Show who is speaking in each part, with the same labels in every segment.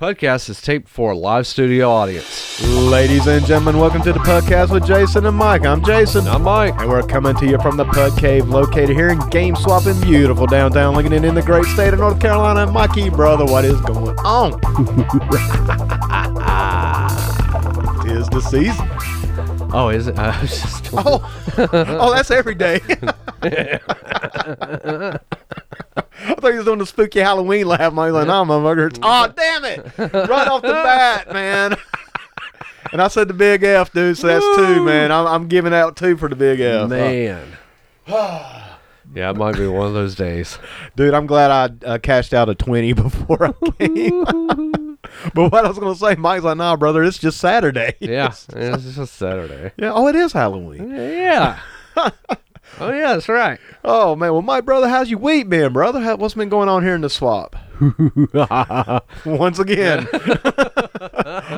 Speaker 1: Podcast is taped for a live studio audience.
Speaker 2: Ladies and gentlemen, welcome to the podcast with Jason and Mike. I'm Jason.
Speaker 1: I'm Mike.
Speaker 2: And we're coming to you from the Pud Cave located here in Game Swap in beautiful downtown Lincoln in the great state of North Carolina. Mikey, brother, what is going on? Tis the season.
Speaker 1: Oh, is it? I was just going
Speaker 2: Oh, oh that's every day. I thought he was doing the spooky Halloween laugh, Mike. Like, nah, motherfucker. It's, oh, damn it. Right off the bat, man. And I said the big F, dude, so that's two, man. I'm, I'm giving out two for the big F.
Speaker 1: man. yeah, it might be one of those days.
Speaker 2: Uh, Dude, I'm glad I uh, cashed out a 20 before I came. but what I was going to say, Mike's like, nah, brother, it's just Saturday.
Speaker 1: Yeah, it's just Saturday.
Speaker 2: Yeah. Oh, it is Halloween.
Speaker 1: Yeah. oh yeah, that's right.
Speaker 2: Oh, man. Well, my brother, how's your week been, brother? How, what's been going on here in the swap? Once again.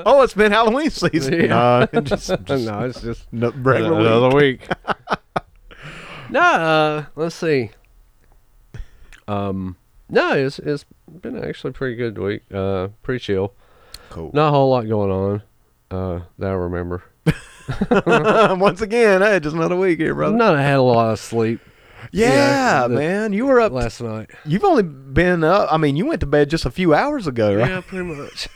Speaker 2: oh, it's been Halloween season.
Speaker 1: Yeah.
Speaker 2: Nah, it just, just
Speaker 1: no, it's just
Speaker 2: no, regular week.
Speaker 1: another week. no, uh, let's see. Um, no, it's it's been actually a pretty good week. Uh, pretty chill.
Speaker 2: Cool.
Speaker 1: Not a whole lot going on. Uh, that I remember.
Speaker 2: Once again, hey, just another week here, brother.
Speaker 1: No, I had a lot of sleep
Speaker 2: yeah,
Speaker 1: Yeah, the-
Speaker 2: man. You were up.
Speaker 1: last night.
Speaker 2: You've only been up. I mean, you went to bed just a few hours ago, right?
Speaker 1: Yeah, pretty much.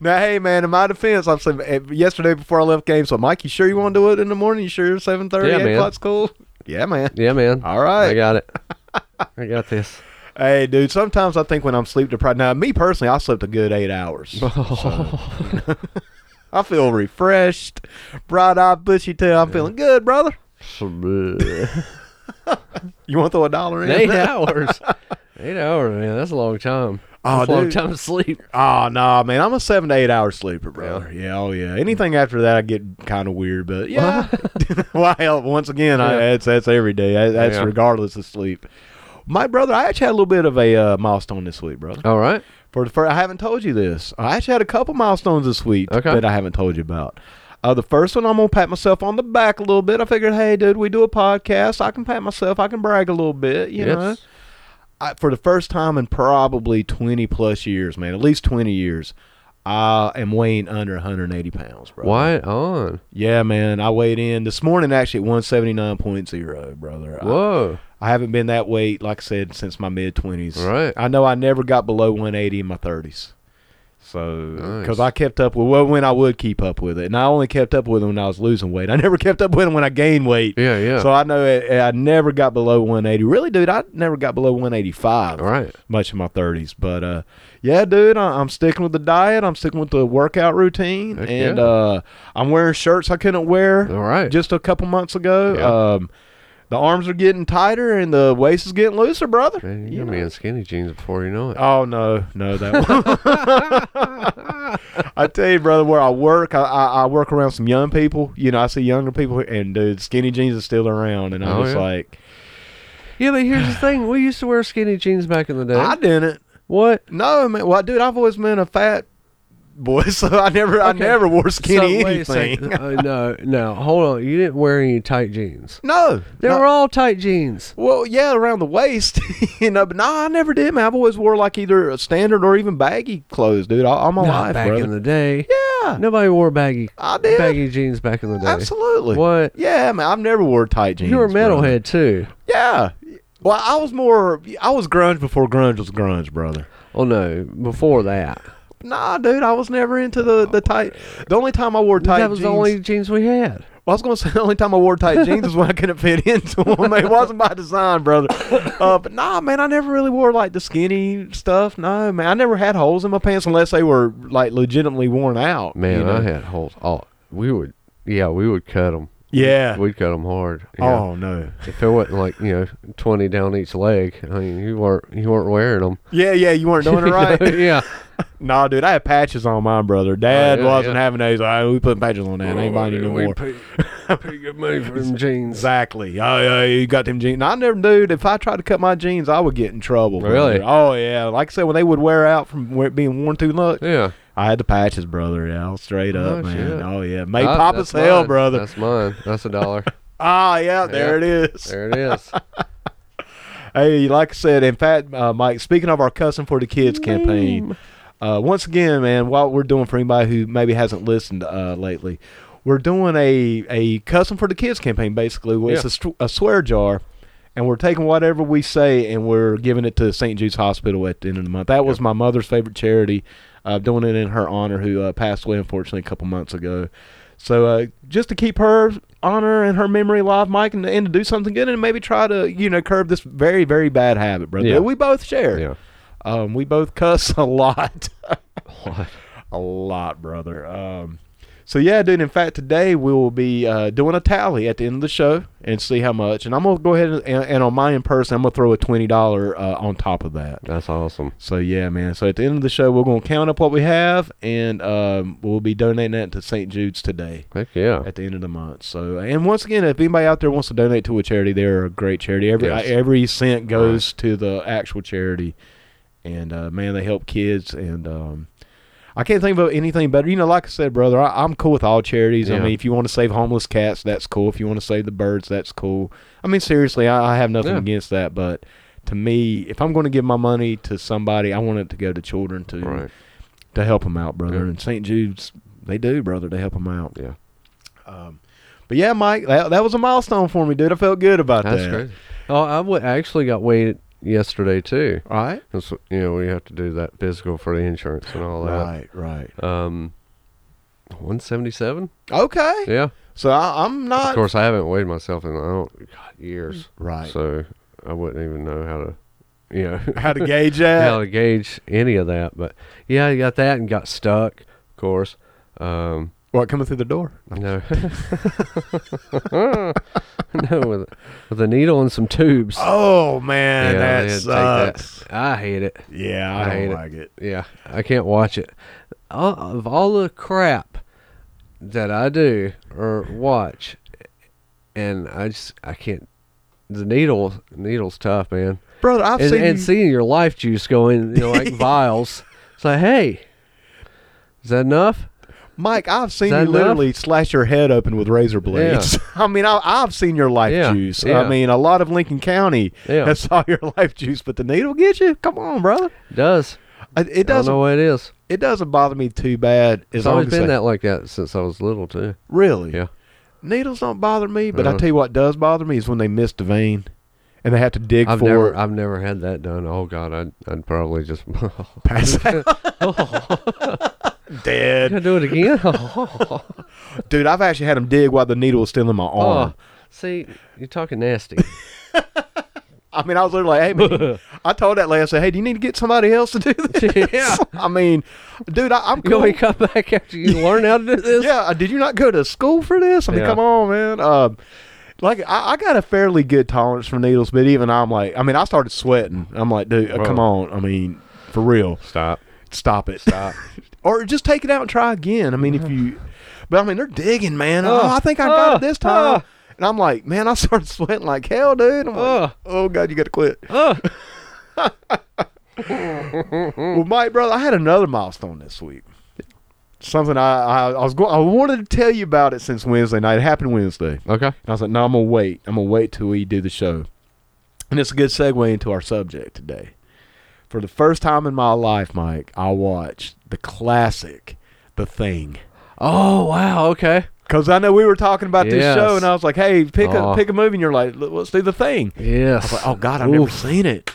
Speaker 2: Now, hey, man, in my defense, I'm saying eh, yesterday before I left game, so Mike, you sure you want to do it in the morning? You sure 7.30,
Speaker 1: Yeah,
Speaker 2: 8
Speaker 1: man.
Speaker 2: o'clock's cool? Yeah, man.
Speaker 1: yeah, man.
Speaker 2: All
Speaker 1: I
Speaker 2: right.
Speaker 1: got it. I got this.
Speaker 2: Hey, dude, sometimes I think when I'm sleep deprived, now, me personally, I slept a good eight hours. I feel refreshed, bright eyed, bushy tail. I'm feeling good, brother. You want to throw a dollar in?
Speaker 1: Eight hours. Eight hours, man. That's a long time.
Speaker 2: Oh,
Speaker 1: That's a long
Speaker 2: dude.
Speaker 1: time to sleep.
Speaker 2: Oh, no, man. I'm a seven to eight hour sleeper, brother. Yeah, oh, yeah. Anything after that, I get kind of weird, but yeah. well, hell, once again, I,
Speaker 1: Yeah.
Speaker 2: that's, that's every day. That- That's
Speaker 1: Yeah.
Speaker 2: regardless of sleep. My brother, I actually had a little bit of a uh, milestone this week, brother.
Speaker 1: All right.
Speaker 2: For the first, I haven't told you this. I actually had a couple milestones this week
Speaker 1: Okay.
Speaker 2: that I haven't told you about. Uh, the first one, I'm gonna pat myself on the back a little bit. I figured, hey, dude, we do a podcast. I can pat myself. I can brag a little bit. You know,
Speaker 1: Yes.
Speaker 2: I, for the first time in probably 20 plus years, man, at least 20 years, I am weighing under 180 pounds, bro.
Speaker 1: Why on?
Speaker 2: Yeah, man. I weighed in this morning actually at 179.0, brother. I-
Speaker 1: Whoa.
Speaker 2: I haven't been that weight, like I said, since my mid twenties.
Speaker 1: Right.
Speaker 2: I know I never got below 180 in my thirties. So, because
Speaker 1: Nice.
Speaker 2: I kept up with well, when I would keep up with it, and I only kept up with it when I was losing weight. I never kept up with it when I gained weight.
Speaker 1: Yeah, yeah.
Speaker 2: So I know it, I never got below 180. Really, dude, I never got below 185
Speaker 1: All right.
Speaker 2: much in my 30s. But uh, yeah, dude, I, I'm sticking with the diet. I'm sticking with the workout routine,
Speaker 1: Heck
Speaker 2: and
Speaker 1: yeah.
Speaker 2: uh, I'm wearing shirts I couldn't wear
Speaker 1: All right.
Speaker 2: just a couple months ago.
Speaker 1: Yeah.
Speaker 2: Um, the arms are getting tighter and the waist is getting looser, brother.
Speaker 1: Man, you're
Speaker 2: You
Speaker 1: gonna
Speaker 2: know.
Speaker 1: be in skinny jeans before you know it.
Speaker 2: Oh no, no that. One. I tell you, brother, where I work, I, I, I work around some young people. You know, I see younger people, and dude, skinny jeans are still around, and I'm
Speaker 1: Oh,
Speaker 2: just
Speaker 1: yeah.
Speaker 2: like,
Speaker 1: Yeah, but here's the thing: we used to wear skinny jeans back in the day.
Speaker 2: I didn't.
Speaker 1: what?
Speaker 2: No, man. Well, dude, I've always been a fat boy, so I never, I
Speaker 1: Okay.
Speaker 2: never wore skinny
Speaker 1: So, wait a
Speaker 2: anything.
Speaker 1: second. Uh, no, no. Hold on. You didn't wear any tight jeans.
Speaker 2: No,
Speaker 1: They
Speaker 2: no.
Speaker 1: were all tight jeans.
Speaker 2: well, yeah, around the waist, you know. But no, I never did. Man, I've always wore like either a standard or even baggy clothes, dude. All, all my
Speaker 1: Not
Speaker 2: life,
Speaker 1: back
Speaker 2: brother.
Speaker 1: in the day.
Speaker 2: yeah,
Speaker 1: Nobody wore baggy
Speaker 2: I did.
Speaker 1: baggy jeans back in the day.
Speaker 2: absolutely.
Speaker 1: What?
Speaker 2: Yeah, man, I've never wore tight jeans.
Speaker 1: You were a
Speaker 2: brother.
Speaker 1: metalhead too.
Speaker 2: Yeah. Well, I was more. I was grunge before grunge was grunge, brother.
Speaker 1: Oh no, before that.
Speaker 2: Nah, dude, I was never into the the tight. The only time I wore tight
Speaker 1: that was
Speaker 2: jeans,
Speaker 1: the only jeans we had.
Speaker 2: Well, I was gonna say the only time I wore tight jeans is when I couldn't fit into them. It wasn't by design, brother. Uh, but nah, man, I never really wore like the skinny stuff. No, man, I never had holes in my pants unless they were like legitimately worn out. you
Speaker 1: Man, I
Speaker 2: know?
Speaker 1: had holes. Oh, we would. Yeah, we would cut them.
Speaker 2: yeah.
Speaker 1: We'd cut them hard. yeah.
Speaker 2: Oh no.
Speaker 1: If it wasn't like you know twenty down each leg, I mean you weren't you weren't wearing them.
Speaker 2: Yeah, yeah, you weren't doing it right.
Speaker 1: yeah.
Speaker 2: nah, dude, I had patches on mine, brother. Dad
Speaker 1: yeah,
Speaker 2: wasn't
Speaker 1: yeah.
Speaker 2: having those. Oh, we putting patches on that. Ain't buying you no
Speaker 1: we
Speaker 2: more.
Speaker 1: pay, pay good money for them jeans.
Speaker 2: Exactly. Oh, yeah, you got them jeans. I never, dude. If I tried to cut my jeans, I would get in trouble. brother.
Speaker 1: Really?
Speaker 2: Oh yeah. Like I said, when they would wear out from where it being worn too much,
Speaker 1: Yeah.
Speaker 2: I had the patches, brother. Yeah, I was straight up,
Speaker 1: Oh,
Speaker 2: man.
Speaker 1: shit.
Speaker 2: Oh yeah, made
Speaker 1: Ah,
Speaker 2: pop as
Speaker 1: that's
Speaker 2: hell,
Speaker 1: mine.
Speaker 2: brother.
Speaker 1: That's mine. That's a dollar.
Speaker 2: Ah, yeah, there it is.
Speaker 1: there it is.
Speaker 2: Hey, like I said, in fact, uh, Mike. Speaking of our cussing for the kids campaign, Uh, once again, man, what we're doing for anybody who maybe hasn't listened uh, lately, we're doing a, a custom for the kids campaign, basically. where It's
Speaker 1: Yeah.
Speaker 2: a, str- a swear jar, and we're taking whatever we say and we're giving it to St. Jude's Hospital at the end of the month. That was my mother's favorite charity, uh, doing it in her honor, who uh, passed away, unfortunately, a couple months ago. So uh, just to keep her honor and her memory alive, Mike, and, and to do something good, and maybe try to you know curb this very very bad habit, brother.
Speaker 1: Yeah.
Speaker 2: that We both share.
Speaker 1: Yeah.
Speaker 2: Um, we both cuss a lot. a lot, brother. Um, so yeah, dude. In fact, today we will be uh, doing a tally at the end of the show and see how much. And I'm gonna go ahead and, and, and on my in person, I'm gonna throw a twenty dollar uh, on top of that.
Speaker 1: That's awesome.
Speaker 2: So yeah, man. So at the end of the show, we're gonna count up what we have, and um, we'll be donating that to St. Jude's today
Speaker 1: Heck yeah.
Speaker 2: at the end of the month. So, and once again, if anybody out there wants to donate to a charity, they're a great charity. Every
Speaker 1: Yes.
Speaker 2: every cent goes to the actual charity, and uh, man, they help kids. And um, I can't think of anything better. You know, like I said, brother, I, I'm cool with all charities. I
Speaker 1: Yeah.
Speaker 2: mean, if you want to save homeless cats, that's cool. If you want to save the birds, that's cool. I mean, seriously, I, I have nothing
Speaker 1: Yeah.
Speaker 2: against that, but. To me, if I'm going to give my money to somebody, I want it to go to children to
Speaker 1: Right.
Speaker 2: to help them out, brother.
Speaker 1: Yeah.
Speaker 2: And St. Jude's, they do, brother. They help them out.
Speaker 1: Yeah.
Speaker 2: Um, but yeah, Mike, that, that was a milestone for me, dude. I felt good about
Speaker 1: That's
Speaker 2: that.
Speaker 1: great. Oh, I wa- I actually got weighed yesterday too.
Speaker 2: Right?
Speaker 1: 'Cause, you know we have to do that physical for the insurance and all that.
Speaker 2: Right, right.
Speaker 1: Um, one seventy seven.
Speaker 2: Okay.
Speaker 1: Yeah.
Speaker 2: So I, I'm
Speaker 1: Of
Speaker 2: not.
Speaker 1: course, I haven't weighed myself in I don't God, years,
Speaker 2: Right.
Speaker 1: so I wouldn't even know how to, you know,
Speaker 2: How to gauge
Speaker 1: how
Speaker 2: that?
Speaker 1: to gauge any of that. But yeah, I got that and got stuck. Of course. Um,
Speaker 2: What, coming through the door?
Speaker 1: No. no, with, with a needle and some tubes.
Speaker 2: Oh, man.
Speaker 1: Yeah,
Speaker 2: that
Speaker 1: they'd take that.
Speaker 2: sucks.
Speaker 1: I hate it.
Speaker 2: Yeah, I,
Speaker 1: I hate
Speaker 2: don't
Speaker 1: it.
Speaker 2: like it.
Speaker 1: Yeah, I can't watch it. All, of all the crap that I do or watch, and I just I can't. The needle needle's tough, man.
Speaker 2: Brother, I've
Speaker 1: and
Speaker 2: seen.
Speaker 1: and
Speaker 2: you-
Speaker 1: seeing your life juice going, you know, like vials. It's like, hey, is that enough?
Speaker 2: Mike, I've seen
Speaker 1: Is that
Speaker 2: you literally slash your head open with razor blades. I mean, I, I've seen your life
Speaker 1: Yeah,
Speaker 2: juice. I
Speaker 1: yeah.
Speaker 2: mean, a lot of Lincoln County
Speaker 1: Yeah.
Speaker 2: has saw your life juice, but the needle gets you. Come on, brother.
Speaker 1: It does.
Speaker 2: I- It
Speaker 1: I don't
Speaker 2: doesn't.
Speaker 1: know what it is.
Speaker 2: It doesn't bother me too bad. As
Speaker 1: It's
Speaker 2: long
Speaker 1: always
Speaker 2: as
Speaker 1: been
Speaker 2: they-
Speaker 1: that like that since I was little too.
Speaker 2: Really?
Speaker 1: Yeah.
Speaker 2: Needles don't bother me, but I
Speaker 1: Uh-uh.
Speaker 2: tell you what does bother me is when they miss the vein, and they have to dig
Speaker 1: I've
Speaker 2: for
Speaker 1: never,
Speaker 2: it.
Speaker 1: I've never had that done. Oh God, I'd, I'd probably just.
Speaker 2: Pass out.
Speaker 1: Can I
Speaker 2: Dead,
Speaker 1: do it again? Oh,
Speaker 2: dude. I've actually had them dig while the needle was still in my arm.
Speaker 1: see, you're talking nasty.
Speaker 2: I mean, I was literally like, "Hey, man," I told that lady, I said, "Hey, do you need to get somebody else to do this?"
Speaker 1: Yeah.
Speaker 2: I mean, dude, I, I'm
Speaker 1: You
Speaker 2: cool.
Speaker 1: want me to come back after you learn how to do this?
Speaker 2: Yeah, uh, did you not go to school for this? I mean,
Speaker 1: Yeah.
Speaker 2: come on, man. Um, like I, I got a fairly good tolerance for needles, but even I'm like, I mean, I started sweating. I'm like, dude, uh, come on. I mean, for real,
Speaker 1: Stop.
Speaker 2: stop it, stop, or just take it out and try again. I mean, if you, but I mean, they're digging, man. Oh,
Speaker 1: Ugh.
Speaker 2: I think I got it
Speaker 1: Ugh.
Speaker 2: this time.
Speaker 1: Ugh.
Speaker 2: and I'm like, man, I started sweating like hell, dude. I'm like,
Speaker 1: Ugh.
Speaker 2: oh god, you got to quit.
Speaker 1: Oh, Mm.
Speaker 2: Well, Mike, brother, I had another milestone this week. Something I, I, I was going, I wanted to tell you about it since Wednesday night. It happened Wednesday.
Speaker 1: okay.
Speaker 2: And I was like, no, I'm going to wait. I'm going to wait till we do the show. And it's a good segue into our subject today. For the first time in my life, Mike, I watched the classic, The Thing.
Speaker 1: Oh wow. Okay.
Speaker 2: Because I know we were talking about this
Speaker 1: Yes.
Speaker 2: show, and I was like, hey, pick,
Speaker 1: Aw.
Speaker 2: a, pick a movie. And you're like, "Let- let's do The Thing. I
Speaker 1: Yes.
Speaker 2: was like, oh, God, I've never
Speaker 1: Oof.
Speaker 2: seen it.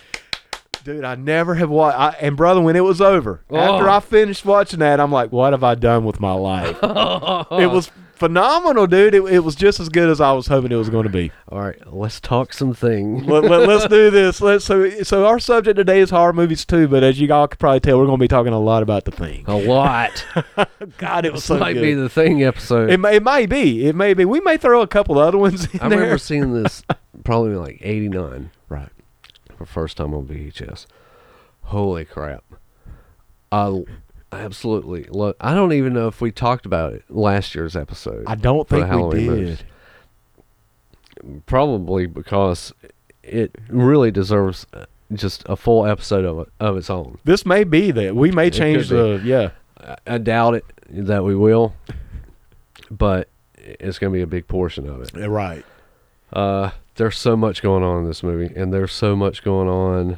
Speaker 2: Dude, I never have watched. I, and, brother, when it was over, after
Speaker 1: Oh.
Speaker 2: I finished watching that, I'm like, what have I done with my life?
Speaker 1: oh.
Speaker 2: it was phenomenal, dude. It, it was just as good as I was hoping it was going to be.
Speaker 1: All right. Let's talk something.
Speaker 2: let, let, us do this. Let's so so our subject today is horror movies too. But as you all could probably tell, we're going to be talking a lot about the thing.
Speaker 1: A lot.
Speaker 2: God, it was
Speaker 1: this
Speaker 2: so
Speaker 1: might
Speaker 2: good.
Speaker 1: be the thing episode.
Speaker 2: it, may, it may be. It may be. We may throw a couple other ones in
Speaker 1: I
Speaker 2: there.
Speaker 1: remember seeing this probably like '89.
Speaker 2: Right.
Speaker 1: for first time on VHS. Holy crap! I l- absolutely love. I don't even know if we talked about it last year's episode.
Speaker 2: I don't
Speaker 1: for the
Speaker 2: think we
Speaker 1: Halloween
Speaker 2: did.
Speaker 1: movies. Probably because it really deserves uh, just a full episode of it, of its own.
Speaker 2: This may be that we may
Speaker 1: It
Speaker 2: change the
Speaker 1: could
Speaker 2: yeah.
Speaker 1: I, I doubt it that we will, but it's going to be a big portion of it.
Speaker 2: Yeah, Right.
Speaker 1: Uh, there's so much going on in this movie, and there's so much going on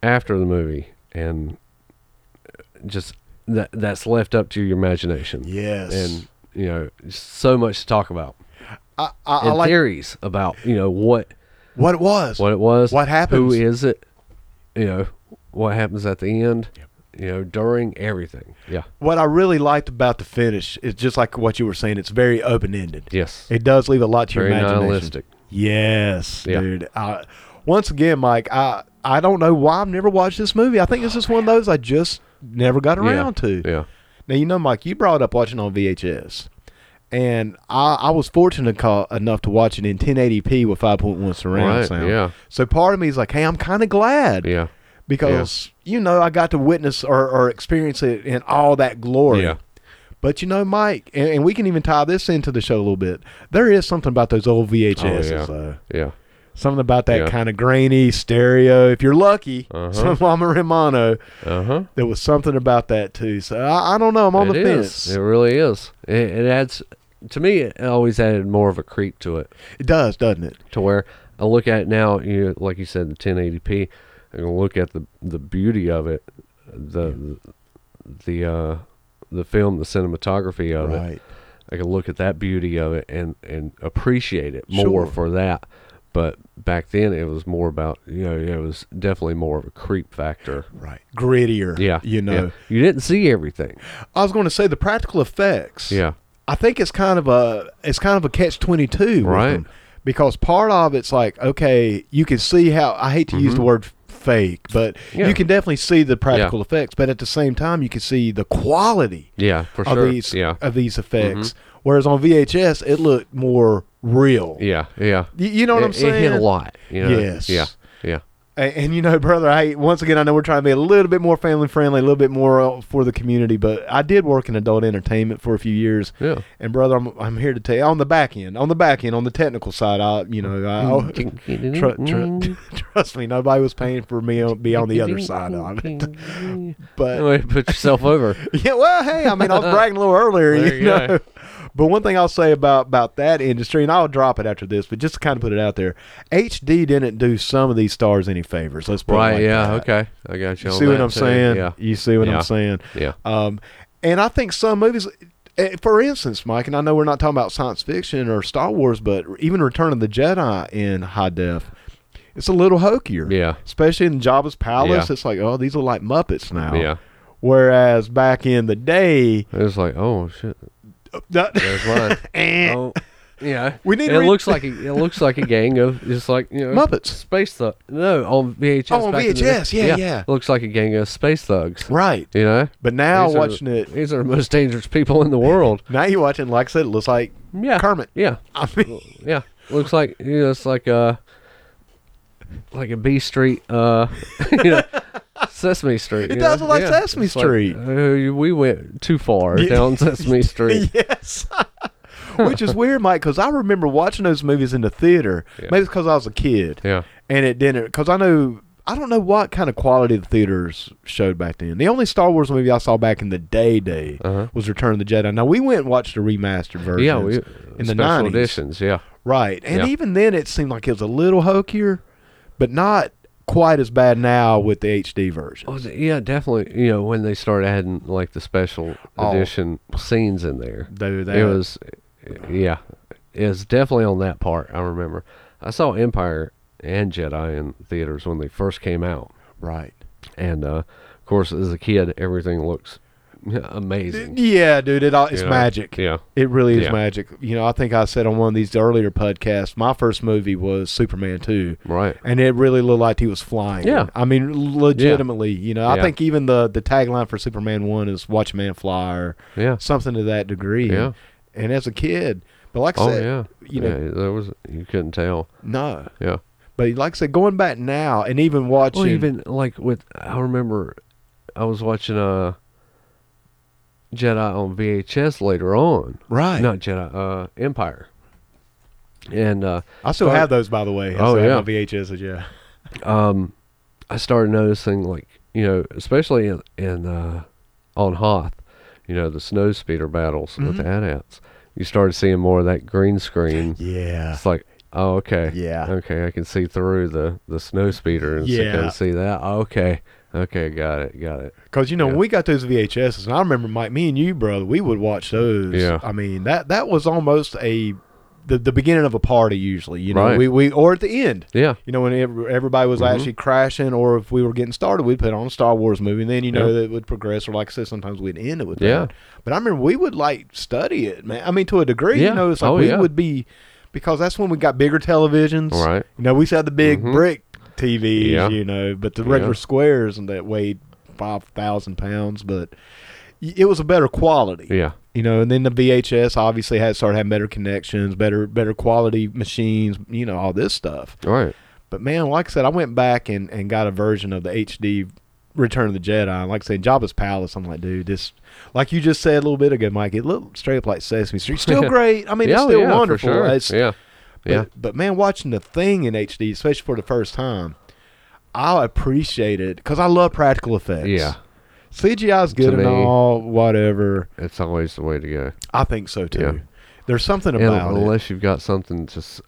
Speaker 1: after the movie, and just that that's left up to your imagination.
Speaker 2: Yes.
Speaker 1: And you know, so much to talk about.
Speaker 2: I, I, I
Speaker 1: And
Speaker 2: like
Speaker 1: theories about, you know, what
Speaker 2: what it was.
Speaker 1: what it was,
Speaker 2: What
Speaker 1: who
Speaker 2: happens.
Speaker 1: is it, you know, what happens at the end,
Speaker 2: Yep.
Speaker 1: you know, during everything. Yeah.
Speaker 2: What I really liked about the finish is just like what you were saying. It's very open ended.
Speaker 1: Yes.
Speaker 2: It does leave a lot to
Speaker 1: Very
Speaker 2: your imagination.
Speaker 1: nihilistic.
Speaker 2: Yes,
Speaker 1: Yeah.
Speaker 2: dude. I, once again, Mike, I I don't know why I've never watched this movie. I think this is one of those I just never got around
Speaker 1: yeah.
Speaker 2: to.
Speaker 1: Yeah.
Speaker 2: Now you know, Mike, you brought up watching on VHS, and I, I was fortunate co- enough to watch it in 1080p with 5.1 surround
Speaker 1: Right,
Speaker 2: sound.
Speaker 1: yeah.
Speaker 2: So part of me is like, hey, I'm kind of glad
Speaker 1: Yeah.
Speaker 2: because you know I got to witness or, or experience it in all that glory.
Speaker 1: Yeah.
Speaker 2: But you know, Mike, and, and we can even tie this into the show a little bit. There is something about those old VHSs,
Speaker 1: Oh, yeah.
Speaker 2: though.
Speaker 1: Yeah.
Speaker 2: Something about that
Speaker 1: Yeah.
Speaker 2: kind of grainy stereo. If you're lucky,
Speaker 1: Uh-huh.
Speaker 2: some Lama Romano.
Speaker 1: Uh-huh.
Speaker 2: There was something about that too. So I, I don't know. I'm on
Speaker 1: It
Speaker 2: the
Speaker 1: is.
Speaker 2: fence.
Speaker 1: It really is. It, it adds to me. It always added more of a creep to it,
Speaker 2: It does, doesn't it?
Speaker 1: to where I look at it now. You know, like you said, the 1080p. I can look at the the beauty of it, the the uh, the film, the cinematography of it. I can look at that beauty of it and and appreciate it more
Speaker 2: Sure.
Speaker 1: for that. But back then, it was more about you know it was definitely more of a creep factor.
Speaker 2: Right. Grittier.
Speaker 1: Yeah,
Speaker 2: You know.
Speaker 1: yeah. you didn't see everything.
Speaker 2: I was going to say the practical effects.
Speaker 1: Yeah,
Speaker 2: I think it's kind of a it's kind of a catch twenty two,
Speaker 1: Right.
Speaker 2: Because part of it's like okay, you can see how I hate to use the word fake, but
Speaker 1: Mm-hmm. Yeah.
Speaker 2: you can definitely see the practical effects. But at the same time, you can see the quality
Speaker 1: yeah, for
Speaker 2: of
Speaker 1: sure.
Speaker 2: these uh,
Speaker 1: yeah, Mm-hmm.
Speaker 2: of these effects. Whereas on VHS, it looked more real.
Speaker 1: yeah, yeah.
Speaker 2: You, you know what
Speaker 1: it,
Speaker 2: I'm saying?
Speaker 1: It hit a lot. You know?
Speaker 2: Yes.
Speaker 1: Yeah. Yeah.
Speaker 2: And, and you know, brother, I once again I know we're trying to be a little bit more family friendly, a little bit more uh, for the community, but I did work in adult entertainment for a few years.
Speaker 1: Yeah.
Speaker 2: And brother, I'm I'm here to tell you on the back end, on the back end, on the technical side, I you know, I, tr- tr- trust me, nobody was paying for me to be on the other side of it. But
Speaker 1: Anyway, put yourself over.
Speaker 2: yeah, well, hey, I mean, I was bragging a little earlier,
Speaker 1: There
Speaker 2: you
Speaker 1: you go.
Speaker 2: know. But one thing I'll say about about that industry, and I'll drop it after this, but just to kind of put it out there, HD didn't do some of these stars any favors. Let's put it
Speaker 1: Right.
Speaker 2: like
Speaker 1: yeah.
Speaker 2: that.
Speaker 1: Okay. I got you.
Speaker 2: You
Speaker 1: on
Speaker 2: see what
Speaker 1: that,
Speaker 2: I'm
Speaker 1: too.
Speaker 2: saying?
Speaker 1: Yeah.
Speaker 2: You see what
Speaker 1: Yeah.
Speaker 2: I'm saying?
Speaker 1: Yeah.
Speaker 2: Um, and I think some movies, eh, for instance, Mike, and I know we're not talking about science fiction or Star Wars, but even Return of the Jedi in high def, it's a little hokier.
Speaker 1: Yeah.
Speaker 2: Especially in Jabba's palace,
Speaker 1: Yeah.
Speaker 2: it's like, oh, these look like Muppets now.
Speaker 1: Yeah.
Speaker 2: Whereas back in the day,
Speaker 1: It was like, oh shit, there's mine.
Speaker 2: Eh,
Speaker 1: oh. Yeah.
Speaker 2: We need
Speaker 1: And
Speaker 2: to
Speaker 1: it
Speaker 2: re-
Speaker 1: looks like a, it looks like a gang of just like you know
Speaker 2: Muppets.
Speaker 1: space thug. No, on VHS.
Speaker 2: Oh, on
Speaker 1: back in the day.
Speaker 2: VHS, yeah, yeah.
Speaker 1: Looks like a gang of space thugs.
Speaker 2: right.
Speaker 1: You know.
Speaker 2: But now
Speaker 1: These are-
Speaker 2: watching it,
Speaker 1: These are the most dangerous people in the world.
Speaker 2: now you're watching, like I said, it looks like
Speaker 1: Yeah.
Speaker 2: Kermit.
Speaker 1: Yeah.
Speaker 2: I mean,
Speaker 1: Yeah, looks like you know, it's like a like a B Street, uh, you know, Sesame Street.
Speaker 2: It
Speaker 1: you
Speaker 2: does
Speaker 1: know?
Speaker 2: look like
Speaker 1: Yeah,
Speaker 2: Sesame
Speaker 1: it's like,
Speaker 2: Street.
Speaker 1: uh, we went too far
Speaker 2: Yeah.
Speaker 1: down Sesame Street.
Speaker 2: yes. Which is weird, Mike, because I remember watching those movies in the theater.
Speaker 1: Yeah.
Speaker 2: Maybe it's because I was a kid.
Speaker 1: Yeah,
Speaker 2: And it didn't, because I know, I don't know what kind of quality the theaters showed back then. The only Star Wars movie I saw back in the day day
Speaker 1: Uh-huh.
Speaker 2: was Return of the Jedi. Now, we went and watched the remastered version.
Speaker 1: yeah, we
Speaker 2: in the
Speaker 1: special
Speaker 2: 90s.
Speaker 1: editions. Yeah,
Speaker 2: Right. And
Speaker 1: Yeah.
Speaker 2: even then, it seemed like it was a little hokier, but not quite as bad now with the HD version.
Speaker 1: oh, th- yeah, definitely. You know, when they started adding like the special
Speaker 2: Oh.
Speaker 1: edition scenes in there,
Speaker 2: Dude,
Speaker 1: it
Speaker 2: that-
Speaker 1: was, yeah, it was definitely on that part. I remember, I saw Empire and Jedi in theaters when they first came out.
Speaker 2: Right.
Speaker 1: and uh, of course as a kid everything looks amazing
Speaker 2: Yeah, dude, it all, it's
Speaker 1: you know?
Speaker 2: magic.
Speaker 1: yeah
Speaker 2: It really is
Speaker 1: Yeah.
Speaker 2: magic. You know, I think I said on one of these earlier podcasts, my first movie was Superman 2.
Speaker 1: right
Speaker 2: And it really looked like he was flying.
Speaker 1: Yeah.
Speaker 2: I mean, legitimately, you know, I
Speaker 1: Yeah.
Speaker 2: think even the, the tagline for Superman 1 is Watch a Man Fly or
Speaker 1: yeah
Speaker 2: something to that degree.
Speaker 1: Yeah.
Speaker 2: And as a kid, but like I
Speaker 1: oh
Speaker 2: said,
Speaker 1: yeah
Speaker 2: you know-
Speaker 1: yeah, there was you couldn't tell
Speaker 2: no.
Speaker 1: yeah
Speaker 2: But like I said, going back now and even watching.
Speaker 1: well even like with i remember i was watching uh jedi on vhs later on
Speaker 2: right.
Speaker 1: not jedi uh empire and uh
Speaker 2: I still
Speaker 1: Start-
Speaker 2: have those, by the way. I
Speaker 1: Oh,
Speaker 2: still have
Speaker 1: yeah.
Speaker 2: my VHSs, yeah.
Speaker 1: um, I started noticing like you know, especially in, in uh, on Hoth, you know, the snow speeder battles
Speaker 2: Mm-hmm.
Speaker 1: with the AT-ATs, you started seeing more of that green screen.
Speaker 2: Yeah.
Speaker 1: It's like, oh, okay,
Speaker 2: Yeah.
Speaker 1: okay, I can see through the the snow speeder and so
Speaker 2: Yeah.
Speaker 1: kind of see that. Okay, Okay, got it, got it.
Speaker 2: Because you know
Speaker 1: Yeah.
Speaker 2: when we got those VHSs, and I remember Mike, me and you, brother, we would watch those.
Speaker 1: Yeah.
Speaker 2: I mean that that was almost a the, the beginning of a party usually. You know,
Speaker 1: Right.
Speaker 2: we, we or at the end.
Speaker 1: Yeah,
Speaker 2: You know, when ev- everybody was
Speaker 1: Mhm.
Speaker 2: actually crashing, or if we were getting started, we'd put on a Star Wars movie, and then you know
Speaker 1: Yeah.
Speaker 2: that it would progress. Or like I said, sometimes we'd end it with
Speaker 1: Yeah.
Speaker 2: that. But I remember we would like study it, man. I mean, to a degree,
Speaker 1: Yeah.
Speaker 2: you know, it's like
Speaker 1: Oh,
Speaker 2: we
Speaker 1: yeah.
Speaker 2: would be because that's when we got bigger televisions.
Speaker 1: all right.
Speaker 2: You know, we used to have the big
Speaker 1: Mhm.
Speaker 2: brick TVs,
Speaker 1: Yeah.
Speaker 2: you know, but the
Speaker 1: Yeah.
Speaker 2: regular squares and that weighed five thousand pounds, but y- it was a better quality,
Speaker 1: Yeah,
Speaker 2: you know. And then the VHS obviously had started having better connections, better better quality machines, you know, all this stuff.
Speaker 1: all right.
Speaker 2: But man, like I said, I went back and, and got a version of the HD Return of the Jedi. And like I said, Jabba's Palace. I'm like, dude, this, like you just said a little bit ago, Mike, it looked straight up like Sesame Street. Still great. I mean,
Speaker 1: yeah,
Speaker 2: it's still
Speaker 1: yeah, for
Speaker 2: wonderful.
Speaker 1: sure.
Speaker 2: It's-
Speaker 1: yeah,
Speaker 2: but,
Speaker 1: yeah,
Speaker 2: but man, watching the thing in HD, especially for the first time, I appreciate it because I love practical effects.
Speaker 1: yeah.
Speaker 2: CGI is
Speaker 1: To
Speaker 2: good and
Speaker 1: me-
Speaker 2: all, whatever.
Speaker 1: It's always the way to go.
Speaker 2: I think so too.
Speaker 1: Yeah.
Speaker 2: There's something
Speaker 1: And
Speaker 2: about it.
Speaker 1: unless you've got something just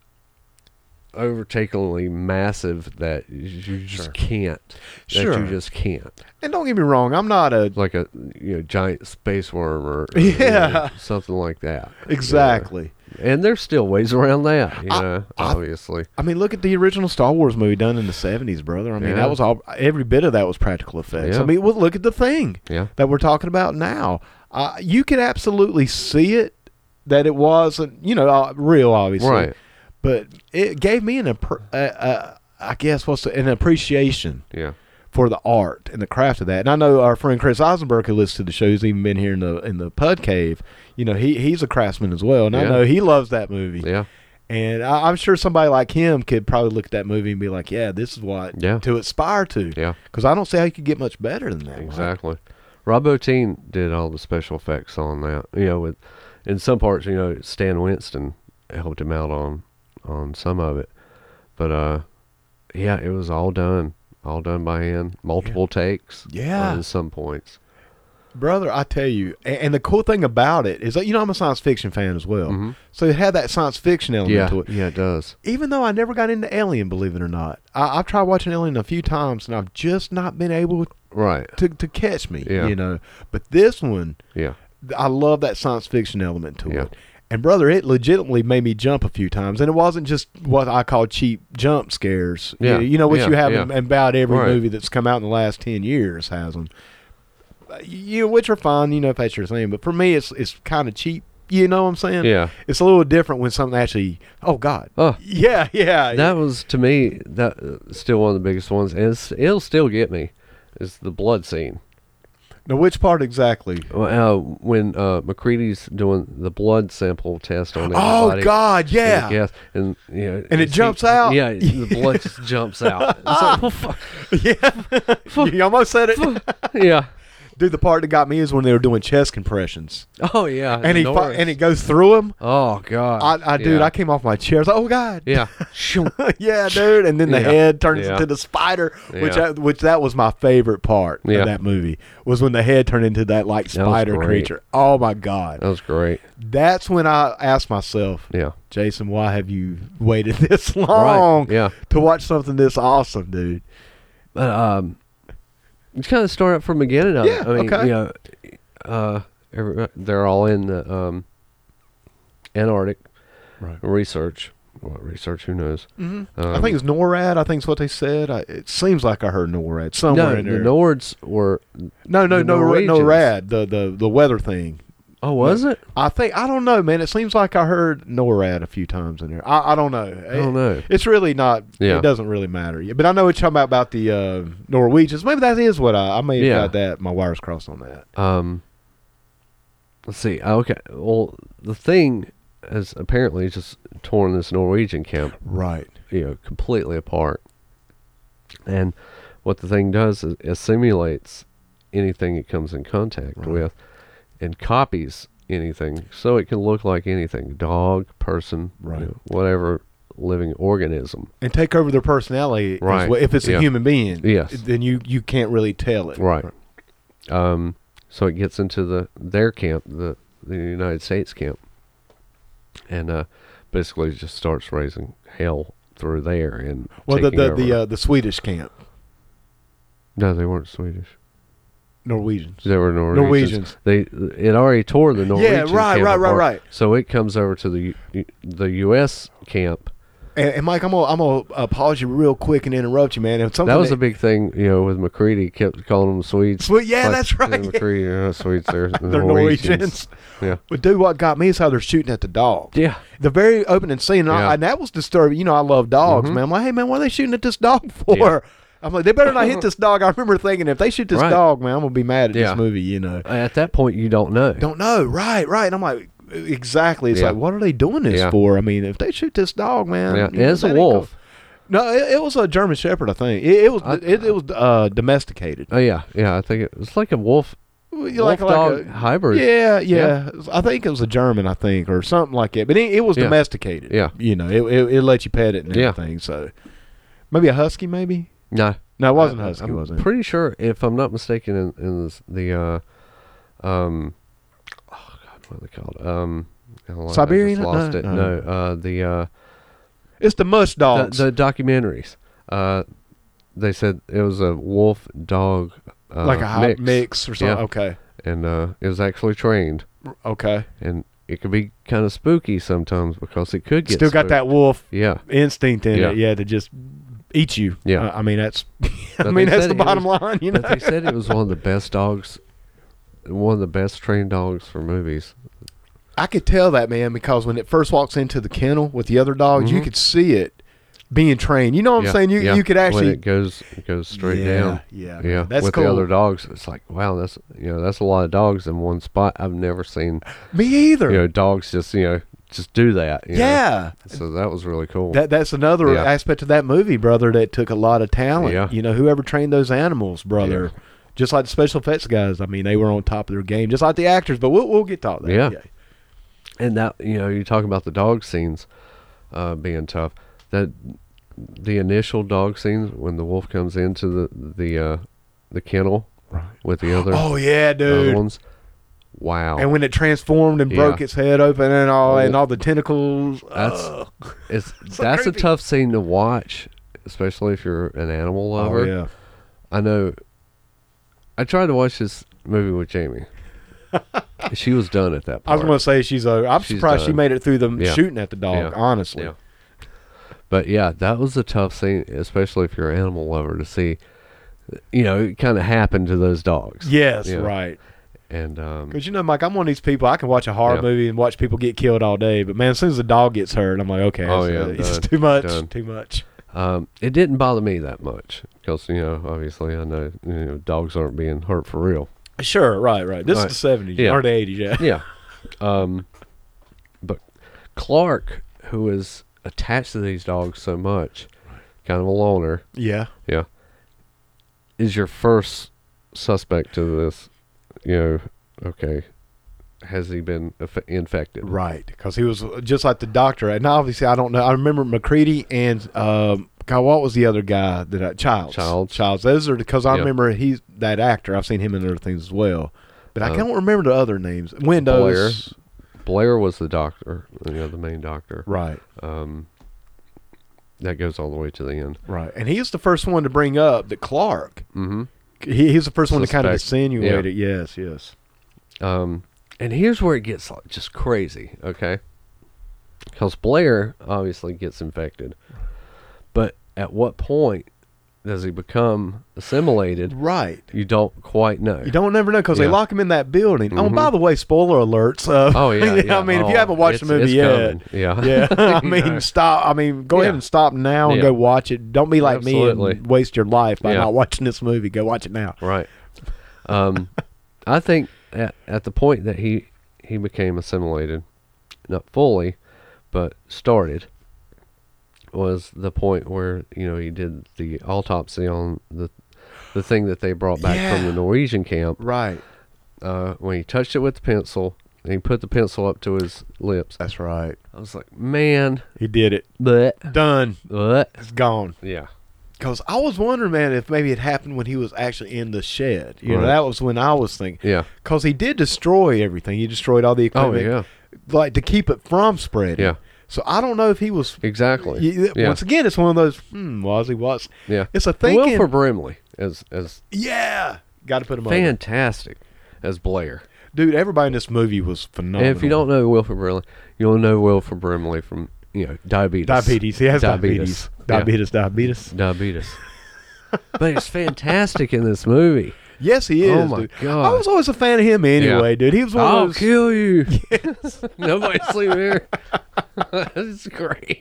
Speaker 1: overtakingly massive that you just
Speaker 2: Sure.
Speaker 1: can't. That
Speaker 2: Sure.
Speaker 1: you just can't.
Speaker 2: And don't get me wrong, I'm not a
Speaker 1: Like a you know giant space worm or, or, you know,
Speaker 2: Yeah.
Speaker 1: something like that. you know.
Speaker 2: exactly.
Speaker 1: And there's still ways around that. You
Speaker 2: I-
Speaker 1: know,
Speaker 2: I-
Speaker 1: obviously.
Speaker 2: I mean, look at the original Star Wars movie done in the '70s, brother. I mean,
Speaker 1: Yeah.
Speaker 2: that was all every bit of that was practical effects.
Speaker 1: Yeah.
Speaker 2: I mean, well, look at the thing
Speaker 1: Yeah.
Speaker 2: that we're talking about now. Uh, you could absolutely see it that it wasn't, you know, uh, real, obviously.
Speaker 1: Right.
Speaker 2: but it gave me an appre- uh, uh, I guess what's the, an appreciation
Speaker 1: Yeah.
Speaker 2: for the art and the craft of that. And I know our friend Chris Eisenberg, who listens to the show, he's even been here in the in the Pud Cave. You know, he he's a craftsman as well, and I
Speaker 1: Yeah.
Speaker 2: know he loves that movie.
Speaker 1: Yeah.
Speaker 2: And I, I'm sure somebody like him could probably look at that movie and be like, "Yeah, this is what
Speaker 1: Yeah.
Speaker 2: to aspire to."
Speaker 1: Yeah.
Speaker 2: Because I don't see how you could get much better than that. Mike.
Speaker 1: Exactly. Rob Bottin did all the special effects on that. You know, with in some parts, you know, Stan Winston helped him out on on some of it. But uh yeah, it was all done. All done by hand. Multiple takes.
Speaker 2: Yeah.
Speaker 1: On some points.
Speaker 2: Brother, I tell you, and, and the cool thing about it is that you know I'm a science fiction fan as well,
Speaker 1: Mhm.
Speaker 2: so it had that science fiction element
Speaker 1: Yeah.
Speaker 2: to it.
Speaker 1: Yeah, it does.
Speaker 2: even though I never got into Alien, believe it or not, I, I've tried watching Alien a few times and I've just not been able
Speaker 1: Right.
Speaker 2: to, to catch me,
Speaker 1: Yeah.
Speaker 2: you know. But this one,
Speaker 1: Yeah.
Speaker 2: th- I love that science fiction element to
Speaker 1: Yeah.
Speaker 2: it. And brother, it legitimately made me jump a few times, and it wasn't just what I call cheap jump scares. You-
Speaker 1: Yeah.
Speaker 2: you, know what
Speaker 1: Yeah.
Speaker 2: you have
Speaker 1: Yeah.
Speaker 2: in, in about every
Speaker 1: Right.
Speaker 2: movie that's come out in the last ten years has them. You know, which are fine, you know, if that's your thing. But for me, it's it's kind of cheap. You know what I'm saying?
Speaker 1: Yeah.
Speaker 2: It's a little different when something actually. Oh God.
Speaker 1: Oh.
Speaker 2: Yeah, yeah.
Speaker 1: That was to me that uh, still one of the biggest ones and it's, it'll still get me. Is the blood scene.
Speaker 2: Now, which part exactly?
Speaker 1: Well, Uh, when uh, McCready's doing the blood sample test on
Speaker 2: Oh
Speaker 1: everybody,
Speaker 2: God,
Speaker 1: and the
Speaker 2: yeah,
Speaker 1: gas- and you know,
Speaker 2: And it
Speaker 1: you
Speaker 2: jumps out.
Speaker 1: Yeah, the blood just jumps out. It's like, well, fuck.
Speaker 2: yeah. you almost said it,
Speaker 1: Yeah.
Speaker 2: dude. The part that got me is when they were doing chest compressions,
Speaker 1: Oh yeah.
Speaker 2: and he fi-
Speaker 1: Norris.
Speaker 2: and it goes through him.
Speaker 1: Oh god.
Speaker 2: I, I dude,
Speaker 1: yeah.
Speaker 2: I came off my chair. I was like, oh God,
Speaker 1: Yeah.
Speaker 2: yeah, dude. And then the
Speaker 1: Yeah.
Speaker 2: head turns
Speaker 1: Yeah.
Speaker 2: into the spider, which
Speaker 1: Yeah.
Speaker 2: I, which that was my favorite part
Speaker 1: Yeah.
Speaker 2: of that movie was when the head turned into that like
Speaker 1: That was
Speaker 2: spider
Speaker 1: great.
Speaker 2: creature. Oh my God,
Speaker 1: That was great.
Speaker 2: that's when I asked myself,
Speaker 1: Yeah.
Speaker 2: Jason, why have you waited this long
Speaker 1: Right. Yeah.
Speaker 2: to watch something this awesome, dude?
Speaker 1: But um, you kind of start up from the beginning. Of it.
Speaker 2: Yeah,
Speaker 1: I mean,
Speaker 2: okay.
Speaker 1: you know, uh, every, they're all in the um, Antarctic
Speaker 2: Right.
Speaker 1: research. What research? Who knows?
Speaker 2: hmm I
Speaker 1: Um,
Speaker 2: think it's NORAD. I think it's what they said. I, it seems like I heard NORAD somewhere
Speaker 1: No, the
Speaker 2: in there.
Speaker 1: Nords were.
Speaker 2: no, no,
Speaker 1: the
Speaker 2: no,
Speaker 1: Norwegians.
Speaker 2: NORAD, the, the the weather thing.
Speaker 1: Oh, was it?
Speaker 2: I think I don't know, man. It seems like I heard NORAD a few times in there. I, I don't know.
Speaker 1: I don't know.
Speaker 2: It's really not.
Speaker 1: Yeah.
Speaker 2: It doesn't really matter. Yeah, But I know what you're talking about about the uh, Norwegians. Maybe that is what I, I may have
Speaker 1: Yeah.
Speaker 2: got that. My wires crossed on that.
Speaker 1: Um, let's see. Uh, Okay. Well, the thing has apparently just torn this Norwegian camp,
Speaker 2: Right.
Speaker 1: you know, completely apart. And what the thing does is it simulates anything it comes in contact
Speaker 2: Right.
Speaker 1: with, and copies anything, so it can look like anything—dog, person, you
Speaker 2: Right.
Speaker 1: know, whatever living organism.
Speaker 2: And take over their personality. as
Speaker 1: Right.
Speaker 2: well. If it's
Speaker 1: Yeah.
Speaker 2: a human being,
Speaker 1: Yes.
Speaker 2: then you you can't really tell it.
Speaker 1: Right. Um, so it gets into the their camp, the the United States camp, and uh, basically just starts raising hell through there and
Speaker 2: Well, the
Speaker 1: taking
Speaker 2: the uh,
Speaker 1: over.
Speaker 2: the, uh, the Swedish camp.
Speaker 1: No, they weren't Swedish.
Speaker 2: Norwegians.
Speaker 1: They were
Speaker 2: Norwegians.
Speaker 1: Norwegians. They it already tore the Norwegian.
Speaker 2: yeah, right,
Speaker 1: camp
Speaker 2: right, right,
Speaker 1: apart.
Speaker 2: right.
Speaker 1: So it comes over to the U- the U.S. camp.
Speaker 2: And, and Mike, I'm gonna I'm gonna apologize real quick and interrupt you, man. If something
Speaker 1: That was a big thing, you know, with McCready kept calling them Swedes.
Speaker 2: Swe- yeah,
Speaker 1: Like,
Speaker 2: that's
Speaker 1: "They're
Speaker 2: right, yeah."
Speaker 1: McCready, uh, Swedes, they're,
Speaker 2: they're Norwegians.
Speaker 1: Yeah.
Speaker 2: But dude, what got me is how they're shooting at the dog.
Speaker 1: Yeah.
Speaker 2: The very opening scene, and, I,
Speaker 1: Yeah. Mm-hmm.
Speaker 2: and that was disturbing. You know, I love dogs, man. I'm like, hey, man, what are they shooting at this dog for?
Speaker 1: Yeah.
Speaker 2: I'm like, they better not hit this dog. I remember thinking, if they shoot this
Speaker 1: Right.
Speaker 2: dog, man, I'm gonna be mad at
Speaker 1: Yeah.
Speaker 2: this movie. You know,
Speaker 1: At that point, you don't know.
Speaker 2: don't know, right, right. And I'm like, exactly. It's
Speaker 1: Yeah.
Speaker 2: like, what are they doing this
Speaker 1: Yeah.
Speaker 2: for? I mean, if they shoot this dog, man,
Speaker 1: Yeah,
Speaker 2: you know,
Speaker 1: it's a
Speaker 2: that ain't
Speaker 1: wolf.
Speaker 2: gonna- No, it, it was a German Shepherd, I think. It, it was
Speaker 1: I-
Speaker 2: it, it was uh, domesticated.
Speaker 1: Oh yeah, yeah. I think it, it's like a wolf,
Speaker 2: You
Speaker 1: wolf
Speaker 2: like- like
Speaker 1: dog
Speaker 2: a-
Speaker 1: hybrid.
Speaker 2: Yeah, yeah, I think it was a German, I think, or something like that. But it, it was
Speaker 1: Yeah.
Speaker 2: domesticated.
Speaker 1: Yeah.
Speaker 2: you know, it, it it let you pet it and
Speaker 1: Yeah.
Speaker 2: everything. So maybe a husky, maybe.
Speaker 1: No,
Speaker 2: No, it wasn't a
Speaker 1: I-
Speaker 2: husky,
Speaker 1: Uh, I'm
Speaker 2: was it?
Speaker 1: Pretty sure, if I'm not mistaken, in, in this, the uh, um, oh god, what are they called? Um, hell, I just
Speaker 2: Siberian?
Speaker 1: lost
Speaker 2: No,
Speaker 1: it.
Speaker 2: no.
Speaker 1: No, uh, the uh,
Speaker 2: it's the mush
Speaker 1: the,
Speaker 2: dogs,
Speaker 1: the documentaries. Uh, they said it was a wolf dog, uh,
Speaker 2: like a hot mix.
Speaker 1: mix,
Speaker 2: or something.
Speaker 1: Yeah.
Speaker 2: Okay,
Speaker 1: and uh, it was actually trained,
Speaker 2: okay.
Speaker 1: and it could be kind of spooky sometimes because it could get
Speaker 2: Still got
Speaker 1: spooked.
Speaker 2: that wolf
Speaker 1: Yeah,
Speaker 2: instinct in
Speaker 1: Yeah.
Speaker 2: it, yeah, to just eat you.
Speaker 1: Yeah.
Speaker 2: Uh, I mean that's, I
Speaker 1: But
Speaker 2: mean
Speaker 1: they
Speaker 2: that's
Speaker 1: said
Speaker 2: the
Speaker 1: it was-
Speaker 2: bottom line, you know.
Speaker 1: but they said it was one of the best dogs, one of the best trained dogs for movies.
Speaker 2: I could tell that man because when it first walks into the kennel with the other dogs, you
Speaker 1: Mhm.
Speaker 2: could see it being trained. You know what I'm
Speaker 1: Yeah,
Speaker 2: saying? You
Speaker 1: yeah.
Speaker 2: you could
Speaker 1: When
Speaker 2: actually
Speaker 1: it goes it goes straight
Speaker 2: yeah,
Speaker 1: down.
Speaker 2: Yeah,
Speaker 1: Yeah,
Speaker 2: that's
Speaker 1: with
Speaker 2: cool.
Speaker 1: the other dogs, it's like wow, that's you know that's a lot of dogs in one spot. I've never seen
Speaker 2: Me either.
Speaker 1: you know dogs just you know just do that. you know.
Speaker 2: yeah,
Speaker 1: so that was really cool.
Speaker 2: that that's another
Speaker 1: Yeah.
Speaker 2: aspect of that movie, brother. That took a lot of talent.
Speaker 1: Yeah.
Speaker 2: You know, whoever trained those animals, brother. Just like the special effects guys, I mean, they were on top of their game, just like the actors. But we'll we'll get to all that.
Speaker 1: Yeah. and that you know you talk about the dog scenes uh, being tough. That the initial dog scenes when the wolf comes into the the uh, the kennel
Speaker 2: Right.
Speaker 1: with the other,
Speaker 2: Oh yeah,
Speaker 1: other
Speaker 2: dude.
Speaker 1: ones. Wow,
Speaker 2: And when it transformed and
Speaker 1: Yeah.
Speaker 2: broke its head open and all,
Speaker 1: Oh.
Speaker 2: and all the tentacles.
Speaker 1: That's-
Speaker 2: ugh.
Speaker 1: it's,
Speaker 2: so
Speaker 1: that's
Speaker 2: creepy.
Speaker 1: a tough scene to watch, especially if you're an animal lover.
Speaker 2: oh yeah.
Speaker 1: I know. I tried to watch this movie with Jamie. she was done at that
Speaker 2: I was
Speaker 1: part.
Speaker 2: gonna say she's a. I'm
Speaker 1: She's
Speaker 2: surprised she
Speaker 1: done.
Speaker 2: made it through the
Speaker 1: Yeah.
Speaker 2: shooting at the dog.
Speaker 1: Yeah.
Speaker 2: Honestly,
Speaker 1: Yeah. But yeah, that was a tough scene, especially if you're an animal lover, to see. You know, it kind of happened to those dogs.
Speaker 2: yes,
Speaker 1: Yeah.
Speaker 2: right.
Speaker 1: And um,
Speaker 2: Because you know, Mike, I'm one of these people. I can watch a horror
Speaker 1: Yeah.
Speaker 2: movie and watch people get killed all day, but man, as soon as the dog gets hurt, I'm like, okay,
Speaker 1: Oh,
Speaker 2: it's,
Speaker 1: yeah,
Speaker 2: uh, it's
Speaker 1: done,
Speaker 2: too much,
Speaker 1: done.
Speaker 2: too much.
Speaker 1: um, it didn't bother me that much because you know, obviously, I know you know dogs aren't being hurt for real.
Speaker 2: Sure, right, right. This
Speaker 1: Right.
Speaker 2: is the '70s
Speaker 1: Yeah.
Speaker 2: or the '80s, yeah.
Speaker 1: Yeah. Um, but Clark, who is attached to these dogs so much, kind of a loner.
Speaker 2: Yeah,
Speaker 1: Yeah. Is your first suspect to this, you know, okay, has he been inf- infected?
Speaker 2: right. Because he was uh, just like the doctor, and obviously, I don't know. I remember McCready and um, God, what was the other guy that I, Childs?
Speaker 1: Childs.
Speaker 2: Childs. Those are because I
Speaker 1: Yeah.
Speaker 2: remember he's that actor. I've seen him in other things as well, but I
Speaker 1: Um,
Speaker 2: can't remember the other names. Windows,
Speaker 1: Blair was the doctor, you know, the main doctor.
Speaker 2: right.
Speaker 1: Um, that goes all the way to the end.
Speaker 2: Right. And he's the first one to bring up that Clark.
Speaker 1: hmm
Speaker 2: He, he's the first one to kind of
Speaker 1: Suspect.
Speaker 2: insinuate it. Yes, yes.
Speaker 1: Um, and here's where it gets like, just crazy, okay? Because Blair obviously gets infected, but at what point does he become assimilated?
Speaker 2: Right.
Speaker 1: You don't quite know.
Speaker 2: You don't never know because they
Speaker 1: Yeah.
Speaker 2: lock him in that building. Oh, and
Speaker 1: Mhm.
Speaker 2: by the way, spoiler alerts. Uh,
Speaker 1: Oh yeah, yeah.
Speaker 2: I mean, if you
Speaker 1: Oh,
Speaker 2: haven't watched the
Speaker 1: it's-
Speaker 2: movie
Speaker 1: it's
Speaker 2: yet,
Speaker 1: coming. yeah,
Speaker 2: yeah. I mean,
Speaker 1: No.
Speaker 2: stop. I mean, go ahead
Speaker 1: Yeah.
Speaker 2: and stop now and
Speaker 1: Yeah.
Speaker 2: go watch it. Don't be like me
Speaker 1: Absolutely.
Speaker 2: and waste your life by
Speaker 1: Yeah.
Speaker 2: not watching this movie. Go watch it now.
Speaker 1: right. Um, I think at, at the point that he he became assimilated, not fully, but started, was the point where you know he did the autopsy on the the thing that they brought back from
Speaker 2: Yeah.
Speaker 1: the Norwegian camp
Speaker 2: Right.
Speaker 1: uh, when he touched it with the pencil and he put the pencil up to his lips.
Speaker 2: That's right.
Speaker 1: I was like, man,
Speaker 2: He did it.
Speaker 1: but
Speaker 2: Done.
Speaker 1: but
Speaker 2: It's gone.
Speaker 1: yeah,
Speaker 2: Because I was wondering, man, if maybe it happened when he was actually in the shed. You know,
Speaker 1: Right.
Speaker 2: that was when I was thinking.
Speaker 1: yeah,
Speaker 2: Because he did destroy everything. He destroyed all the
Speaker 1: oh
Speaker 2: equipment,
Speaker 1: yeah,
Speaker 2: like to keep it from spreading.
Speaker 1: Yeah.
Speaker 2: So I don't know if he was.
Speaker 1: exactly.
Speaker 2: y-
Speaker 1: yeah.
Speaker 2: Once again, it's one of those. Hmm, was he? Was
Speaker 1: Yeah.
Speaker 2: it's a
Speaker 1: Well
Speaker 2: thinking?
Speaker 1: Wilford Brimley as as
Speaker 2: Yeah, got to put him on.
Speaker 1: fantastic as Blair.
Speaker 2: Dude, everybody in this movie was phenomenal.
Speaker 1: And if you don't know Wilford Brimley, you'll know Wilford Brimley from you know diabetes.
Speaker 2: diabetes, he has diabetes,
Speaker 1: Diabetes.
Speaker 2: diabetes, diabetes.
Speaker 1: Diabetes. but he's fantastic in this movie.
Speaker 2: Yes, he is.
Speaker 1: Oh my
Speaker 2: dude.
Speaker 1: God. Oh,
Speaker 2: I was always a fan of him anyway, dude. He was one
Speaker 1: I'll
Speaker 2: of those.
Speaker 1: kill you. Nobody sleep here. That's great.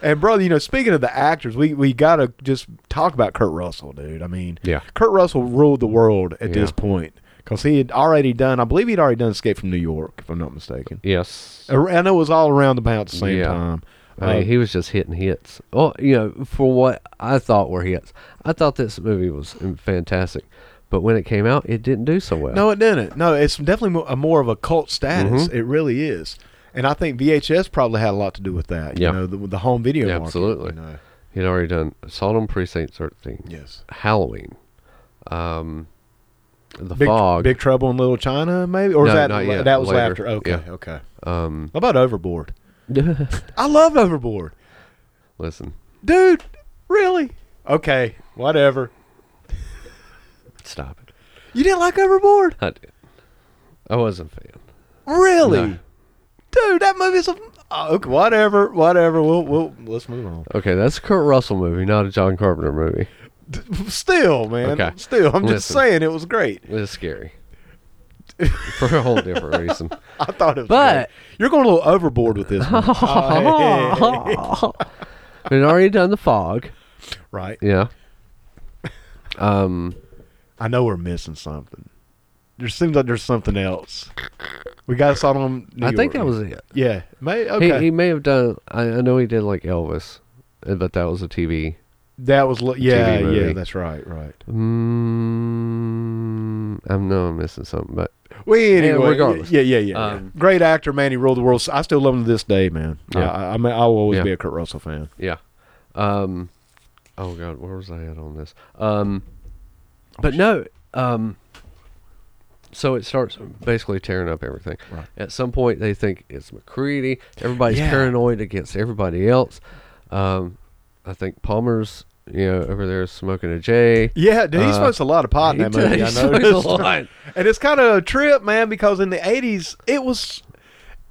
Speaker 2: And brother, you know, speaking of the actors, we we gotta just talk about Kurt Russell, dude. I mean,
Speaker 1: Yeah.
Speaker 2: Kurt Russell ruled the world at this
Speaker 1: Yeah.
Speaker 2: point because he had already done, I believe, he'd already done Escape from New York, if I'm not mistaken.
Speaker 1: Yes.
Speaker 2: Ar- I know it was all around about the same
Speaker 1: Yeah.
Speaker 2: time.
Speaker 1: I mean,
Speaker 2: Uh,
Speaker 1: he was just hitting hits. Well, you know, for what I thought were hits, I thought this movie was fantastic. But when it came out, it didn't do so well.
Speaker 2: no, it didn't. No, it's definitely mo- a more of a cult status.
Speaker 1: Mm-hmm.
Speaker 2: It really is. And I think VHS probably had a lot to do with that. You
Speaker 1: Yeah.
Speaker 2: know, the, the home video
Speaker 1: Yeah,
Speaker 2: market,
Speaker 1: absolutely.
Speaker 2: you know.
Speaker 1: he'd already done Sodom Precinct 13,
Speaker 2: Yes.
Speaker 1: Halloween, um, The
Speaker 2: Big,
Speaker 1: Fog,
Speaker 2: Big Trouble in Little China, maybe? Or is
Speaker 1: No,
Speaker 2: that,
Speaker 1: not yet.
Speaker 2: that was
Speaker 1: Later.
Speaker 2: after? Okay,
Speaker 1: Yeah.
Speaker 2: okay.
Speaker 1: um,
Speaker 2: How about Overboard? I love Overboard.
Speaker 1: listen,
Speaker 2: Dude, really? Okay, whatever.
Speaker 1: stop it.
Speaker 2: You didn't like Overboard?
Speaker 1: I did. I wasn't a fan.
Speaker 2: Really?
Speaker 1: No.
Speaker 2: Dude, that movie's a oh, okay, whatever, whatever. We'll we'll let's move on.
Speaker 1: Okay, that's a Kurt Russell movie, not a John Carpenter movie.
Speaker 2: Still, man.
Speaker 1: Okay.
Speaker 2: Still, I'm just
Speaker 1: Listen.
Speaker 2: saying it was great.
Speaker 1: It's scary. for a whole different reason.
Speaker 2: I thought it was
Speaker 1: But-
Speaker 2: great. you're going a little overboard with this one. Oh, hey.
Speaker 1: We'd already done The Fog.
Speaker 2: Right.
Speaker 1: Yeah. Um.
Speaker 2: I know we're missing something. There seems like there's something else. We got us on New
Speaker 1: I think
Speaker 2: York.
Speaker 1: that was it.
Speaker 2: Yeah. May, okay.
Speaker 1: He, he may have done. I, I know he did like Elvis, uh, but that was a TV.
Speaker 2: that was li- yeah,
Speaker 1: TV movie.
Speaker 2: yeah, that's right, right.
Speaker 1: Mm, I know I'm missing something, but
Speaker 2: Well, anyway,
Speaker 1: regardless.
Speaker 2: yeah, yeah, yeah. yeah.
Speaker 1: Um,
Speaker 2: Great actor, man. He ruled the world. I still love him to this day, man.
Speaker 1: Yeah.
Speaker 2: I, I, I mean, I will always
Speaker 1: Yeah.
Speaker 2: be a Kurt Russell fan.
Speaker 1: yeah. Um. Oh God, where was I at on this? Um.
Speaker 2: Oh,
Speaker 1: But no. Um. So it starts basically tearing up everything.
Speaker 2: Right.
Speaker 1: At some point, they think it's McCready. Everybody's
Speaker 2: Yeah.
Speaker 1: paranoid against everybody else. Um, I think Palmer's, you know, over there smoking a J.
Speaker 2: Yeah, dude, he
Speaker 1: Uh,
Speaker 2: smokes a lot of pot in
Speaker 1: he
Speaker 2: that movie.
Speaker 1: does.
Speaker 2: I
Speaker 1: He smokes a
Speaker 2: noticed.
Speaker 1: lot.
Speaker 2: and it's kind of a trip, man, because in the '80s it was.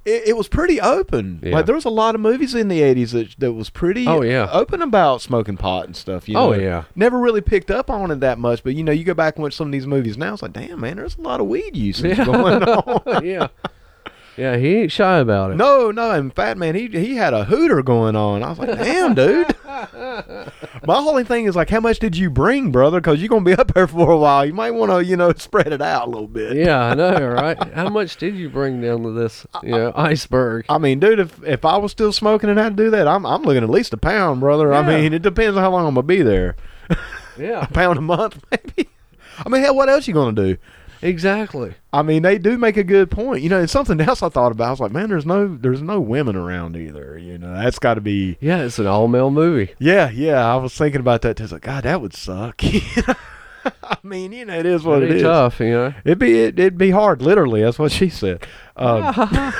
Speaker 2: It, it was pretty open.
Speaker 1: Yeah.
Speaker 2: Like there was a lot of movies in the '80s that, that was pretty
Speaker 1: Oh, yeah.
Speaker 2: open about smoking pot and stuff. You
Speaker 1: Oh,
Speaker 2: know?
Speaker 1: yeah.
Speaker 2: never really picked up on it that much. But you know, you go back and watch some of these movies now. It's like, damn, man, there's a lot of weed usage
Speaker 1: Yeah.
Speaker 2: going on.
Speaker 1: yeah. Yeah, he ain't shy about it.
Speaker 2: No, no, and Fat Man, he he had a hooter going on. I was like, damn, dude. My whole thing is like, how much did you bring, brother? Because you're gonna be up there for a while. You might want to, you know, spread it out a little bit.
Speaker 1: Yeah, I know, right? How much did you bring down to this, you know, iceberg?
Speaker 2: I mean, dude, if if I was still smoking and had to do that, I'm I'm looking at least a pound, brother. I
Speaker 1: Yeah.
Speaker 2: mean, it depends on how long I'm gonna be there.
Speaker 1: Yeah,
Speaker 2: A pound a month, maybe. I mean, hell, what else you gonna do?
Speaker 1: exactly.
Speaker 2: I mean, they do make a good point. You know, and something else I thought about. I was like, man, there's no there's no women around either. You know, that's got to be
Speaker 1: Yeah, it's an all male movie.
Speaker 2: Yeah, yeah, I was thinking about that too. I was like, God, that would suck. I mean, you know, it is what
Speaker 1: Pretty
Speaker 2: it is.
Speaker 1: tough, you know?
Speaker 2: It'd be it, it'd be hard, literally. That's what she said. Um,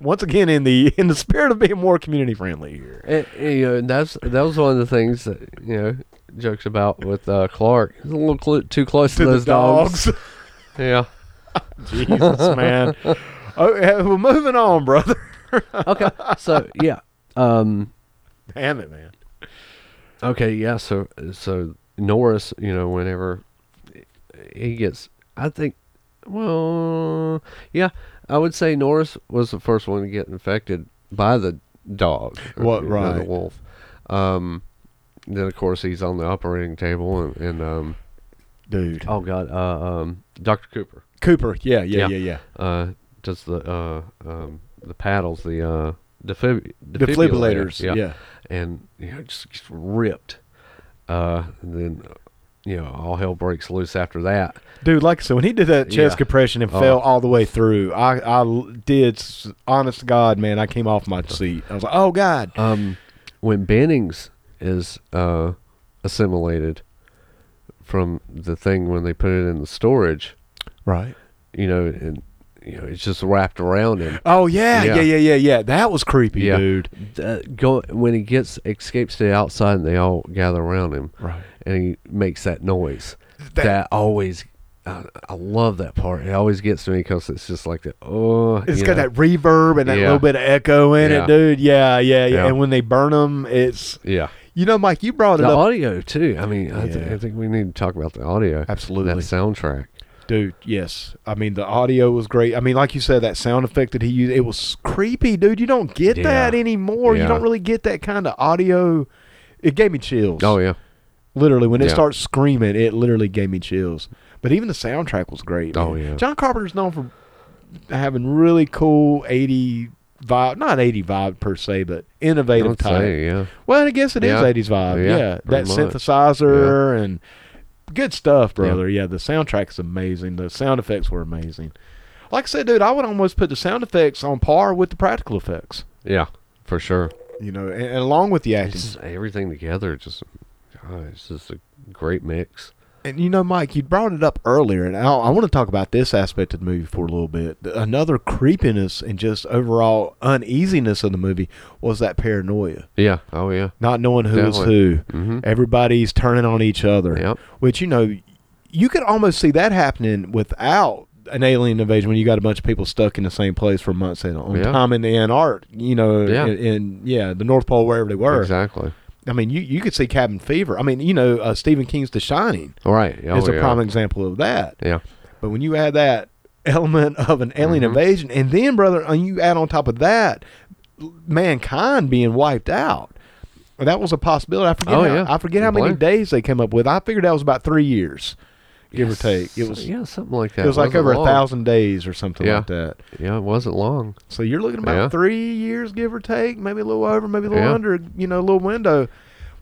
Speaker 2: once again, in the in the spirit of being more community friendly here.
Speaker 1: And, and, you know, and that's that was one of the things that you know jokes about with uh, Clark. He's a little cl- too close to,
Speaker 2: To
Speaker 1: those
Speaker 2: the dogs,
Speaker 1: Yeah.
Speaker 2: Jesus, man. Oh, yeah, well, moving on, brother.
Speaker 1: Okay. So yeah. Um.
Speaker 2: Damn it, man.
Speaker 1: Okay. Yeah. So so Norris, you know, whenever he gets, I think, well, yeah, I would say Norris was the first one to get infected by the dog. or,
Speaker 2: What-
Speaker 1: you know, The
Speaker 2: right.
Speaker 1: wolf. Um. Then of course he's on the operating table and, and um
Speaker 2: Dude,
Speaker 1: oh god uh, um Dr. Cooper
Speaker 2: Cooper. Yeah, yeah,
Speaker 1: Yeah.
Speaker 2: yeah, yeah.
Speaker 1: uh, does the uh, um, the paddles, the uh, defib-
Speaker 2: Defibrillators. Yeah.
Speaker 1: and you know, just gets ripped. Uh, and then uh, you know, all hell breaks loose after that.
Speaker 2: Dude, like so when he did that chest
Speaker 1: Yeah.
Speaker 2: compression and
Speaker 1: Oh.
Speaker 2: fell all the way through, I, I l- did s- honest to God, man, I came off my seat. I was like, Oh God.
Speaker 1: Um, when Bennings is uh, assimilated from the thing when they put it in the storage,
Speaker 2: Right.
Speaker 1: you know, and you know it's just wrapped around him.
Speaker 2: Oh yeah, yeah,
Speaker 1: Yeah.
Speaker 2: yeah, yeah, yeah. That was creepy,
Speaker 1: Yeah.
Speaker 2: dude.
Speaker 1: Uh, go when he gets escapes to the outside and they all gather around him
Speaker 2: Right.
Speaker 1: and he makes that noise.
Speaker 2: That-
Speaker 1: That, always. I, I love that part. It always gets to me because it's just like the oh.
Speaker 2: It's
Speaker 1: you
Speaker 2: got
Speaker 1: know.
Speaker 2: that reverb and that
Speaker 1: Yeah.
Speaker 2: little bit of echo in it,
Speaker 1: Yeah.
Speaker 2: dude. Yeah, yeah, yeah,
Speaker 1: Yeah.
Speaker 2: And when they burn them, it's
Speaker 1: Yeah.
Speaker 2: you know, Mike, you brought it
Speaker 1: The
Speaker 2: up,
Speaker 1: audio too. I mean, I, th-
Speaker 2: Yeah.
Speaker 1: I think we need to talk about the audio.
Speaker 2: Absolutely.
Speaker 1: That soundtrack.
Speaker 2: dude. Yes, I mean the audio was great. I mean, like you said, that sound effect that he used, it was creepy, dude. You don't get
Speaker 1: Yeah.
Speaker 2: that anymore. You
Speaker 1: Yeah.
Speaker 2: don't really get that kind of audio. It gave me chills.
Speaker 1: Oh yeah.
Speaker 2: Literally, when it
Speaker 1: Yeah.
Speaker 2: starts screaming, it literally gave me chills. But even the soundtrack was great.
Speaker 1: Oh,
Speaker 2: man.
Speaker 1: yeah.
Speaker 2: John Carpenter's known for having really cool eighty vibe, not eighty vibe per se, but innovative
Speaker 1: I'd
Speaker 2: type.
Speaker 1: say, yeah.
Speaker 2: Well, I guess it is
Speaker 1: Yeah.
Speaker 2: eighties vibe. Yeah,
Speaker 1: Yeah,
Speaker 2: that
Speaker 1: pretty much.
Speaker 2: synthesizer and good stuff, brother. Yeah. the soundtrack's amazing. The sound effects were amazing. Like I said, dude, I would almost put the sound effects on par with the practical effects.
Speaker 1: Yeah. For sure.
Speaker 2: You know, and, and along with the acting.
Speaker 1: It's just everything together. Just, God, it's just a great mix.
Speaker 2: And you know, Mike, you brought it up earlier, and I, I want to talk about this aspect of the movie for a little bit. Another creepiness and just overall uneasiness of the movie was that paranoia,
Speaker 1: Yeah. Oh yeah.
Speaker 2: not knowing who was
Speaker 1: Definitely.
Speaker 2: who.
Speaker 1: Mm-hmm.
Speaker 2: Everybody's turning on each other.
Speaker 1: Yep.
Speaker 2: Which you know, you could almost see that happening without an alien invasion when you got a bunch of people stuck in the same place for months at on
Speaker 1: Yeah.
Speaker 2: time in the Antarctic, you know,
Speaker 1: Yeah.
Speaker 2: in, in yeah, the North Pole wherever they were.
Speaker 1: Exactly.
Speaker 2: I mean, you you could see cabin fever. I mean, you know, uh, Stephen King's The Shining
Speaker 1: All right. Oh,
Speaker 2: is a
Speaker 1: yeah.
Speaker 2: prime example of that.
Speaker 1: Yeah.
Speaker 2: But when you add that element of an alien
Speaker 1: Mhm.
Speaker 2: invasion, and then, brother, and you add on top of that mankind being wiped out, that was a possibility. I forget.
Speaker 1: Oh,
Speaker 2: how,
Speaker 1: yeah.
Speaker 2: I forget how
Speaker 1: Good
Speaker 2: many
Speaker 1: plan.
Speaker 2: days they came up with. I figured that was about three years, give or take. It
Speaker 1: So-
Speaker 2: was.
Speaker 1: yeah, something like that.
Speaker 2: It was like
Speaker 1: Wasn't
Speaker 2: over
Speaker 1: long.
Speaker 2: a thousand days or something
Speaker 1: Yeah.
Speaker 2: like that.
Speaker 1: Yeah, it wasn't long.
Speaker 2: So you're looking about
Speaker 1: Yeah.
Speaker 2: three years, give or take, maybe a little over, maybe a little
Speaker 1: Yeah.
Speaker 2: under. You know, a little window.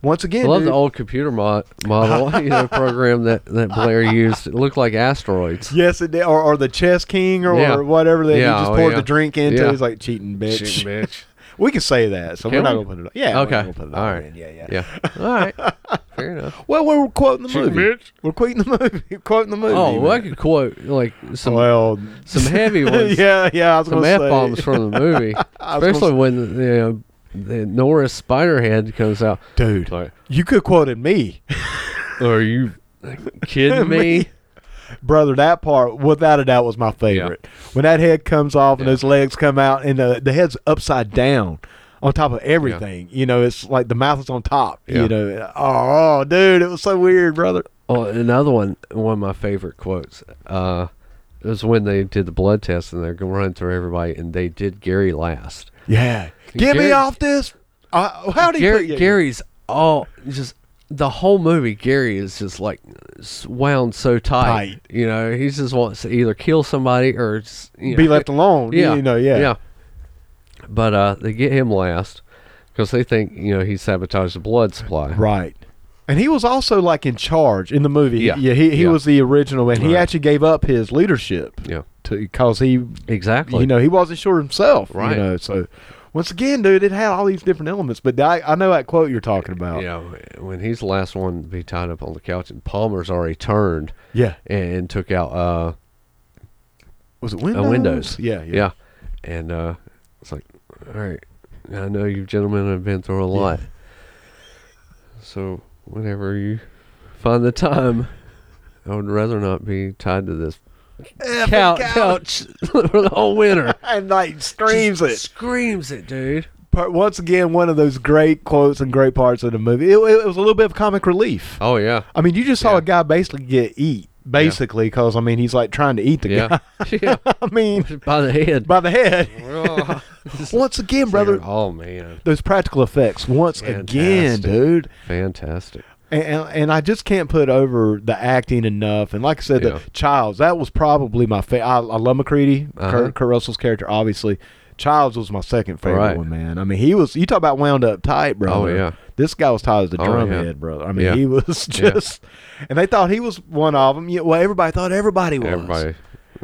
Speaker 2: Once again,
Speaker 1: I love the
Speaker 2: dude-
Speaker 1: old computer mod- model, you know, program that that Blair used. It looked like asteroids.
Speaker 2: yes, it did, or, or the chess king or,
Speaker 1: Yeah.
Speaker 2: or whatever that
Speaker 1: Yeah,
Speaker 2: you just
Speaker 1: oh,
Speaker 2: poured
Speaker 1: yeah.
Speaker 2: the drink into.
Speaker 1: Yeah.
Speaker 2: It's like cheating, bitch.
Speaker 1: Shit, bitch.
Speaker 2: We can say that, so
Speaker 1: Can
Speaker 2: we're not
Speaker 1: we?
Speaker 2: gonna put it. Up. Yeah. we're
Speaker 1: Okay.
Speaker 2: not gonna put it up.
Speaker 1: All right.
Speaker 2: Yeah, yeah.
Speaker 1: Yeah. All right. Fair enough.
Speaker 2: Well, we're quoting the
Speaker 1: Shoot,
Speaker 2: movie.
Speaker 1: bitch.
Speaker 2: We're quoting the movie. quoting the movie.
Speaker 1: Oh, well, I
Speaker 2: man.
Speaker 1: could quote like some
Speaker 2: well,
Speaker 1: some heavy ones,
Speaker 2: yeah, yeah. I was
Speaker 1: some
Speaker 2: gonna
Speaker 1: f
Speaker 2: say.
Speaker 1: bombs from the movie,
Speaker 2: I was gonna
Speaker 1: especially when you know, the Norris Spiderhead comes out.
Speaker 2: dude.
Speaker 1: Like,
Speaker 2: You could quoted me,
Speaker 1: are you kidding
Speaker 2: Me.
Speaker 1: me?
Speaker 2: brother. That part, without a doubt, was my favorite. When that head comes off and
Speaker 1: Yeah.
Speaker 2: those legs come out, and the the head's upside down. On top of everything, you know, it's like the mouth is on top.
Speaker 1: Yeah.
Speaker 2: You know, oh, dude, it was so weird, brother.
Speaker 1: Oh, another one, one of my favorite quotes. Uh, it was when they did the blood test and they're going to run through everybody, and they did Gary last.
Speaker 2: Yeah, get me
Speaker 1: Gary-
Speaker 2: off this. Uh, how did
Speaker 1: Gary,
Speaker 2: you,
Speaker 1: Gary's all just the whole movie. Gary is just like s- wound so tight.
Speaker 2: Tight.
Speaker 1: You know, he just wants to either kill somebody or just, you know,
Speaker 2: be left alone.
Speaker 1: Yeah,
Speaker 2: you know, yeah,
Speaker 1: yeah. But uh, they get him last because they think you know he sabotaged the blood supply.
Speaker 2: right. And he was also like in charge in the movie.
Speaker 1: Yeah.
Speaker 2: yeah. He, he
Speaker 1: Yeah.
Speaker 2: was the original, and he
Speaker 1: Right.
Speaker 2: actually gave up his leadership
Speaker 1: Yeah,
Speaker 2: because he,
Speaker 1: exactly.
Speaker 2: you know, he wasn't sure himself. You
Speaker 1: Right.
Speaker 2: know, so once again, dude, it had all these different elements. But I, I know that quote you're talking about.
Speaker 1: Yeah, when he's the last one to be tied up on the couch, and Palmer's already turned
Speaker 2: Yeah.
Speaker 1: and took out uh,
Speaker 2: Was it
Speaker 1: uh
Speaker 2: Windows?
Speaker 1: windows.
Speaker 2: Yeah. Yeah.
Speaker 1: yeah, and uh, it's like, all right, I know you gentlemen have been through a lot, so whenever you find the time, I would rather not be tied to this
Speaker 2: Effing
Speaker 1: couch,
Speaker 2: couch.
Speaker 1: couch for the whole winter.
Speaker 2: And like screams
Speaker 1: Just
Speaker 2: it.
Speaker 1: Screams it, dude.
Speaker 2: Part, once again, one of those great quotes and great parts of the movie. It, it was a little bit of comic relief.
Speaker 1: Oh yeah.
Speaker 2: I mean, you just saw
Speaker 1: Yeah.
Speaker 2: a guy basically get eat, basically, because I mean, he's like trying to eat the
Speaker 1: Yeah. yeah.
Speaker 2: guy. I mean,
Speaker 1: By the head.
Speaker 2: by the head.
Speaker 1: Oh,
Speaker 2: Once again, brother,
Speaker 1: Oh man.
Speaker 2: those practical effects. Once again,
Speaker 1: Fantastic.
Speaker 2: dude,
Speaker 1: Fantastic.
Speaker 2: and, and and I just can't put over the acting enough. And like I said,
Speaker 1: Yeah.
Speaker 2: the Childs, that was probably my favorite. I, I love McCready,
Speaker 1: Uh-huh.
Speaker 2: Kurt, Kurt Russell's character, obviously. Childs was my second favorite
Speaker 1: Right. Oh,
Speaker 2: one, man. I mean, he was. You talk about wound up tight, brother.
Speaker 1: yeah.
Speaker 2: This guy was tight as the
Speaker 1: Oh,
Speaker 2: drum
Speaker 1: yeah.
Speaker 2: head, brother. I mean,
Speaker 1: Yeah.
Speaker 2: he was
Speaker 1: Yeah.
Speaker 2: just. And they thought he was one of them. Yeah, well, everybody thought everybody was.
Speaker 1: Everybody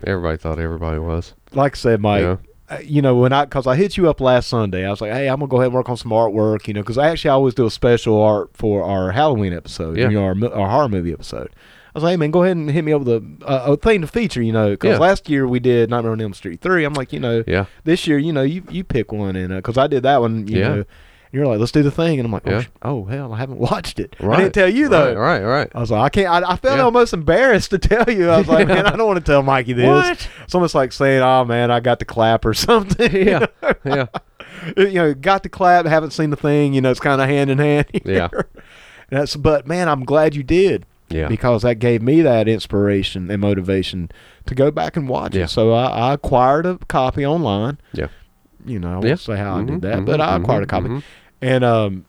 Speaker 1: everybody thought everybody was.
Speaker 2: like I said, Mike,
Speaker 1: Yeah.
Speaker 2: uh, you know, when I, because I hit you up last Sunday, I was like, hey, I'm going to go ahead and work on some artwork, you know, because I actually always do a special art for our Halloween episode,
Speaker 1: Yeah.
Speaker 2: you know, our, mo- our horror movie episode. was like, hey man, go ahead and hit me up with a, a, a thing to feature, you know, because
Speaker 1: Yeah.
Speaker 2: last year we did Nightmare on Elm Street three. I'm like, you know,
Speaker 1: Yeah.
Speaker 2: this year, you know, you you pick one, and because I did that one, you
Speaker 1: Yeah.
Speaker 2: know, and you're like, let's do the thing, and I'm like, oh,
Speaker 1: Yeah.
Speaker 2: sh- oh hell, I haven't watched it. I
Speaker 1: Right.
Speaker 2: didn't tell you though.
Speaker 1: Right, right, right.
Speaker 2: I was like, I can't. I, I felt
Speaker 1: Yeah.
Speaker 2: almost embarrassed to tell you. I was like,
Speaker 1: Yeah.
Speaker 2: man, I don't want to tell Mikey this.
Speaker 1: What?
Speaker 2: It's almost like saying, oh man, I got the clap or something. you
Speaker 1: Yeah.
Speaker 2: know?
Speaker 1: Yeah.
Speaker 2: you know, got the clap, haven't seen the thing. You know, it's kind of hand in hand. here.
Speaker 1: Yeah.
Speaker 2: That's, but man, I'm glad you did
Speaker 1: Yeah.
Speaker 2: because that gave me that inspiration and motivation to go back and watch
Speaker 1: Yeah.
Speaker 2: it. So I, I acquired a copy online.
Speaker 1: Yeah.
Speaker 2: You know, I
Speaker 1: Yeah.
Speaker 2: won't say how I
Speaker 1: Mhm,
Speaker 2: did that,
Speaker 1: mhm,
Speaker 2: but I
Speaker 1: mhm,
Speaker 2: acquired a copy.
Speaker 1: mhm.
Speaker 2: And um,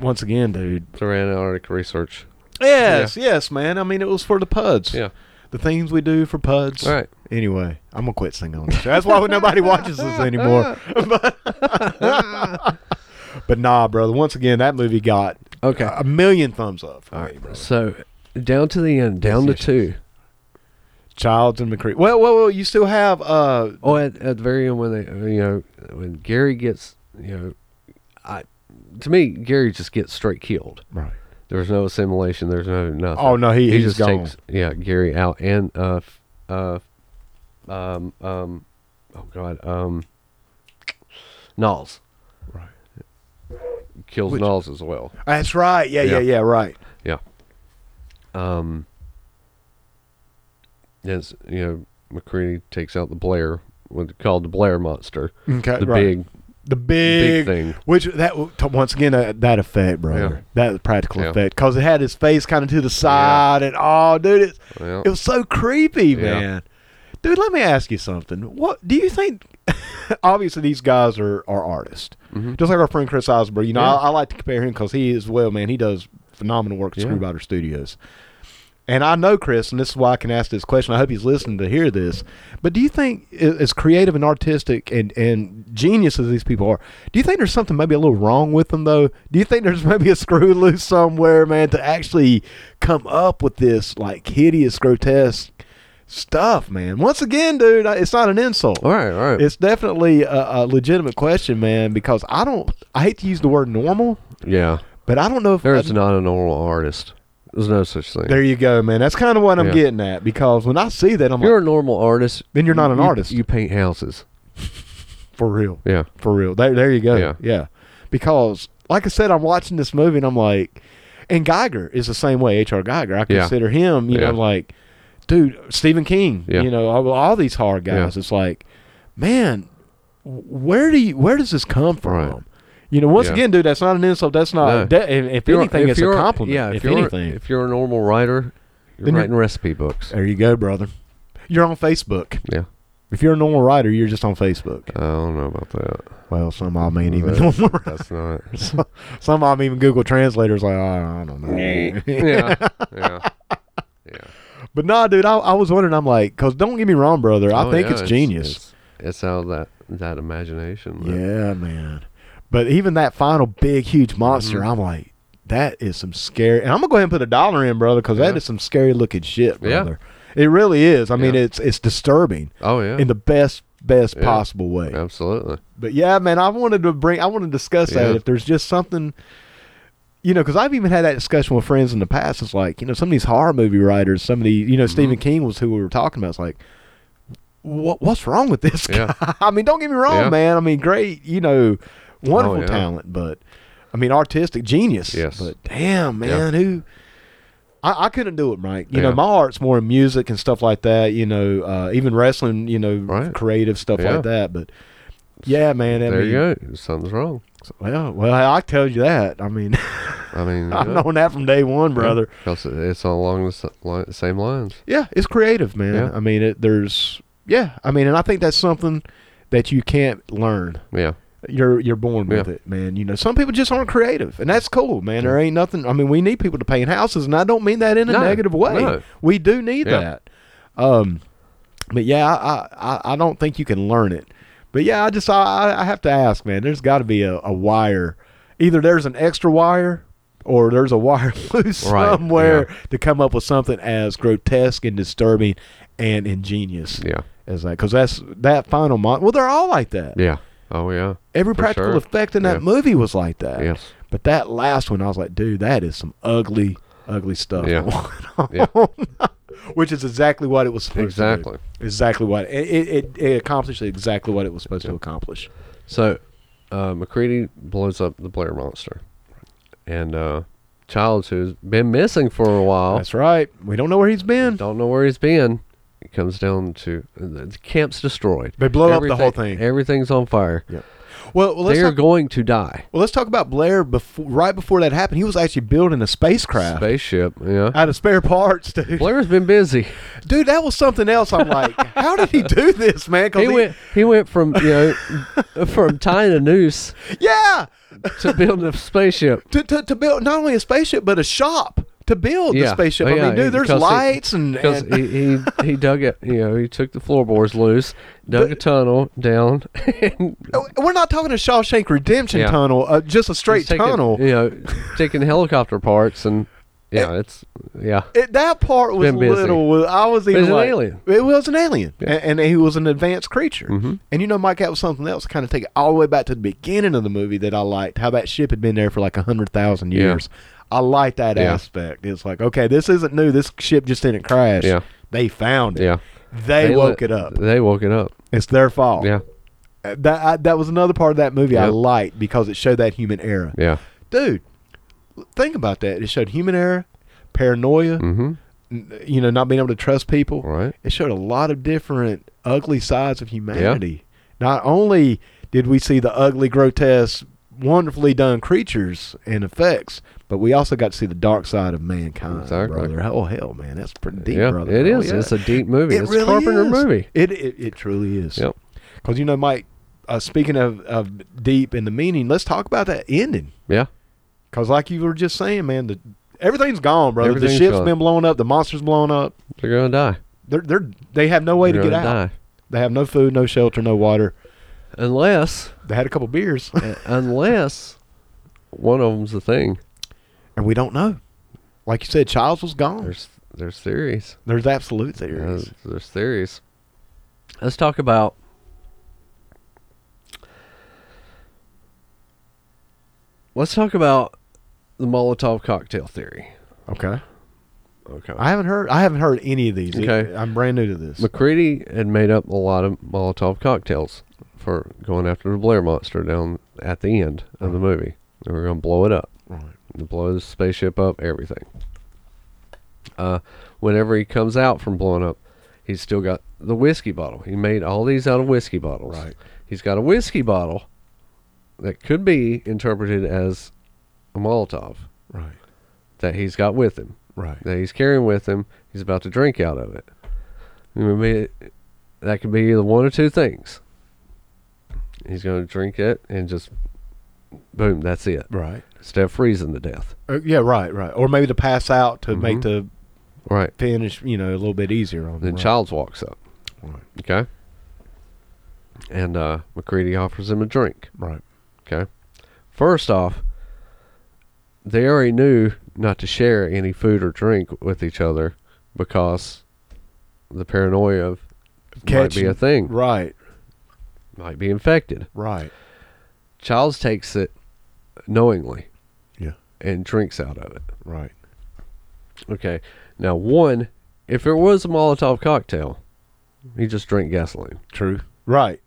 Speaker 2: once again, dude.
Speaker 1: Plurianalytic research.
Speaker 2: Yes, yes, man. I mean, it was for the PUDs.
Speaker 1: Yeah.
Speaker 2: The things we do for PUDs.
Speaker 1: All right.
Speaker 2: Anyway, I'm gonna quit singing on this show. That's why nobody watches this anymore. but, but nah, brother. Once again, that movie got
Speaker 1: Okay.
Speaker 2: a million thumbs up for
Speaker 1: All
Speaker 2: me,
Speaker 1: right.
Speaker 2: brother.
Speaker 1: So down to the end, down
Speaker 2: Yes,
Speaker 1: to two.
Speaker 2: Childs and McCree. Well, well, well. You still have uh,
Speaker 1: Oh, at, at the very end when they, you know, when Gary gets, you know, I, to me, Gary just gets straight killed.
Speaker 2: right.
Speaker 1: There's no assimilation. There's no nothing.
Speaker 2: Oh no, he, he just gone.
Speaker 1: takes yeah Gary out and uh f- uh um um oh god um Knowles
Speaker 2: Right.
Speaker 1: kills
Speaker 2: Which-
Speaker 1: Knowles as well.
Speaker 2: That's right. Yeah, yeah, yeah.
Speaker 1: Yeah.
Speaker 2: right.
Speaker 1: Um, yes, you know, McCready takes out the Blair, what's called the Blair monster,
Speaker 2: Okay.
Speaker 1: the
Speaker 2: right.
Speaker 1: big,
Speaker 2: the
Speaker 1: big
Speaker 2: big,
Speaker 1: thing.
Speaker 2: Which that to- once again uh, that effect, brother. That practical
Speaker 1: Yeah.
Speaker 2: effect because it had his face kind of to the side and oh, dude, it,
Speaker 1: Well,
Speaker 2: it was so creepy,
Speaker 1: Yeah.
Speaker 2: man. Dude, let me ask you something. What do you think? obviously, these guys are are artists,
Speaker 1: mhm.
Speaker 2: just like our friend Chris Osborne. You know,
Speaker 1: Yeah.
Speaker 2: I, I like to compare him because he is well, man. He does phenomenal work at
Speaker 1: Yeah.
Speaker 2: Screwbiter Studios. And I know Chris, and this is why I can ask this question. I hope he's listening to hear this. But do you think, a- as creative and artistic and, and genius as these people are, do you think there's something maybe a little wrong with them, though? Do you think there's maybe a screw loose somewhere, man, to actually come up with this, like, hideous, grotesque stuff, man? Once again, dude, I- it's not an insult.
Speaker 1: all right, all right.
Speaker 2: It's definitely a, a legitimate question, man, because I don't, I hate to use the word normal,
Speaker 1: yeah,
Speaker 2: but I don't know if
Speaker 1: there
Speaker 2: I-
Speaker 1: is not a normal artist. There's no such thing.
Speaker 2: There you go, man. That's kind of what I'm
Speaker 1: Yeah.
Speaker 2: getting at because when I see that, I'm
Speaker 1: you're
Speaker 2: like,
Speaker 1: a normal artist.
Speaker 2: then you're not an
Speaker 1: you-
Speaker 2: artist
Speaker 1: You paint houses.
Speaker 2: for real,
Speaker 1: Yeah,
Speaker 2: for real. There, there you go.
Speaker 1: Yeah.
Speaker 2: Because, like I said, I'm watching this movie and I'm like, and Geiger is the same way. H.R. Geiger, I
Speaker 1: Yeah.
Speaker 2: consider him, you
Speaker 1: Yeah.
Speaker 2: know, like, dude, Stephen King,
Speaker 1: Yeah.
Speaker 2: you know, all, all these hard
Speaker 1: Yeah.
Speaker 2: guys. It's like, man, where do you, where does this come from?
Speaker 1: Right.
Speaker 2: You know, once
Speaker 1: Yeah.
Speaker 2: again, dude, that's not an insult. That's not.
Speaker 1: No.
Speaker 2: that- if if
Speaker 1: If you're-
Speaker 2: anything,
Speaker 1: if
Speaker 2: it's a
Speaker 1: you're-
Speaker 2: compliment.
Speaker 1: Yeah,
Speaker 2: if,
Speaker 1: you're,
Speaker 2: anything,
Speaker 1: if you're a normal writer, you're
Speaker 2: Then you're-
Speaker 1: writing recipe books.
Speaker 2: there you go, brother. You're on Facebook.
Speaker 1: Yeah,
Speaker 2: If you're a normal writer, you're just on Facebook.
Speaker 1: I don't know about that.
Speaker 2: Well, some I mean even
Speaker 1: Right.
Speaker 2: normal.
Speaker 1: That's not.
Speaker 2: some some I'm even Google Translators like "Oh, I, I don't know.
Speaker 1: yeah, yeah, yeah.
Speaker 2: but nah, dude, I, I was wondering. I'm like, cause don't get me wrong, brother. I
Speaker 1: Oh,
Speaker 2: think
Speaker 1: yeah,
Speaker 2: it's genius.
Speaker 1: It's, it's out of that that imagination. that-
Speaker 2: yeah, man. But even that final big huge monster,
Speaker 1: Mhm.
Speaker 2: I'm like, that is some scary. And I'm gonna go ahead and put a dollar in, brother, cause that
Speaker 1: Yeah.
Speaker 2: is some scary looking shit,
Speaker 1: Yeah.
Speaker 2: brother. It really is. I mean,
Speaker 1: Yeah.
Speaker 2: it's it's disturbing
Speaker 1: Oh yeah.
Speaker 2: in the best best
Speaker 1: Yeah.
Speaker 2: possible way.
Speaker 1: Absolutely.
Speaker 2: But yeah, man, I wanted to bring, I want to discuss
Speaker 1: Yeah.
Speaker 2: that. If there's just something, you know, because I've even had that discussion with friends in the past. It's like, you know, some of these horror movie writers, some of the, you know, Stephen
Speaker 1: Mm-hmm.
Speaker 2: King was who we were talking about. It's like, what what's wrong with this
Speaker 1: Yeah.
Speaker 2: guy? I mean, don't get me wrong,
Speaker 1: Yeah. Oh,
Speaker 2: man. I mean, great, you know, wonderful
Speaker 1: yeah.
Speaker 2: talent, but I mean, artistic genius.
Speaker 1: Yes.
Speaker 2: But damn,
Speaker 1: Yeah.
Speaker 2: man, who? I, I couldn't do it, Mike. You know,
Speaker 1: Yeah.
Speaker 2: my art's more in music and stuff like that. You know, uh, even wrestling. You know,
Speaker 1: Right.
Speaker 2: creative stuff
Speaker 1: Yeah.
Speaker 2: like that. But yeah, man. I
Speaker 1: there
Speaker 2: mean,
Speaker 1: you go. Something's wrong.
Speaker 2: Well, well, I tell you that. I mean,
Speaker 1: I mean,
Speaker 2: I've known that from day one, brother.
Speaker 1: Because it's along the s- li- same lines.
Speaker 2: Yeah, it's creative, man.
Speaker 1: Yeah.
Speaker 2: I mean, it, there's yeah. I mean, and I think that's something that you can't learn.
Speaker 1: Yeah.
Speaker 2: You're you're born with
Speaker 1: Yeah.
Speaker 2: it, man. You know, some people just aren't creative, and that's cool, man. There ain't nothing. I mean, we need people to paint houses, and I don't mean that in a
Speaker 1: No,
Speaker 2: negative way.
Speaker 1: no.
Speaker 2: We do need
Speaker 1: Yeah.
Speaker 2: that. Um, but yeah, I, I I don't think you can learn it. But yeah, I just I- I, I have to ask, man. There's got to be a, a wire. Either there's an extra wire, or there's a wire loose
Speaker 1: Right,
Speaker 2: somewhere to come up with something as grotesque and disturbing and ingenious
Speaker 1: Yeah.
Speaker 2: as that. Because that's that final mon. Well, they're all like that.
Speaker 1: Yeah. Oh yeah.
Speaker 2: Every
Speaker 1: For
Speaker 2: practical
Speaker 1: sure.
Speaker 2: effect in that
Speaker 1: Yeah.
Speaker 2: movie was like that.
Speaker 1: Yes.
Speaker 2: But that last one, I was like, dude, that is some ugly, ugly stuff
Speaker 1: Yeah.
Speaker 2: going
Speaker 1: Yeah.
Speaker 2: on. Which is exactly what it was supposed
Speaker 1: Exactly.
Speaker 2: to do. Exactly what it, it, it, it accomplished exactly what it was supposed to accomplish.
Speaker 1: So, uh, McCready blows up the Blair Monster, and uh, Childs, who's been missing for a while,
Speaker 2: That's right. We don't know where he's been.
Speaker 1: Oh. don't know where he's been. It comes down to uh, the the camp's destroyed.
Speaker 2: They blow up the whole thing.
Speaker 1: Everything's on fire.
Speaker 2: Well, well, let's
Speaker 1: They're
Speaker 2: talk,
Speaker 1: going to die.
Speaker 2: well, let's talk about Blair before right before that happened. He was actually building a spacecraft
Speaker 1: Spaceship. Yeah.
Speaker 2: out of spare parts, dude.
Speaker 1: Blair's been busy.
Speaker 2: Dude, that was something else. I'm like, how did he do this, man? 'Cause
Speaker 1: He went. He went from you know from tying a noose
Speaker 2: Yeah,
Speaker 1: to building a spaceship.
Speaker 2: to, to, to build not only a spaceship but a shop to build the
Speaker 1: Yeah.
Speaker 2: spaceship.
Speaker 1: Oh,
Speaker 2: I
Speaker 1: yeah,
Speaker 2: mean, dude, there's
Speaker 1: because he-
Speaker 2: lights and,
Speaker 1: Because
Speaker 2: and-
Speaker 1: he, he, he dug it, you know, he took the floorboards loose, dug a tunnel down, and
Speaker 2: we're not talking a Shawshank Redemption
Speaker 1: Yeah.
Speaker 2: tunnel, uh, just a straight
Speaker 1: He's taking,
Speaker 2: tunnel.
Speaker 1: You know, taking helicopter parts and yeah, it's yeah.
Speaker 2: It- that part was
Speaker 1: Been busy.
Speaker 2: little. I was even
Speaker 1: was an
Speaker 2: like-
Speaker 1: alien.
Speaker 2: It was an alien,
Speaker 1: Yeah.
Speaker 2: A- and, he was an advanced creature.
Speaker 1: Mhm.
Speaker 2: And you know, Mike, that was something else. Kind of take it all the way back to the beginning of the movie that I liked. How that ship had been there for like a hundred thousand
Speaker 1: Yeah.
Speaker 2: years. I like that
Speaker 1: Yeah.
Speaker 2: aspect. It's like, okay, this isn't new. This ship just didn't crash.
Speaker 1: Yeah.
Speaker 2: They found it.
Speaker 1: Yeah.
Speaker 2: They, woke
Speaker 1: let-
Speaker 2: it up.
Speaker 1: They woke it up.
Speaker 2: It's their fault.
Speaker 1: Yeah.
Speaker 2: Uh, That I, that was another part of that movie I
Speaker 1: Yeah.
Speaker 2: liked because it showed that human error.
Speaker 1: Yeah.
Speaker 2: Dude, think about that. It showed human error, paranoia,
Speaker 1: Mm-hmm.
Speaker 2: n- you know, not being able to trust people.
Speaker 1: Right.
Speaker 2: It showed a lot of different ugly sides of humanity. Not only did we see the ugly, grotesque, wonderfully done creatures and effects, but we also got to see the dark side of mankind,
Speaker 1: Exactly.
Speaker 2: brother. Oh hell, man, that's pretty deep,
Speaker 1: yeah.
Speaker 2: brother.
Speaker 1: It
Speaker 2: Oh,
Speaker 1: is.
Speaker 2: yeah.
Speaker 1: It's a deep movie.
Speaker 2: It
Speaker 1: it's
Speaker 2: really
Speaker 1: a Carpenter
Speaker 2: is.
Speaker 1: movie.
Speaker 2: It, it it truly is.
Speaker 1: Yep.
Speaker 2: Because you know, Mike. Uh, speaking of, of deep and the meaning, let's talk about that ending.
Speaker 1: Yeah.
Speaker 2: Because like you were just saying, man, the everything's gone, brother.
Speaker 1: Everything's
Speaker 2: the ship's
Speaker 1: gone.
Speaker 2: been blown up. The monster's blown up.
Speaker 1: They're gonna die.
Speaker 2: They're they're they have no way
Speaker 1: They're
Speaker 2: to get
Speaker 1: gonna
Speaker 2: out. They have no food, no shelter, no water.
Speaker 1: Die. Unless
Speaker 2: They had a couple beers,
Speaker 1: uh, unless one of them's the thing.
Speaker 2: and we don't know. Like you said, Childs was gone. There's,
Speaker 1: There's there's theories.
Speaker 2: absolute
Speaker 1: There's,
Speaker 2: theories.
Speaker 1: there's theories. Let's talk about Let's talk about the Molotov cocktail theory.
Speaker 2: Okay,
Speaker 1: Okay.
Speaker 2: I haven't heard. I haven't heard any of these. It-
Speaker 1: Okay.
Speaker 2: I'm brand new to this.
Speaker 1: McCready had made up a lot of Molotov cocktails for going after the Blair monster down at the end of the movie. They were going to blow it up.
Speaker 2: Mm-hmm. Right.
Speaker 1: They blow the spaceship up, everything. Uh, whenever he comes out from blowing up, he's still got the whiskey bottle. He made all these out of whiskey bottles.
Speaker 2: Right.
Speaker 1: He's got a whiskey bottle that could be interpreted as a Molotov
Speaker 2: right,
Speaker 1: that he's got with him
Speaker 2: right.
Speaker 1: that he's carrying with him. He's about to drink out of it. I mean, that could be either one or two things. He's going to drink it and just boom, that's it.
Speaker 2: Right.
Speaker 1: Instead of freezing to death.
Speaker 2: Uh, yeah. Right. Right. Or maybe to pass out to make
Speaker 1: Mhm.
Speaker 2: the
Speaker 1: Right.
Speaker 2: finish, you know, a little bit easier
Speaker 1: Then
Speaker 2: on them.
Speaker 1: Childs walks up.
Speaker 2: Right.
Speaker 1: Okay. And uh, McCready offers him a drink.
Speaker 2: Right.
Speaker 1: Okay. First off, they already knew not to share any food or drink with each other because the paranoia of might be
Speaker 2: Catching-
Speaker 1: a thing.
Speaker 2: Right.
Speaker 1: might be infected.
Speaker 2: Right.
Speaker 1: Childs takes it knowingly
Speaker 2: Yeah.
Speaker 1: and drinks out of it.
Speaker 2: Right.
Speaker 1: Okay. Now, one, if it was a Molotov cocktail, he just drank gasoline.
Speaker 2: True. Right.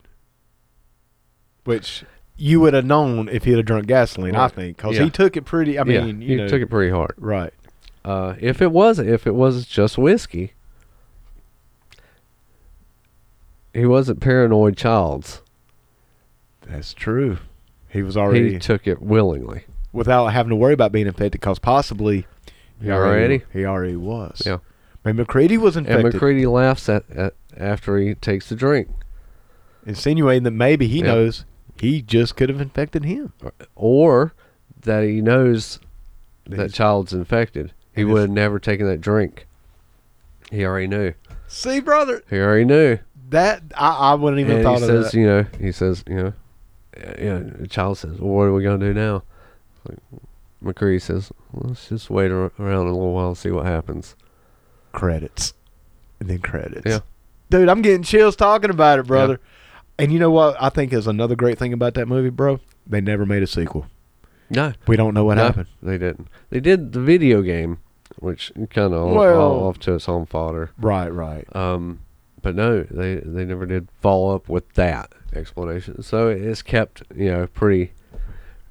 Speaker 2: Which you would have known if he had drunk gasoline, I
Speaker 1: Right.
Speaker 2: think, because
Speaker 1: Yeah.
Speaker 2: he took it pretty. I mean,
Speaker 1: yeah, he
Speaker 2: you know,
Speaker 1: took it pretty hard.
Speaker 2: right.
Speaker 1: Uh, if it was, if it was just whiskey, he wasn't paranoid. Childs,
Speaker 2: That's true. He was
Speaker 1: he
Speaker 2: already
Speaker 1: took it willingly.
Speaker 2: without having to worry about being infected, because possibly
Speaker 1: He already.
Speaker 2: he already was.
Speaker 1: Yeah.
Speaker 2: I mean, McCready was
Speaker 1: And
Speaker 2: infected,
Speaker 1: McCready laughs at, at after he takes the drink,
Speaker 2: insinuating that maybe he
Speaker 1: Yeah.
Speaker 2: knows he just could have infected him.
Speaker 1: or that he knows that
Speaker 2: He's-
Speaker 1: child's infected. He
Speaker 2: And
Speaker 1: would
Speaker 2: it's-
Speaker 1: have never taken that drink. He already knew.
Speaker 2: See, brother,
Speaker 1: He already knew.
Speaker 2: that I, I wouldn't even
Speaker 1: and
Speaker 2: thought
Speaker 1: he
Speaker 2: of
Speaker 1: says,
Speaker 2: that.
Speaker 1: you know, he says, you know, uh, yeah. The child says, well, "What are we gonna do now?" Like, McCree says, well, "Let's just wait ar- around a little while and see what happens."
Speaker 2: Credits, and then credits.
Speaker 1: Yeah.
Speaker 2: dude, I'm getting chills talking about it, brother. And you know what? I think is another great thing about that movie, bro. They never made a sequel.
Speaker 1: No,
Speaker 2: We don't know what
Speaker 1: no,
Speaker 2: happened.
Speaker 1: They didn't. They did the video game which kind of
Speaker 2: Well-
Speaker 1: off to its own fodder.
Speaker 2: Right, right.
Speaker 1: Um, but no, they they never did follow up with that explanation. So it's kept you know pretty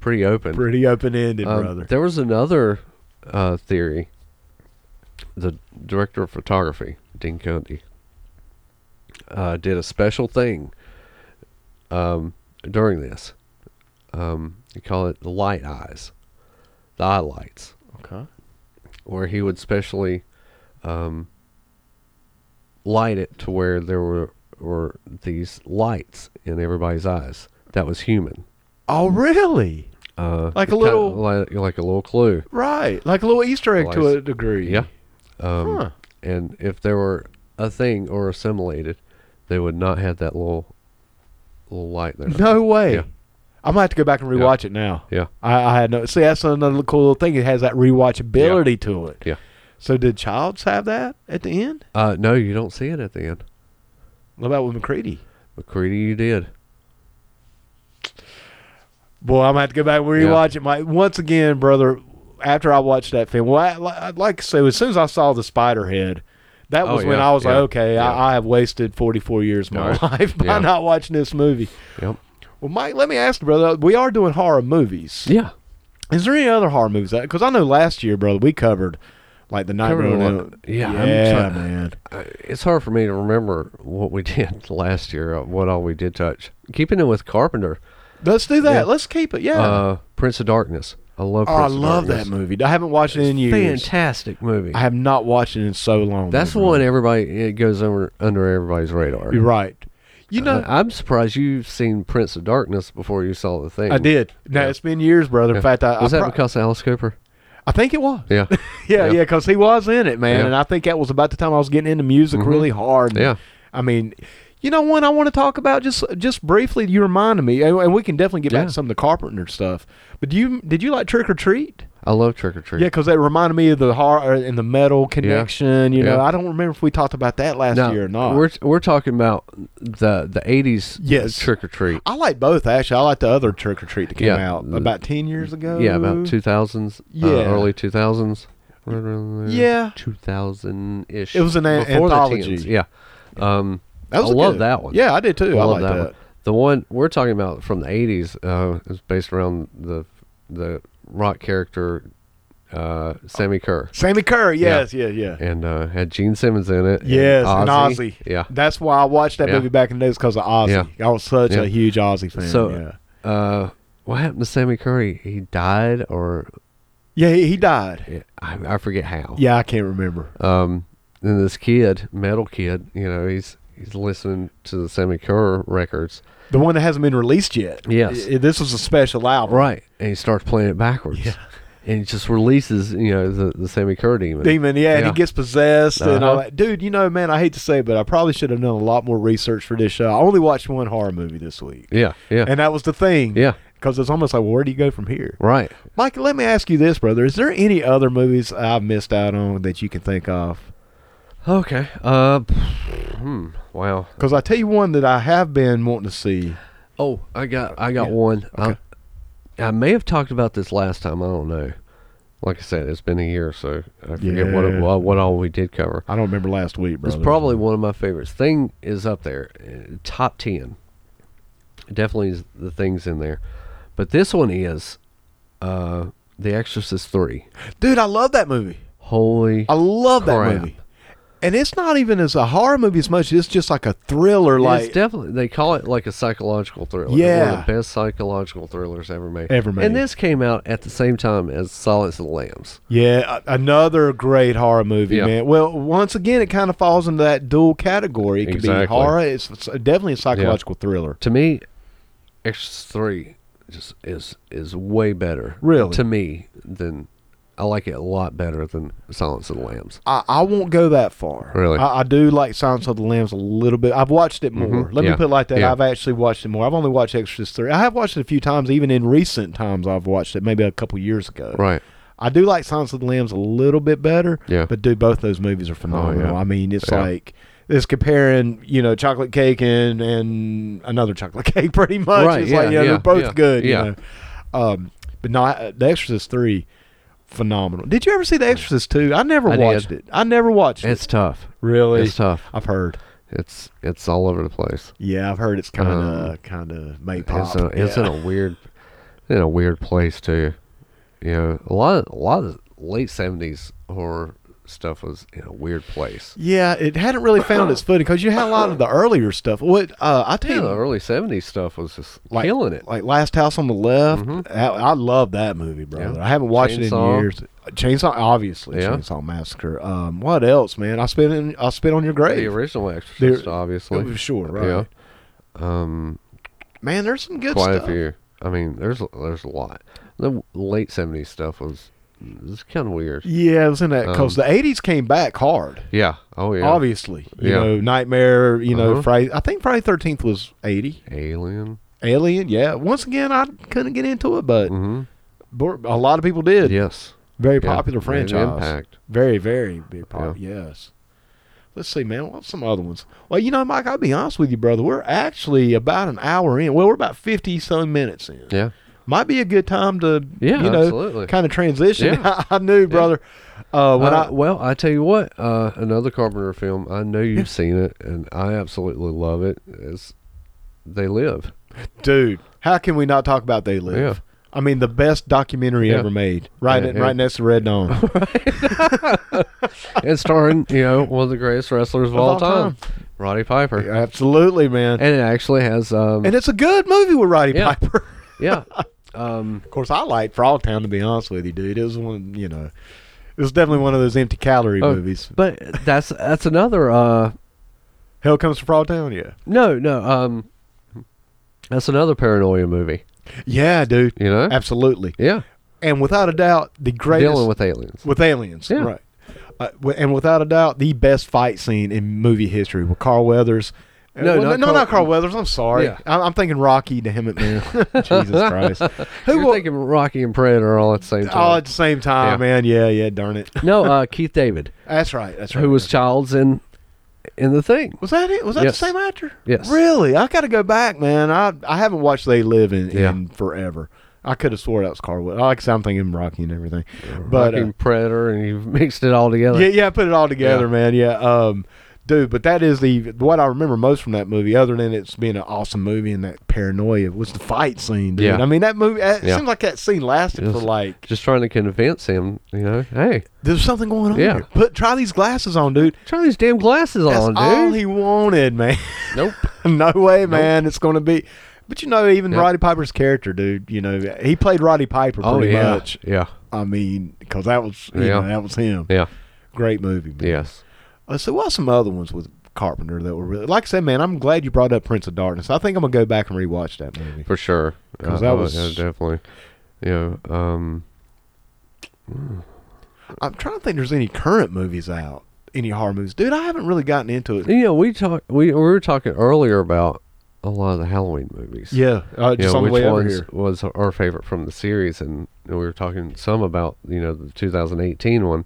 Speaker 1: pretty open.
Speaker 2: Pretty open ended,
Speaker 1: Um,
Speaker 2: brother.
Speaker 1: There was another uh, theory. The director of photography, Dean Cundy, uh, did a special thing um, during this. Um, they call it the light eyes, the eye lights,
Speaker 2: Okay.
Speaker 1: where he would specially um, light it to where there were were these lights in everybody's eyes. That was human.
Speaker 2: Oh, really?
Speaker 1: Uh,
Speaker 2: Like a
Speaker 1: kinda
Speaker 2: little-
Speaker 1: like, like a little clue.
Speaker 2: Right. Like a little Easter egg to
Speaker 1: Lies.
Speaker 2: a degree.
Speaker 1: Yeah. Um,
Speaker 2: Huh.
Speaker 1: And if there were a thing or assimilated, they would not have that little little light there.
Speaker 2: No way.
Speaker 1: Um, Yeah.
Speaker 2: I might have to go back and
Speaker 1: Yeah.
Speaker 2: rewatch it now.
Speaker 1: Yeah.
Speaker 2: I, I had no. See, that's another cool little thing. It has that rewatchability to it.
Speaker 1: Yeah.
Speaker 2: So did Childs have that at the end?
Speaker 1: Uh, no, you don't see it at the end.
Speaker 2: What about with McCready?
Speaker 1: McCready, you did.
Speaker 2: Boy, I'm gonna have to go back and
Speaker 1: Yeah.
Speaker 2: rewatch it. Mike. once again, brother. After I watched that film, well, I, li- I'd like to say, as soon as I saw the spider head, that
Speaker 1: Oh,
Speaker 2: was when
Speaker 1: yeah,
Speaker 2: I was
Speaker 1: yeah,
Speaker 2: like, okay,
Speaker 1: yeah.
Speaker 2: I, I have wasted 44 years of my
Speaker 1: Right.
Speaker 2: life by
Speaker 1: Yeah.
Speaker 2: not watching this movie.
Speaker 1: Yep.
Speaker 2: Well, Mike, let me ask you, brother. We are doing horror movies.
Speaker 1: Yeah.
Speaker 2: Is there any other horror movies? Because I know last year, brother, we covered like the
Speaker 1: Covered
Speaker 2: Nightmare.
Speaker 1: a
Speaker 2: on
Speaker 1: lot.
Speaker 2: Elm-
Speaker 1: Yeah, I'm
Speaker 2: yeah,
Speaker 1: trying-
Speaker 2: man.
Speaker 1: Uh, It's hard for me to remember what we did last year, uh, what all we did touch. Keeping it with Carpenter,
Speaker 2: Let's do that.
Speaker 1: Yeah.
Speaker 2: Let's keep it. Yeah.
Speaker 1: uh, Prince of Darkness. I love
Speaker 2: oh,
Speaker 1: Prince
Speaker 2: I
Speaker 1: of
Speaker 2: love that
Speaker 1: Darkness.
Speaker 2: movie. I haven't watched it in years.
Speaker 1: Fantastic movie.
Speaker 2: I have not watched it in so long.
Speaker 1: That's
Speaker 2: my
Speaker 1: one
Speaker 2: brother.
Speaker 1: everybody, it goes under, under everybody's radar.
Speaker 2: You're right. You know,
Speaker 1: I, am surprised you've seen Prince of Darkness before you saw the thing.
Speaker 2: I did. No,
Speaker 1: Yeah.
Speaker 2: it's been years, brother.
Speaker 1: Yeah.
Speaker 2: In fact, I
Speaker 1: was
Speaker 2: I,
Speaker 1: that
Speaker 2: pro-
Speaker 1: because of Alice Cooper?
Speaker 2: I think it was.
Speaker 1: Yeah,
Speaker 2: Yeah,
Speaker 1: Yeah.
Speaker 2: yeah, because he was in it, man,
Speaker 1: Yeah.
Speaker 2: and I think that was about the time I was getting into music
Speaker 1: Mhm.
Speaker 2: really hard.
Speaker 1: yeah.
Speaker 2: I mean, you know, one I want to talk about just just briefly. You reminded me, and, and we can definitely get
Speaker 1: Yeah.
Speaker 2: back to some of the Carpenter stuff. But do you did you like Trick or Treat?
Speaker 1: I love Trick or
Speaker 2: Yeah,
Speaker 1: Treat.
Speaker 2: 'cause Yeah, because that reminded me of the horror and the metal connection. You know,
Speaker 1: Yeah.
Speaker 2: I don't remember if we talked about that last
Speaker 1: Now,
Speaker 2: year or not.
Speaker 1: We're we're talking about the the eighties.
Speaker 2: Yes.
Speaker 1: Trick or Treat.
Speaker 2: I like both actually. I like the other Trick or Treat that came
Speaker 1: Yeah.
Speaker 2: out about ten years ago.
Speaker 1: Yeah, about two thousands. uh,
Speaker 2: Yeah.
Speaker 1: early two thousands. Right around there.
Speaker 2: Yeah.
Speaker 1: two thousand ish.
Speaker 2: It was an a- anthology.
Speaker 1: yeah. Um,
Speaker 2: That was
Speaker 1: I
Speaker 2: a
Speaker 1: love
Speaker 2: good-
Speaker 1: that one.
Speaker 2: Yeah, I did too. I,
Speaker 1: love
Speaker 2: like that.
Speaker 1: One. The one we're talking about from the eighties uh, is based around the the rock character uh, Sammy Kerr.
Speaker 2: Sammy Kerr, yes, yeah, yeah.
Speaker 1: and uh, had Gene Simmons in it.
Speaker 2: Yes, and Ozzy.
Speaker 1: Yeah.
Speaker 2: That's why I watched that
Speaker 1: Yeah.
Speaker 2: movie back in the days because of Ozzy. I was such
Speaker 1: Yeah.
Speaker 2: a huge Ozzy fan.
Speaker 1: So-
Speaker 2: yeah,
Speaker 1: Uh, what happened to Sammy Curry? He died, or
Speaker 2: yeah, he, he died.
Speaker 1: I, I forget how.
Speaker 2: Yeah, I can't remember.
Speaker 1: Um, and this kid, metal kid, you know, he's he's listening to the Sammy Curry records.
Speaker 2: The one that hasn't been released yet.
Speaker 1: Yes.
Speaker 2: I- this was a special album.
Speaker 1: Right. And he starts playing it backwards.
Speaker 2: Yeah.
Speaker 1: And he just releases, you know, the, the Sammy Kerr demon.
Speaker 2: Demon, yeah, and
Speaker 1: Yeah.
Speaker 2: he gets possessed and all
Speaker 1: Uh-huh.
Speaker 2: that. Dude, you know, man, I hate to say, it, but I probably should have done a lot more research for this show. I only watched one horror movie this week,
Speaker 1: Yeah. Yeah.
Speaker 2: and that was the thing.
Speaker 1: yeah.
Speaker 2: because it's almost like, where do you go from here?
Speaker 1: Right.
Speaker 2: Mike, let me ask you this, brother: Is there any other movies I've missed out on that you can think of?
Speaker 1: Okay. Uh, hmm. Wow.
Speaker 2: Because I tell you one that I have been wanting to see.
Speaker 1: Oh, I got I got
Speaker 2: Yeah,
Speaker 1: one.
Speaker 2: okay.
Speaker 1: I, I may have talked about this last time. I don't know. Like I said, it's been a year, so I forget what it,
Speaker 2: Yeah.
Speaker 1: what, what all we did cover.
Speaker 2: I don't remember last week, brother.
Speaker 1: It's probably one of my favorites. Thing is up there, uh, top ten. Definitely is the things in there, but this one is, uh, The Exorcist Three.
Speaker 2: dude. I love that movie.
Speaker 1: Holy,
Speaker 2: I love that
Speaker 1: Crap.
Speaker 2: movie. And it's not even as a horror movie as much. It's just like a thriller, like
Speaker 1: it's definitely they call it like a psychological thriller. one
Speaker 2: Yeah.
Speaker 1: of the best psychological thrillers ever made.
Speaker 2: Ever made.
Speaker 1: And this came out at the same time as Silence of the Lambs.
Speaker 2: yeah, a- another great horror movie,
Speaker 1: Yeah.
Speaker 2: man. Well, once again, it kind of falls into that dual category. It could
Speaker 1: Exactly.
Speaker 2: be horror. It's, it's definitely a psychological thriller.
Speaker 1: to me, Exorcist three just is is way better.
Speaker 2: Really?
Speaker 1: to me than I like it a lot better than Silence of the Lambs.
Speaker 2: I, I won't go that far.
Speaker 1: Really?
Speaker 2: I, I do like Silence of the Lambs a little bit. I've watched it more. Let
Speaker 1: Mm-hmm. Yeah.
Speaker 2: me put it like that.
Speaker 1: Yeah.
Speaker 2: I've actually watched it more. I've only watched Exorcist 3. I have watched it a few times, even in recent times, I've watched it, maybe a couple years ago.
Speaker 1: Right.
Speaker 2: I do like Silence of the Lambs a little bit better.
Speaker 1: Yeah. Oh,
Speaker 2: But, dude, both those movies are phenomenal. I mean, it's
Speaker 1: Yeah.
Speaker 2: like. It's comparing, you know, chocolate cake and, and another chocolate cake, pretty much.
Speaker 1: Right,
Speaker 2: it's like,
Speaker 1: yeah,
Speaker 2: you know,
Speaker 1: yeah,
Speaker 2: they're both
Speaker 1: yeah,
Speaker 2: good.
Speaker 1: yeah.
Speaker 2: You know? um, but no, I- The Exorcist 3, phenomenal. Did you ever see The Exorcist too? I never
Speaker 1: I did.
Speaker 2: watched it. I never watched it.
Speaker 1: It's tough.
Speaker 2: Really?
Speaker 1: It's tough.
Speaker 2: I've heard.
Speaker 1: It's it's all over the place.
Speaker 2: Yeah, I've heard it's kind of
Speaker 1: Um,
Speaker 2: kind of made pop.
Speaker 1: It's, a, it's in
Speaker 2: yeah.
Speaker 1: a weird, in a weird place too. You know, a lot, a lot of late seventies horror stuff was in a weird place.
Speaker 2: Yeah, it hadn't really found its footing because you had a lot of the earlier stuff. What uh, I tell
Speaker 1: Yeah,
Speaker 2: you,
Speaker 1: the early seventies stuff was just
Speaker 2: like,
Speaker 1: killing it.
Speaker 2: Like Last House on the Left. I, I love that movie, brother. I haven't watched it
Speaker 1: Mm-hmm. Chainsaw.
Speaker 2: in years. Chainsaw, obviously.
Speaker 1: Yeah.
Speaker 2: Chainsaw Massacre. Um, what else, man? I spit in, I spit on your
Speaker 1: the
Speaker 2: grave.
Speaker 1: original Exorcist,
Speaker 2: There-
Speaker 1: obviously.
Speaker 2: Oh, sure, right.
Speaker 1: Yeah. Um,
Speaker 2: Man, there's some good
Speaker 1: quite
Speaker 2: stuff.
Speaker 1: a few. I mean, there's there's a lot. The late seventies stuff was it's kind of weird.
Speaker 2: Yeah, it was in that because the '80s came back hard.
Speaker 1: Yeah. Oh Um, yeah.
Speaker 2: Obviously, you
Speaker 1: Yeah.
Speaker 2: know, Nightmare. You know,
Speaker 1: Uh-huh.
Speaker 2: Friday. I think Friday Thirteenth was '80.
Speaker 1: Alien.
Speaker 2: Alien. Yeah. Once again, I couldn't get into it, but
Speaker 1: hmm
Speaker 2: bor- a lot of people did.
Speaker 1: Yes.
Speaker 2: Very
Speaker 1: Yeah,
Speaker 2: popular
Speaker 1: made an
Speaker 2: franchise.
Speaker 1: impact.
Speaker 2: Very, very big popular. Yes. Let's see, man. What's some other ones? Well, you know, Mike, I'll be honest with you, brother. We're actually about an hour in. Well, we're about fifty some minutes in.
Speaker 1: Yeah.
Speaker 2: Might be a good time to
Speaker 1: Yeah,
Speaker 2: you know
Speaker 1: absolutely.
Speaker 2: kind of transition.
Speaker 1: Yeah.
Speaker 2: I knew, brother. Uh, when
Speaker 1: Uh,
Speaker 2: I
Speaker 1: well, I tell you what, uh, another Carpenter film. I know you've seen it, and I absolutely love it. Is They Live?
Speaker 2: dude, how can we not talk about They Live?
Speaker 1: Yeah.
Speaker 2: I mean, the best documentary
Speaker 1: Yeah.
Speaker 2: ever made, right?
Speaker 1: Yeah,
Speaker 2: in-
Speaker 1: yeah.
Speaker 2: Right next to Red Dawn. Of
Speaker 1: and starring you know one of the greatest wrestlers of, all, time, Roddy Piper.
Speaker 2: Absolutely, man. And,
Speaker 1: And it actually has um
Speaker 2: it's a good movie with Roddy
Speaker 1: Yeah.
Speaker 2: Piper.
Speaker 1: yeah um
Speaker 2: Of course, I like Frogtown to be honest with you, dude. It was one, you know, it was definitely one of those empty calorie
Speaker 1: oh,
Speaker 2: movies.
Speaker 1: But that's that's another uh
Speaker 2: Hell comes to Frogtown, yeah,
Speaker 1: no no um that's another paranoia movie.
Speaker 2: yeah, dude,
Speaker 1: You know?
Speaker 2: absolutely,
Speaker 1: Yeah,
Speaker 2: and without a doubt, the greatest
Speaker 1: dealing with aliens.
Speaker 2: with aliens,
Speaker 1: Yeah.
Speaker 2: right? Uh, wi- and without a doubt, the best fight scene in movie history with Carl Weathers. Uh,
Speaker 1: No, not
Speaker 2: no,
Speaker 1: Carl-
Speaker 2: not Carl Weathers. I'm sorry,
Speaker 1: Yeah.
Speaker 2: I- I'm thinking Rocky. Damn it, man! Jesus Christ! Who
Speaker 1: You're
Speaker 2: wa- Oh,
Speaker 1: thinking Rocky and Predator all at the same
Speaker 2: all
Speaker 1: time.
Speaker 2: at the same time,
Speaker 1: Yeah.
Speaker 2: man? Yeah, yeah. Darn it!
Speaker 1: no, uh, Keith David,
Speaker 2: That's right. That's right.
Speaker 1: who was Childs in in the thing.
Speaker 2: Was that it? Was that
Speaker 1: Yes.
Speaker 2: the same actor?
Speaker 1: Yes.
Speaker 2: Really? I got to go back, man. I I haven't watched They Live in,
Speaker 1: Yeah.
Speaker 2: in forever. I could have swore that was Carwood. Like I said, I'm thinking Rocky and everything. But
Speaker 1: Rocky
Speaker 2: uh,
Speaker 1: and Predator, and you mixed it all together.
Speaker 2: yeah, yeah, I put it all together,
Speaker 1: Yeah.
Speaker 2: man. Yeah. Um, dude, but that is the what I remember most from that movie, other than it's being an awesome movie and that paranoia was the fight scene, dude.
Speaker 1: Yeah.
Speaker 2: I mean that movie it
Speaker 1: Yeah.
Speaker 2: seemed like that scene lasted
Speaker 1: It
Speaker 2: for
Speaker 1: was-
Speaker 2: like
Speaker 1: Just trying to convince him, you know, hey,
Speaker 2: there's something going on.
Speaker 1: Yeah.
Speaker 2: here. Put try these glasses on, dude.
Speaker 1: try these damn glasses
Speaker 2: That's
Speaker 1: on, dude.
Speaker 2: all he wanted, man.
Speaker 1: nope.
Speaker 2: no way, man. It's going to be. But you know, even
Speaker 1: Yep.
Speaker 2: Roddy Piper's character, dude. You know, he played Roddy Piper
Speaker 1: Oh
Speaker 2: pretty
Speaker 1: yeah,
Speaker 2: much.
Speaker 1: yeah,
Speaker 2: I mean, because that was you
Speaker 1: Yeah.
Speaker 2: know, that was him.
Speaker 1: yeah,
Speaker 2: Great movie. Man.
Speaker 1: yes.
Speaker 2: Uh, so what's some other ones with Carpenter that were really like I said, man? I'm glad you brought up Prince of Darkness. I think I'm gonna go back and rewatch that movie.
Speaker 1: for sure.
Speaker 2: 'Cause
Speaker 1: I-
Speaker 2: that
Speaker 1: I
Speaker 2: was-
Speaker 1: yeah, definitely, you know, um,
Speaker 2: I'm trying to think. if There's any current movies out? Any horror movies, dude? I haven't really gotten into it.
Speaker 1: you know, we talked, we, we were talking earlier about a lot of the Halloween movies.
Speaker 2: Yeah, uh,
Speaker 1: You
Speaker 2: just
Speaker 1: know,
Speaker 2: on the
Speaker 1: which
Speaker 2: way over
Speaker 1: ones
Speaker 2: here.
Speaker 1: was our favorite from the series, and we were talking some about you know the 2018 one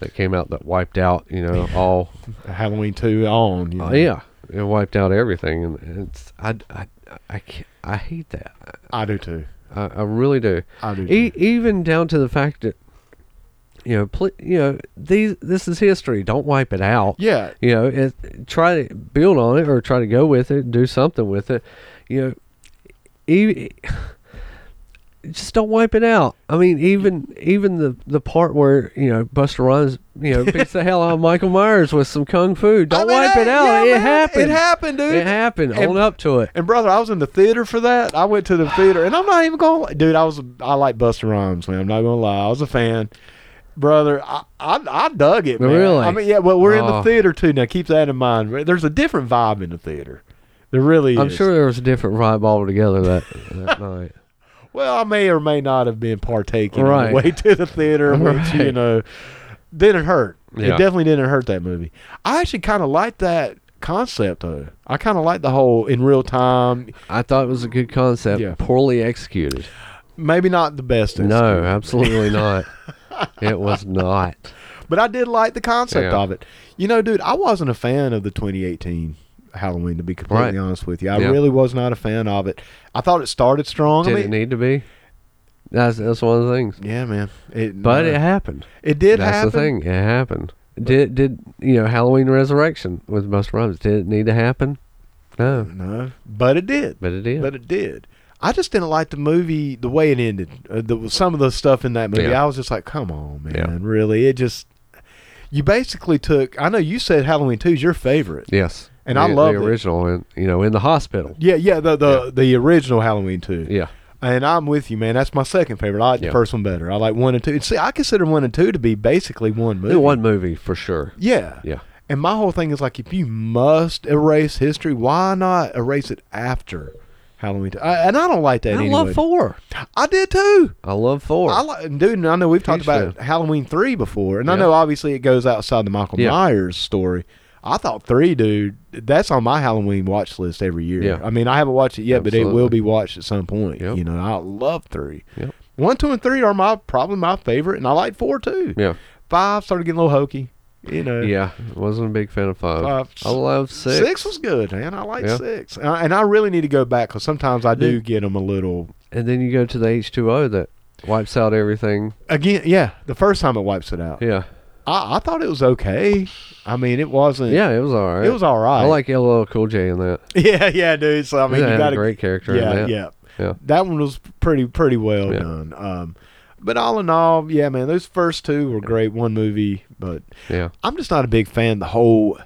Speaker 1: that came out that wiped out you know all
Speaker 2: Halloween two on. You know.
Speaker 1: uh, yeah it wiped out everything, and it's I I I, can't, I hate that
Speaker 2: I do too.
Speaker 1: I, I really do.
Speaker 2: I do
Speaker 1: E- even down to the fact that you know, pl- you know, these this is history. Don't wipe it out.
Speaker 2: Yeah,
Speaker 1: You know, it, try to build on it or try to go with it, do something with it. You know, even, just don't wipe it out. I mean, even even the the part where you know Buster Rhymes you know beats the hell out of Michael Myers with some kung fu. Don't
Speaker 2: I mean,
Speaker 1: wipe it
Speaker 2: hey,
Speaker 1: out.
Speaker 2: yeah,
Speaker 1: it
Speaker 2: man,
Speaker 1: happened.
Speaker 2: It happened, dude.
Speaker 1: It happened.
Speaker 2: And-
Speaker 1: Own up to it.
Speaker 2: And brother, I was in the theater for that. I went to the theater, and I'm not even going. Dude, I was. I like Buster Rhymes, man. I'm not gonna lie. I was a fan, brother. I I, I dug it, man.
Speaker 1: Really?
Speaker 2: I mean, yeah. Well, we're in the
Speaker 1: Oh.
Speaker 2: theater too now. Keep that in mind. There's a different vibe in the theater. There really
Speaker 1: I'm
Speaker 2: is.
Speaker 1: sure there was a different vibe altogether that that night.
Speaker 2: Well, I may or may not have been partaking on
Speaker 1: Right.
Speaker 2: the way to the theater, which you
Speaker 1: Right.
Speaker 2: know didn't hurt. It
Speaker 1: Yeah.
Speaker 2: definitely didn't hurt that movie. I actually kind of like that concept though. I kind of like the whole in real time.
Speaker 1: I thought it was a good concept.
Speaker 2: Yeah.
Speaker 1: Poorly executed.
Speaker 2: Maybe not the best.
Speaker 1: No, absolutely not. It was not.
Speaker 2: But I did like the concept
Speaker 1: Yeah.
Speaker 2: of it. You know, dude, I wasn't a fan of the 2018 Halloween, to be completely
Speaker 1: Right.
Speaker 2: honest with you. I
Speaker 1: Yeah.
Speaker 2: really was not a fan of it. I thought it started strong.
Speaker 1: Did
Speaker 2: I
Speaker 1: it
Speaker 2: mean,
Speaker 1: need to be? That's that's one of the things.
Speaker 2: Yeah, man. It,
Speaker 1: e- But
Speaker 2: uh,
Speaker 1: it happened.
Speaker 2: it did
Speaker 1: that's
Speaker 2: happen.
Speaker 1: the thing. It happened. Did did you know Halloween Resurrection with Buster Rhymes? Did it need to happen? No,
Speaker 2: No, but it did.
Speaker 1: but it did.
Speaker 2: But it did. I just didn't like the movie the way it ended. Uh, the, some of the stuff in that movie,
Speaker 1: Yeah.
Speaker 2: I was just like, "Come on, man!
Speaker 1: Yeah.
Speaker 2: Really?" It just you basically took. I know you said Halloween Two is your favorite.
Speaker 1: yes,
Speaker 2: And
Speaker 1: the,
Speaker 2: I loved
Speaker 1: the
Speaker 2: it.
Speaker 1: original, and you know, in the hospital.
Speaker 2: Yeah, yeah, the the, the original Halloween Two.
Speaker 1: Yeah,
Speaker 2: And I'm with you, man. That's my second favorite. I like
Speaker 1: Yeah.
Speaker 2: the first one better. I like one and two. And see, I consider one and two to be basically one movie.
Speaker 1: It one movie for sure.
Speaker 2: Yeah.
Speaker 1: Yeah,
Speaker 2: And my whole thing is like, if you must erase history, why not erase it after Halloween? Two? I, and I don't like that.
Speaker 1: I
Speaker 2: anyway.
Speaker 1: love four.
Speaker 2: I did too.
Speaker 1: I love four.
Speaker 2: I like, dude. And I know we've talked
Speaker 1: Huge
Speaker 2: about Halloween three before, and I
Speaker 1: Yeah.
Speaker 2: know obviously it goes outside the Michael
Speaker 1: Yeah.
Speaker 2: Myers story. I thought three, dude. That's on my Halloween watch list every year.
Speaker 1: Yeah.
Speaker 2: I mean, I haven't watched it yet, but it will
Speaker 1: Absolutely.
Speaker 2: be watched at some point.
Speaker 1: Yep.
Speaker 2: You know, I love three.
Speaker 1: Yep.
Speaker 2: One, two, and three are my probably my favorite, and I like four too.
Speaker 1: yeah,
Speaker 2: Five started getting a little hokey. You know.
Speaker 1: yeah. Wasn't a big fan of five.
Speaker 2: Five,
Speaker 1: I love six.
Speaker 2: was good, man. I like
Speaker 1: Yeah.
Speaker 2: six, and I, and I really need to go back because sometimes I do get them a little.
Speaker 1: and then you go to the H two O that wipes out everything.
Speaker 2: Again, yeah, the first time it wipes it out,
Speaker 1: Yeah,
Speaker 2: I, I thought it was okay. I mean, it wasn't.
Speaker 1: yeah. It was all right.
Speaker 2: it was all right.
Speaker 1: I like LL Cool J in that.
Speaker 2: Yeah, yeah, dude. So I mean,
Speaker 1: He's
Speaker 2: you
Speaker 1: a
Speaker 2: got to
Speaker 1: great character
Speaker 2: Yeah,
Speaker 1: in that.
Speaker 2: yeah,
Speaker 1: Yeah.
Speaker 2: That one was pretty pretty well
Speaker 1: Yeah.
Speaker 2: done. Um, but all in all, yeah, man, those first two were great. One movie, but
Speaker 1: yeah.
Speaker 2: I'm just not a big fan. The whole,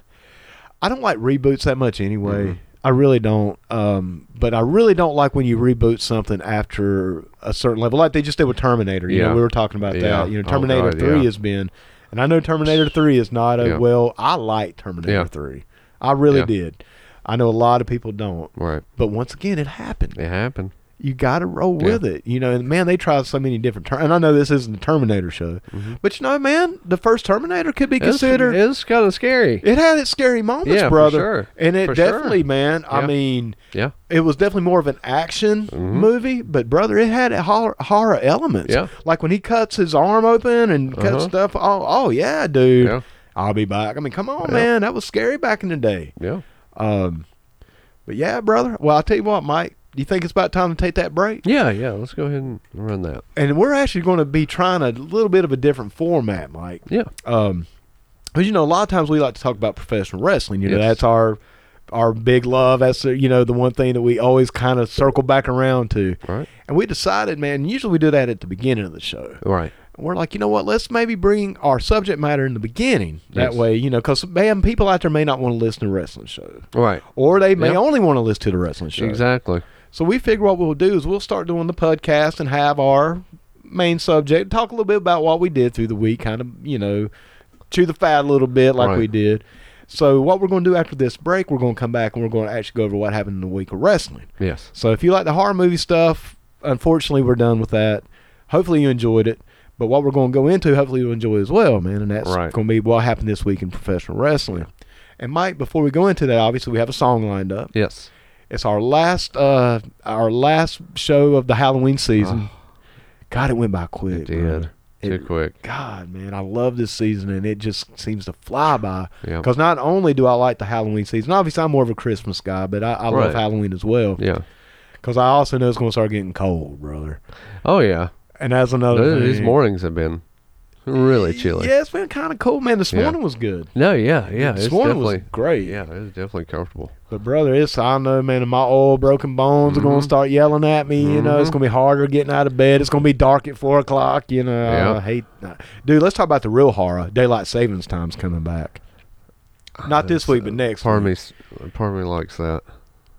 Speaker 2: I don't like reboots that much anyway.
Speaker 1: Mhm.
Speaker 2: I really don't. Um, but I really don't like when you reboot something after a certain level, like they just did with Terminator. You
Speaker 1: Yeah.
Speaker 2: know, we were talking about
Speaker 1: Yeah.
Speaker 2: that. You know,
Speaker 1: Oh,
Speaker 2: Terminator
Speaker 1: God,
Speaker 2: Three
Speaker 1: yeah.
Speaker 2: has been, and I know Terminator Three is not a
Speaker 1: Yeah.
Speaker 2: well. I like Terminator
Speaker 1: Yeah.
Speaker 2: Three. I really
Speaker 1: Yeah.
Speaker 2: did. I know a lot of people don't,
Speaker 1: Right.
Speaker 2: but once again, it happened.
Speaker 1: It happened.
Speaker 2: You got to roll
Speaker 1: Yeah.
Speaker 2: with it, you know. And man, they tried so many different. Ter- and I know this isn't a Terminator show,
Speaker 1: Mm-hmm.
Speaker 2: but you know, man, the first Terminator could be considered.
Speaker 1: It's, it's kind of scary.
Speaker 2: It had its scary moments,
Speaker 1: Yeah, for
Speaker 2: brother.
Speaker 1: sure.
Speaker 2: And it
Speaker 1: For sure.
Speaker 2: definitely, man, I
Speaker 1: Yeah.
Speaker 2: mean,
Speaker 1: yeah. Mm-hmm.
Speaker 2: it was definitely more of an action movie, but brother, it had horror, horror elements.
Speaker 1: Yeah.
Speaker 2: Like when he cuts his arm open and cuts
Speaker 1: Uh-huh.
Speaker 2: stuff. Oh, oh yeah, dude.
Speaker 1: Yeah.
Speaker 2: I'll be back. I mean, come on,
Speaker 1: Yeah.
Speaker 2: man. That was scary back in the day.
Speaker 1: Yeah.
Speaker 2: Um, but yeah, brother. Well, I'll tell you what, Mike. Do you think it's about time to take that break?
Speaker 1: Yeah. Yeah. Let's go ahead and run that.
Speaker 2: And we're actually going to be trying a little bit of a different format, Mike.
Speaker 1: Yeah.
Speaker 2: Um, because you know, a lot of times we like to talk about professional wrestling. You know,
Speaker 1: Yes.
Speaker 2: that's our our big love. That's the, you know the one thing that we always kind of circle back around to.
Speaker 1: Right.
Speaker 2: And we decided, man. Usually we do that at the beginning of the show.
Speaker 1: Right.
Speaker 2: We're like, you know what? Let's maybe bring our subject matter in the beginning. That
Speaker 1: Yes.
Speaker 2: way, you know, because man, people out there may not want to listen to wrestling show,
Speaker 1: Right.
Speaker 2: or they may
Speaker 1: Yep.
Speaker 2: only want to listen to the wrestling show.
Speaker 1: Exactly.
Speaker 2: So we figure what we'll do is we'll start doing the podcast and have our main subject, talk a little bit about what we did through the week, kind of, you know, chew the fat a little bit like
Speaker 1: Right.
Speaker 2: we did. So what we're going to do after this break, we're going to come back and we're going to actually go over what happened in the week of wrestling.
Speaker 1: Yes.
Speaker 2: So if you like the horror movie stuff, unfortunately we're done with that. Hopefully you enjoyed it. But what we're going to go into, hopefully you enjoy as well, man. And that's
Speaker 1: Right.
Speaker 2: going to be what happened this week in professional wrestling. And Mike, before we go into that, obviously we have a song lined up.
Speaker 1: Yes.
Speaker 2: It's our last uh our last show of the Halloween season. God, it went by quick.
Speaker 1: Ah. It did.
Speaker 2: brother.
Speaker 1: Too
Speaker 2: It-
Speaker 1: quick.
Speaker 2: God, man, I love this season, and it just seems to fly by.
Speaker 1: Yeah.
Speaker 2: Because not only do I like the Halloween season, obviously I'm more of a Christmas guy, but I, I love
Speaker 1: Right.
Speaker 2: Halloween as well.
Speaker 1: Yeah.
Speaker 2: Because I also know it's going to start getting cold, brother.
Speaker 1: Oh yeah.
Speaker 2: And that's another
Speaker 1: Those-
Speaker 2: thing.
Speaker 1: These mornings have been really chilly.
Speaker 2: Yeah, it's been kind of cold, man. This
Speaker 1: Yeah.
Speaker 2: morning was good.
Speaker 1: No. Yeah. Yeah.
Speaker 2: this
Speaker 1: it's
Speaker 2: morning
Speaker 1: definitely.
Speaker 2: was great.
Speaker 1: yeah. It's definitely comfortable.
Speaker 2: But brother, it's I know, man, and my old broken bones are gonna
Speaker 1: Mhm.
Speaker 2: start yelling at me. You know, it's
Speaker 1: Mhm.
Speaker 2: gonna be harder getting out of bed. It's gonna be dark at four o'clock. You know, I
Speaker 1: Yeah.
Speaker 2: hate, dude. Let's talk about the real horror. Daylight savings time's coming back. Not this
Speaker 1: It's,
Speaker 2: week,
Speaker 1: uh,
Speaker 2: but next.
Speaker 1: Part of me.
Speaker 2: week.
Speaker 1: s- Part of me likes that.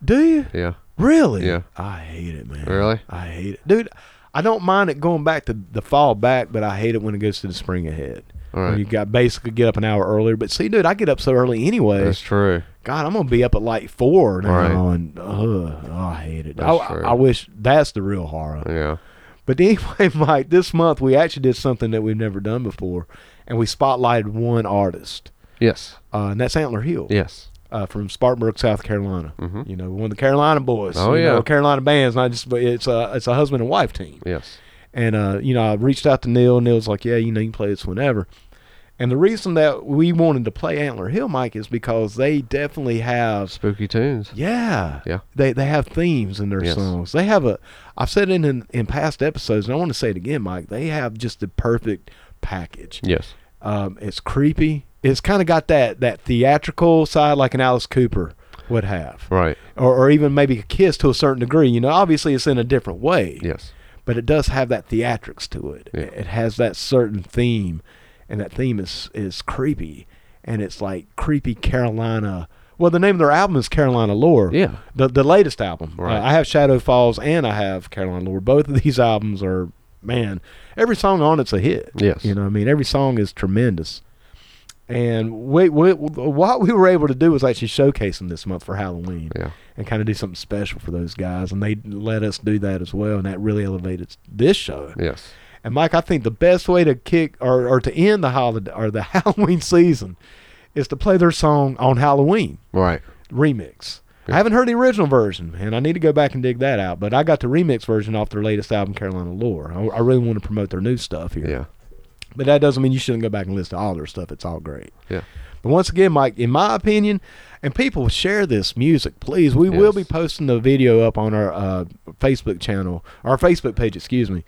Speaker 2: Do you
Speaker 1: Yeah.
Speaker 2: really?
Speaker 1: Yeah.
Speaker 2: I hate it, man.
Speaker 1: Really?
Speaker 2: I hate it, dude. I don't mind it going back to the fall back, but I hate it when it goes to the spring ahead.
Speaker 1: All
Speaker 2: When you
Speaker 1: right.
Speaker 2: got basically get up an hour earlier. But see, dude, I get up so early anyway.
Speaker 1: That's true.
Speaker 2: God, I'm gonna be up at like four now,
Speaker 1: Right.
Speaker 2: and uh, oh, I hate it. I,
Speaker 1: That's true.
Speaker 2: I wish that's the real horror.
Speaker 1: Yeah.
Speaker 2: But anyway, Mike, this month we actually did something that we've never done before, and we spotlighted one artist,
Speaker 1: Yes.
Speaker 2: uh, and that's Antler Hill
Speaker 1: Yes.
Speaker 2: uh, from Spartanburg, South Carolina.
Speaker 1: Mm-hmm.
Speaker 2: You know, one of the Carolina boys.
Speaker 1: Oh,
Speaker 2: you
Speaker 1: yeah.
Speaker 2: know, Carolina bands. Not just, but it's a it's a husband and wife team.
Speaker 1: Yes.
Speaker 2: And uh, you know, I reached out to Neil. Neil's like, "Yeah, you know, you can play this whenever." And the reason that we wanted to play Antler Hill, Mike, is because they definitely have
Speaker 1: Spooky tunes.
Speaker 2: yeah.
Speaker 1: Yeah.
Speaker 2: They they have themes in their
Speaker 1: Yes.
Speaker 2: songs. They have a I've said it in in past episodes and I want to say it again, Mike. They have just the perfect package.
Speaker 1: Yes.
Speaker 2: Um, it's creepy. It's kind of got that that theatrical side like an Alice Cooper would have.
Speaker 1: Right.
Speaker 2: Or or even maybe a kiss to a certain degree. You know, obviously it's in a different way
Speaker 1: Yes.
Speaker 2: but it does have that theatrics to it.
Speaker 1: Yeah.
Speaker 2: It has that certain theme, and that theme is is creepy, and it's like creepy Carolina. Well, the name of their album is Carolina Lore.
Speaker 1: Yeah.
Speaker 2: The the latest album.
Speaker 1: Right.
Speaker 2: Uh, I have Shadow Falls and I have Carolina Lore. Both of these albums are man. Every song on it's a hit.
Speaker 1: Yes.
Speaker 2: You know, what I mean, every song is tremendous. And we, we, what we were able to do was actually showcase them this month for Halloween
Speaker 1: Yeah.
Speaker 2: and kind of do something special for those guys. And they let us do that as well, and that really elevated this show.
Speaker 1: Yes.
Speaker 2: And Mike, I think the best way to kick or, or to end the holiday or the Halloween season is to play their song on Halloween
Speaker 1: Right.
Speaker 2: remix.
Speaker 1: Yeah.
Speaker 2: I haven't heard the original version, and I need to go back and dig that out. But I got the remix version off their latest album, Carolina Lore. I, I really want to promote their new stuff here.
Speaker 1: Yeah.
Speaker 2: But that doesn't mean you shouldn't go back and listen to all their stuff. It's all great.
Speaker 1: Yeah.
Speaker 2: But once again, Mike, in my opinion, and people share this music, please. We will
Speaker 1: Yes.
Speaker 2: be posting the video up on our uh, Facebook channel, our Facebook page, excuse me,